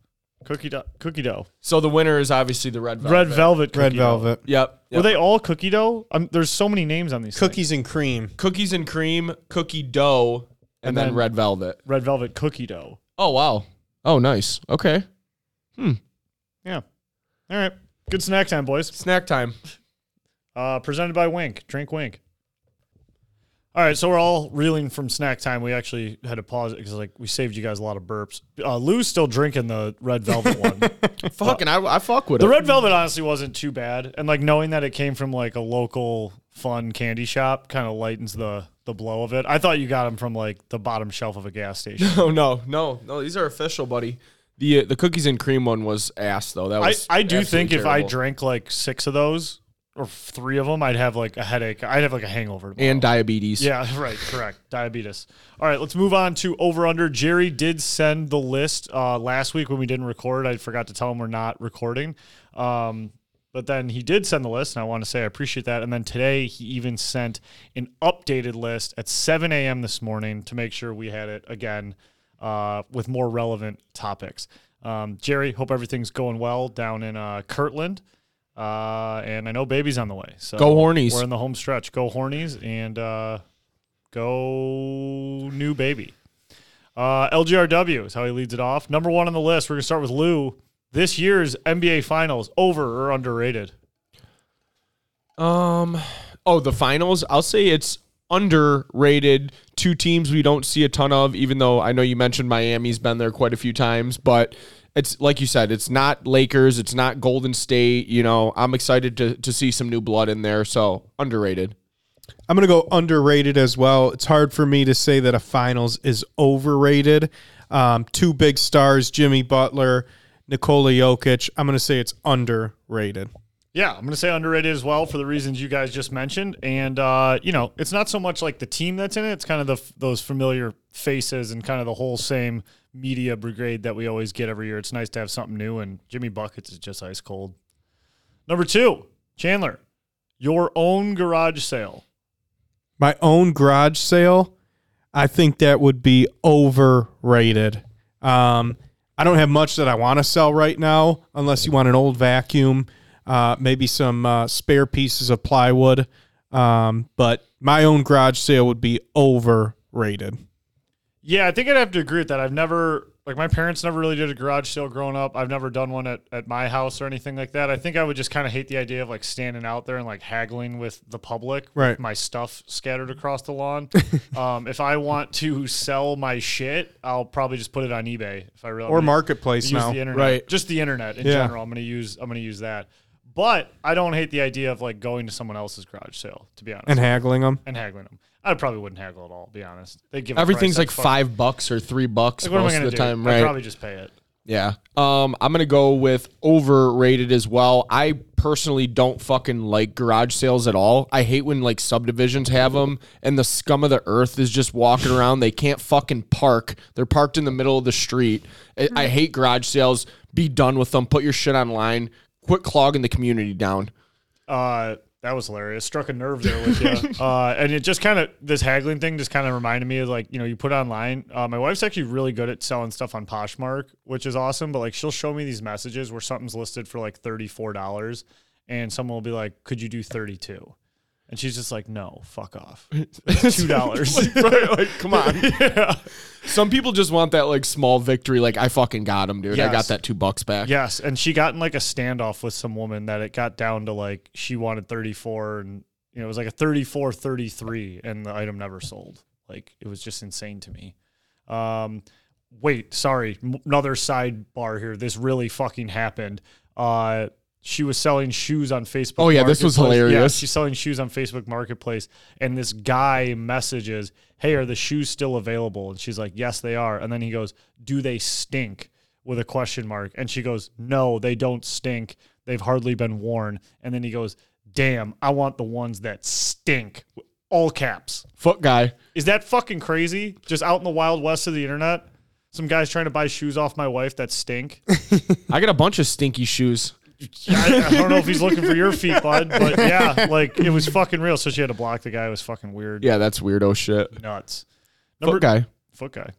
Speaker 4: Cookie dough. Cookie dough.
Speaker 6: So the winner is obviously the red velvet.
Speaker 4: Red velvet. Cookie
Speaker 5: Red
Speaker 4: dough.
Speaker 5: velvet.
Speaker 6: Yep.
Speaker 4: Were
Speaker 6: yep.
Speaker 4: they all cookie dough? Um, there's so many names on these. things.
Speaker 5: Cookies and cream.
Speaker 6: cookies and cream, cookie dough, and,
Speaker 4: And
Speaker 6: then,
Speaker 4: then-
Speaker 6: red velvet.
Speaker 4: Red velvet cookie dough.
Speaker 6: Oh wow. Oh nice. Okay.
Speaker 4: Yeah. All right. Good snack time, boys.
Speaker 6: Snack time.
Speaker 4: Uh, presented by Wink. Drink Wink. All right, so we're all reeling from snack time. We actually had to pause it because like we saved you guys a lot of burps. Uh, Lou's still drinking the red velvet one.
Speaker 6: Fucking I, I fuck with
Speaker 4: The
Speaker 6: it.
Speaker 4: red velvet honestly wasn't too bad, and like knowing that it came from like a local fun candy shop kind of lightens the the blow of it. I thought you got them from like the bottom shelf of a gas station.
Speaker 6: oh no, no, no. These are official, buddy. The uh, the cookies and cream one was ass though. That
Speaker 4: I
Speaker 6: was
Speaker 4: I do
Speaker 6: absolutely
Speaker 4: think if I
Speaker 6: terrible.
Speaker 4: drank like six of those or three of them, I'd have like a headache. I'd have like a hangover. tomorrow.
Speaker 6: and diabetes.
Speaker 4: Yeah, right, correct. Diabetes. All right, let's move on to over under. Jerry did send the list uh, last week when we didn't record. I forgot to tell him we're not recording. Um, but then he did send the list, and I want to say I appreciate that. And then today he even sent an updated list at 7 a.m. this morning to make sure we had it again uh, with more relevant topics. Um, Jerry, hope everything's going well down in uh, Kirtland. Uh, and I know baby's on the way. So
Speaker 6: Go Hornies.
Speaker 4: We're in the home stretch. Go Hornies and uh, go new baby. Uh, LGRW is how he leads it off. Number one on the list. We're gonna start with Lou. This year's NBA Finals over or underrated?
Speaker 6: Um, oh, the finals. I'll say it's underrated. Two teams we don't see a ton of, even though I know you mentioned Miami's been there quite a few times, but. It's like you said, it's not Lakers, it's not Golden State. You know, I'm excited to, to see some new blood in there. So underrated.
Speaker 5: I'm going to go underrated as well. It's hard for me to say that a finals is overrated. Um, two big stars, Jimmy Butler, Nikola Jokic. I'm going to say it's underrated.
Speaker 4: Yeah, I'm going to say underrated as well for the reasons you guys just mentioned. And, uh, you know, it's not so much like the team that's in it, it's kind of the, f- those familiar faces and kind of the whole same media brigade that we always get every year. It's nice to have something new, and Jimmy Buckets is just ice cold. Number two, Chandler, your own garage sale.
Speaker 5: My own garage sale, I think that would be overrated. Um, I don't have much that I want to sell right now, unless you want an old vacuum, uh, maybe some uh, spare pieces of plywood. Um, but my own garage sale would be overrated.
Speaker 4: Yeah, I think I'd have to agree with that. I've never like my parents never really did a garage sale growing up. I've never done one at, at my house or anything like that. I think I would just kind of hate the idea of like standing out there and like haggling with the public, with
Speaker 5: Right.
Speaker 4: My stuff scattered across the lawn. um, if I want to sell my shit, I'll probably just put it on eBay if I really
Speaker 5: Or marketplace
Speaker 4: use
Speaker 5: now.
Speaker 4: the internet,
Speaker 6: Right.
Speaker 4: Just the internet in
Speaker 5: Yeah.
Speaker 4: general. I'm gonna use I'm gonna use that. But I don't hate the idea of like going to someone else's garage sale, to be honest,
Speaker 5: and haggling them.
Speaker 4: and haggling them. I probably wouldn't haggle at all, be honest. They give a
Speaker 6: Everything's
Speaker 4: price,
Speaker 6: like
Speaker 4: that's fuck-
Speaker 6: five bucks or three bucks
Speaker 4: Like, what am I
Speaker 6: most
Speaker 4: gonna
Speaker 6: of the
Speaker 4: do?
Speaker 6: time,
Speaker 4: I'd
Speaker 6: right?
Speaker 4: probably just pay it.
Speaker 6: Yeah. Um, I'm gonna go with overrated as well. I personally don't fucking like garage sales at all. I hate when like subdivisions have them and the scum of the earth is just walking around. They can't fucking park. They're parked in the middle of the street. I, I hate garage sales. Be done with them. Put your shit online. Quit clogging the community down.
Speaker 4: Uh, that was hilarious. Struck a nerve there with you. uh, and it just kind of this haggling thing just kind of reminded me of like you know you put online. Uh, my wife's actually really good at selling stuff on Poshmark, which is awesome. But like she'll show me these messages where something's listed for like thirty four dollars, and someone will be like, "Could you do thirty two? And she's just like, "No, fuck off. It's two dollars."
Speaker 6: right, like, come on. Some people just want that like small victory. Like I fucking got him, dude. I
Speaker 4: Yes.
Speaker 6: got that two bucks back.
Speaker 4: Yes, and she got in like a standoff with some woman that it got down to like she wanted 34 and you know it was like a 34 33 and the item never sold. Like it was just insane to me. Um wait, sorry, m- another sidebar here. This really fucking happened. Uh she was selling shoes on Facebook.
Speaker 6: Oh, yeah, this was
Speaker 4: Marketplace. Yeah,
Speaker 6: hilarious.
Speaker 4: she's selling shoes on Facebook Marketplace, and this guy messages, "Hey, are the shoes still available?" And she's like, "Yes, they are." And then he goes, "Do they stink?" with a question mark, and she goes, "No, they don't stink. They've hardly been worn." And then he goes, "Damn, I want the ones that stink." All caps.
Speaker 6: Foot guy.
Speaker 4: Is that fucking crazy? Just out in the wild west of the internet, some guys trying to buy shoes off my wife that stink.
Speaker 6: I got a bunch of stinky shoes.
Speaker 4: I, I don't know if he's looking for your feet, bud, but yeah, like it was fucking real. So she had to block the guy. It was fucking weird.
Speaker 6: Yeah, that's weirdo shit.
Speaker 4: Nuts. Number
Speaker 6: Foot guy.
Speaker 4: Foot guy.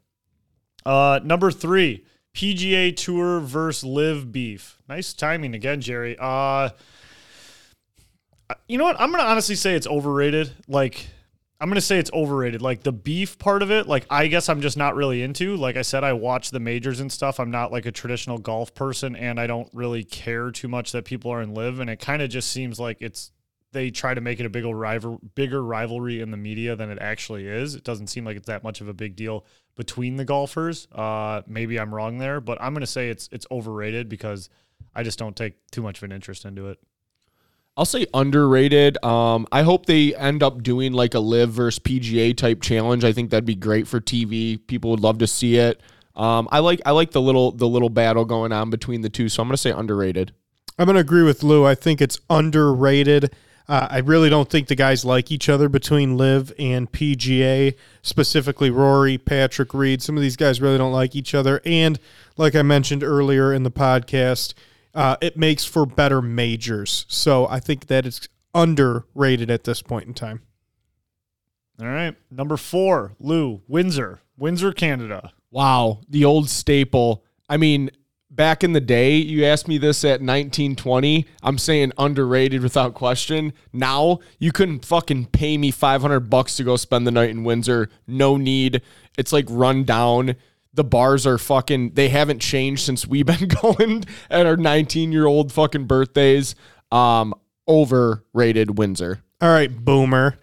Speaker 4: Uh, number three, PGA Tour versus Live Beef. Nice timing again, Jerry. Uh, you know what? I'm gonna honestly say it's overrated. Like, I'm gonna say it's overrated. Like the beef part of it. Like, I guess I'm just not really into. Like I said, I watch the majors and stuff. I'm not like a traditional golf person, and I don't really care too much that people are in live. And it kind of just seems like it's they try to make it a bigger rival, bigger rivalry in the media than it actually is. It doesn't seem like it's that much of a big deal between the golfers. Uh, maybe I'm wrong there, but I'm gonna say it's it's overrated because I just don't take too much of an interest into it.
Speaker 6: I'll say underrated. Um, I hope they end up doing like a live versus PGA type challenge. I think that'd be great for TV. People would love to see it. Um, I like I like the little the little battle going on between the two. So I'm gonna say underrated.
Speaker 5: I'm going to agree with Lou. I think it's underrated. Uh, I really don't think the guys like each other between Live and PGA, specifically Rory, Patrick Reed. Some of these guys really don't like each other. And like I mentioned earlier in the podcast, uh, it makes for better majors. So I think that it's underrated at this point in time.
Speaker 4: All right, number four, Lou Windsor, Windsor, Canada.
Speaker 6: Wow, the old staple. I mean, back in the day, you asked me this at 1920. I'm saying underrated without question. Now you couldn't fucking pay me 500 bucks to go spend the night in Windsor. No need. It's like run down. The bars are fucking. They haven't changed since we've been going at our 19 year old fucking birthdays. Um, overrated Windsor.
Speaker 5: All right, boomer.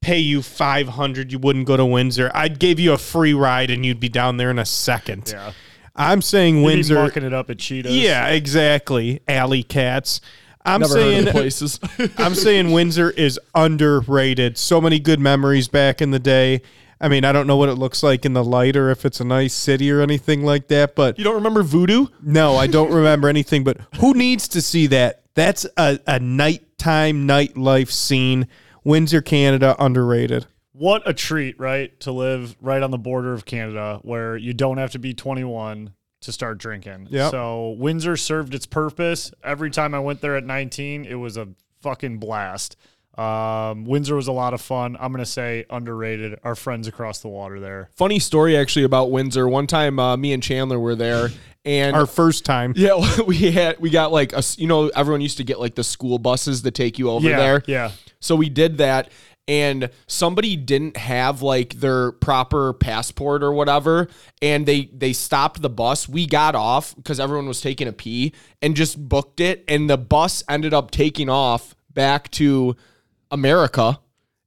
Speaker 5: Pay you 500, you wouldn't go to Windsor. I'd give you a free ride and you'd be down there in a second.
Speaker 4: Yeah.
Speaker 5: I'm saying
Speaker 4: Windsor
Speaker 5: Windsor.
Speaker 4: mucking it up at Cheetos.
Speaker 5: Yeah, exactly. Alley cats. I'm
Speaker 6: Never heard of
Speaker 5: saying
Speaker 6: the places.
Speaker 5: I'm saying Windsor is underrated. So many good memories back in the day. I mean, I don't know what it looks like in the light or if it's a nice city or anything like that, but
Speaker 6: you don't remember Voodoo?
Speaker 5: no, I don't remember anything. But who needs to see that? That's a, a nighttime nightlife scene. Windsor, Canada, underrated.
Speaker 4: What a treat, right? To live right on the border of Canada where you don't have to be 21 to start drinking.
Speaker 5: Yep.
Speaker 4: So Windsor served its purpose. Every time I went there at 19, it was a fucking blast. Um, Windsor was a lot of fun. I'm going to say underrated. Our friends across the water there.
Speaker 6: Funny story actually about Windsor. One time, uh, me and Chandler were there, and
Speaker 5: Our first time.
Speaker 6: yeah, we had we got like a s- you know everyone used to get like the school buses that take you over
Speaker 4: yeah.
Speaker 6: there.
Speaker 4: Yeah.
Speaker 6: So we did that, and somebody didn't have like their proper passport or whatever, and they they stopped the bus. We got off because everyone was taking a pee and just booked it, and the bus ended up taking off back to America,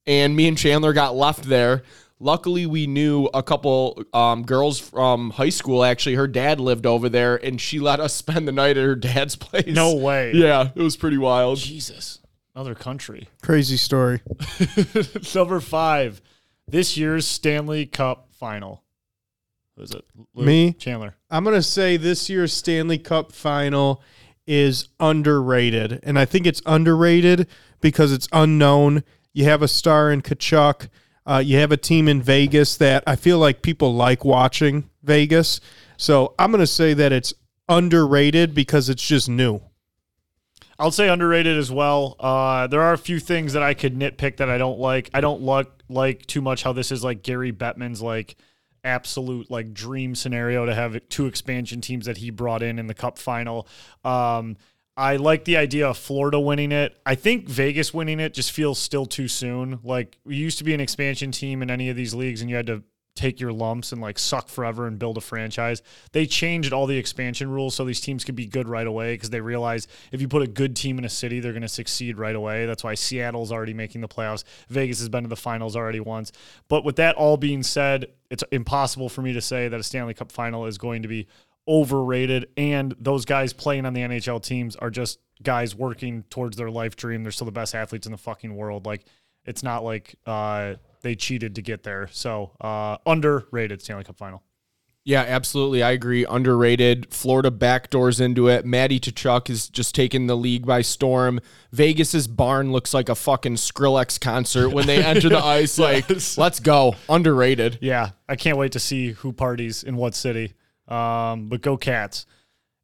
Speaker 6: and me and Chandler got left there. Luckily, we knew a couple um, girls from high school. Actually, her dad lived over there, and she let us spend the night at her dad's place.
Speaker 4: No way.
Speaker 6: Yeah, it was pretty wild.
Speaker 4: Jesus. Another country.
Speaker 5: Crazy story.
Speaker 4: Number five, this year's Stanley Cup final. Who is it? Luke
Speaker 5: Me?
Speaker 4: Chandler.
Speaker 5: I'm going to say this year's Stanley Cup final is underrated. And I think it's underrated because it's unknown. You have a star in Kachuk. Uh, you have a team in Vegas that I feel like people like watching Vegas. So I'm going to say that it's underrated because it's just new.
Speaker 4: I'll say underrated as well. Uh, there are a few things that I could nitpick that I don't like. I don't like like too much how this is like Gary Bettman's like absolute like dream scenario to have two expansion teams that he brought in in the Cup final. Um, I like the idea of Florida winning it. I think Vegas winning it just feels still too soon. Like we used to be an expansion team in any of these leagues, and you had to take your lumps and like suck forever and build a franchise. They changed all the expansion rules so these teams could be good right away because they realize if you put a good team in a city, they're going to succeed right away. That's why Seattle's already making the playoffs. Vegas has been to the finals already once. But with that all being said, it's impossible for me to say that a Stanley Cup final is going to be overrated and those guys playing on the NHL teams are just guys working towards their life dream. They're still the best athletes in the fucking world. Like it's not like uh, they cheated to get there. So uh, underrated Stanley Cup final.
Speaker 6: Yeah, absolutely. I agree. Underrated. Florida backdoors into it. Matty Tuchuk is just taking the league by storm. Vegas's barn looks like a fucking Skrillex concert when they enter the ice. Like, let's go. Underrated.
Speaker 4: Yeah, I can't wait to see who parties in what city. Um, but go Cats.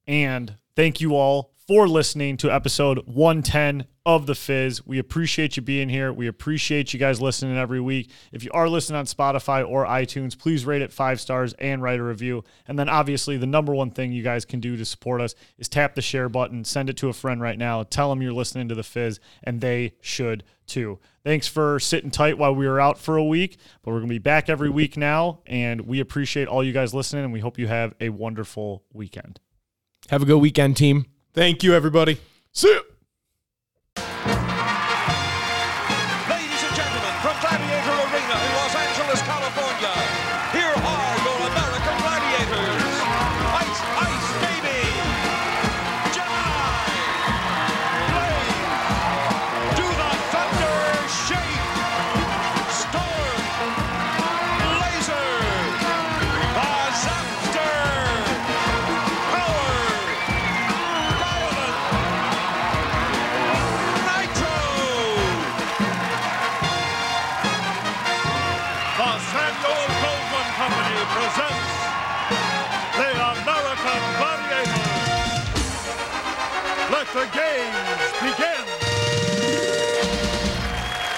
Speaker 4: And thank you all for listening to episode 110 of The Fizz. We appreciate you being here. We appreciate you guys listening every week. If you are listening on Spotify or iTunes, please rate it five stars and write a review. And then, obviously, the number one thing you guys can do to support us is tap the share button, send it to a friend right now, tell them you're listening to The Fizz, and they should too. Thanks for sitting tight while we were out for a week, but we're going to be back every week now. And we appreciate all you guys listening, and we hope you have a wonderful weekend.
Speaker 6: Have a good weekend, team.
Speaker 5: Thank you, everybody.
Speaker 6: See ya.
Speaker 7: Ladies and gentlemen, from Gladiator Arena in Los Angeles, California, here are your American Gladiators. Ice Ice Baby, Jedi, Blaze, Do the Thunder Shake, Storm, Laser, Azapter, Power, Violent, Nitro. The Samuel Goldman Company presents the American Gladiator. Let the game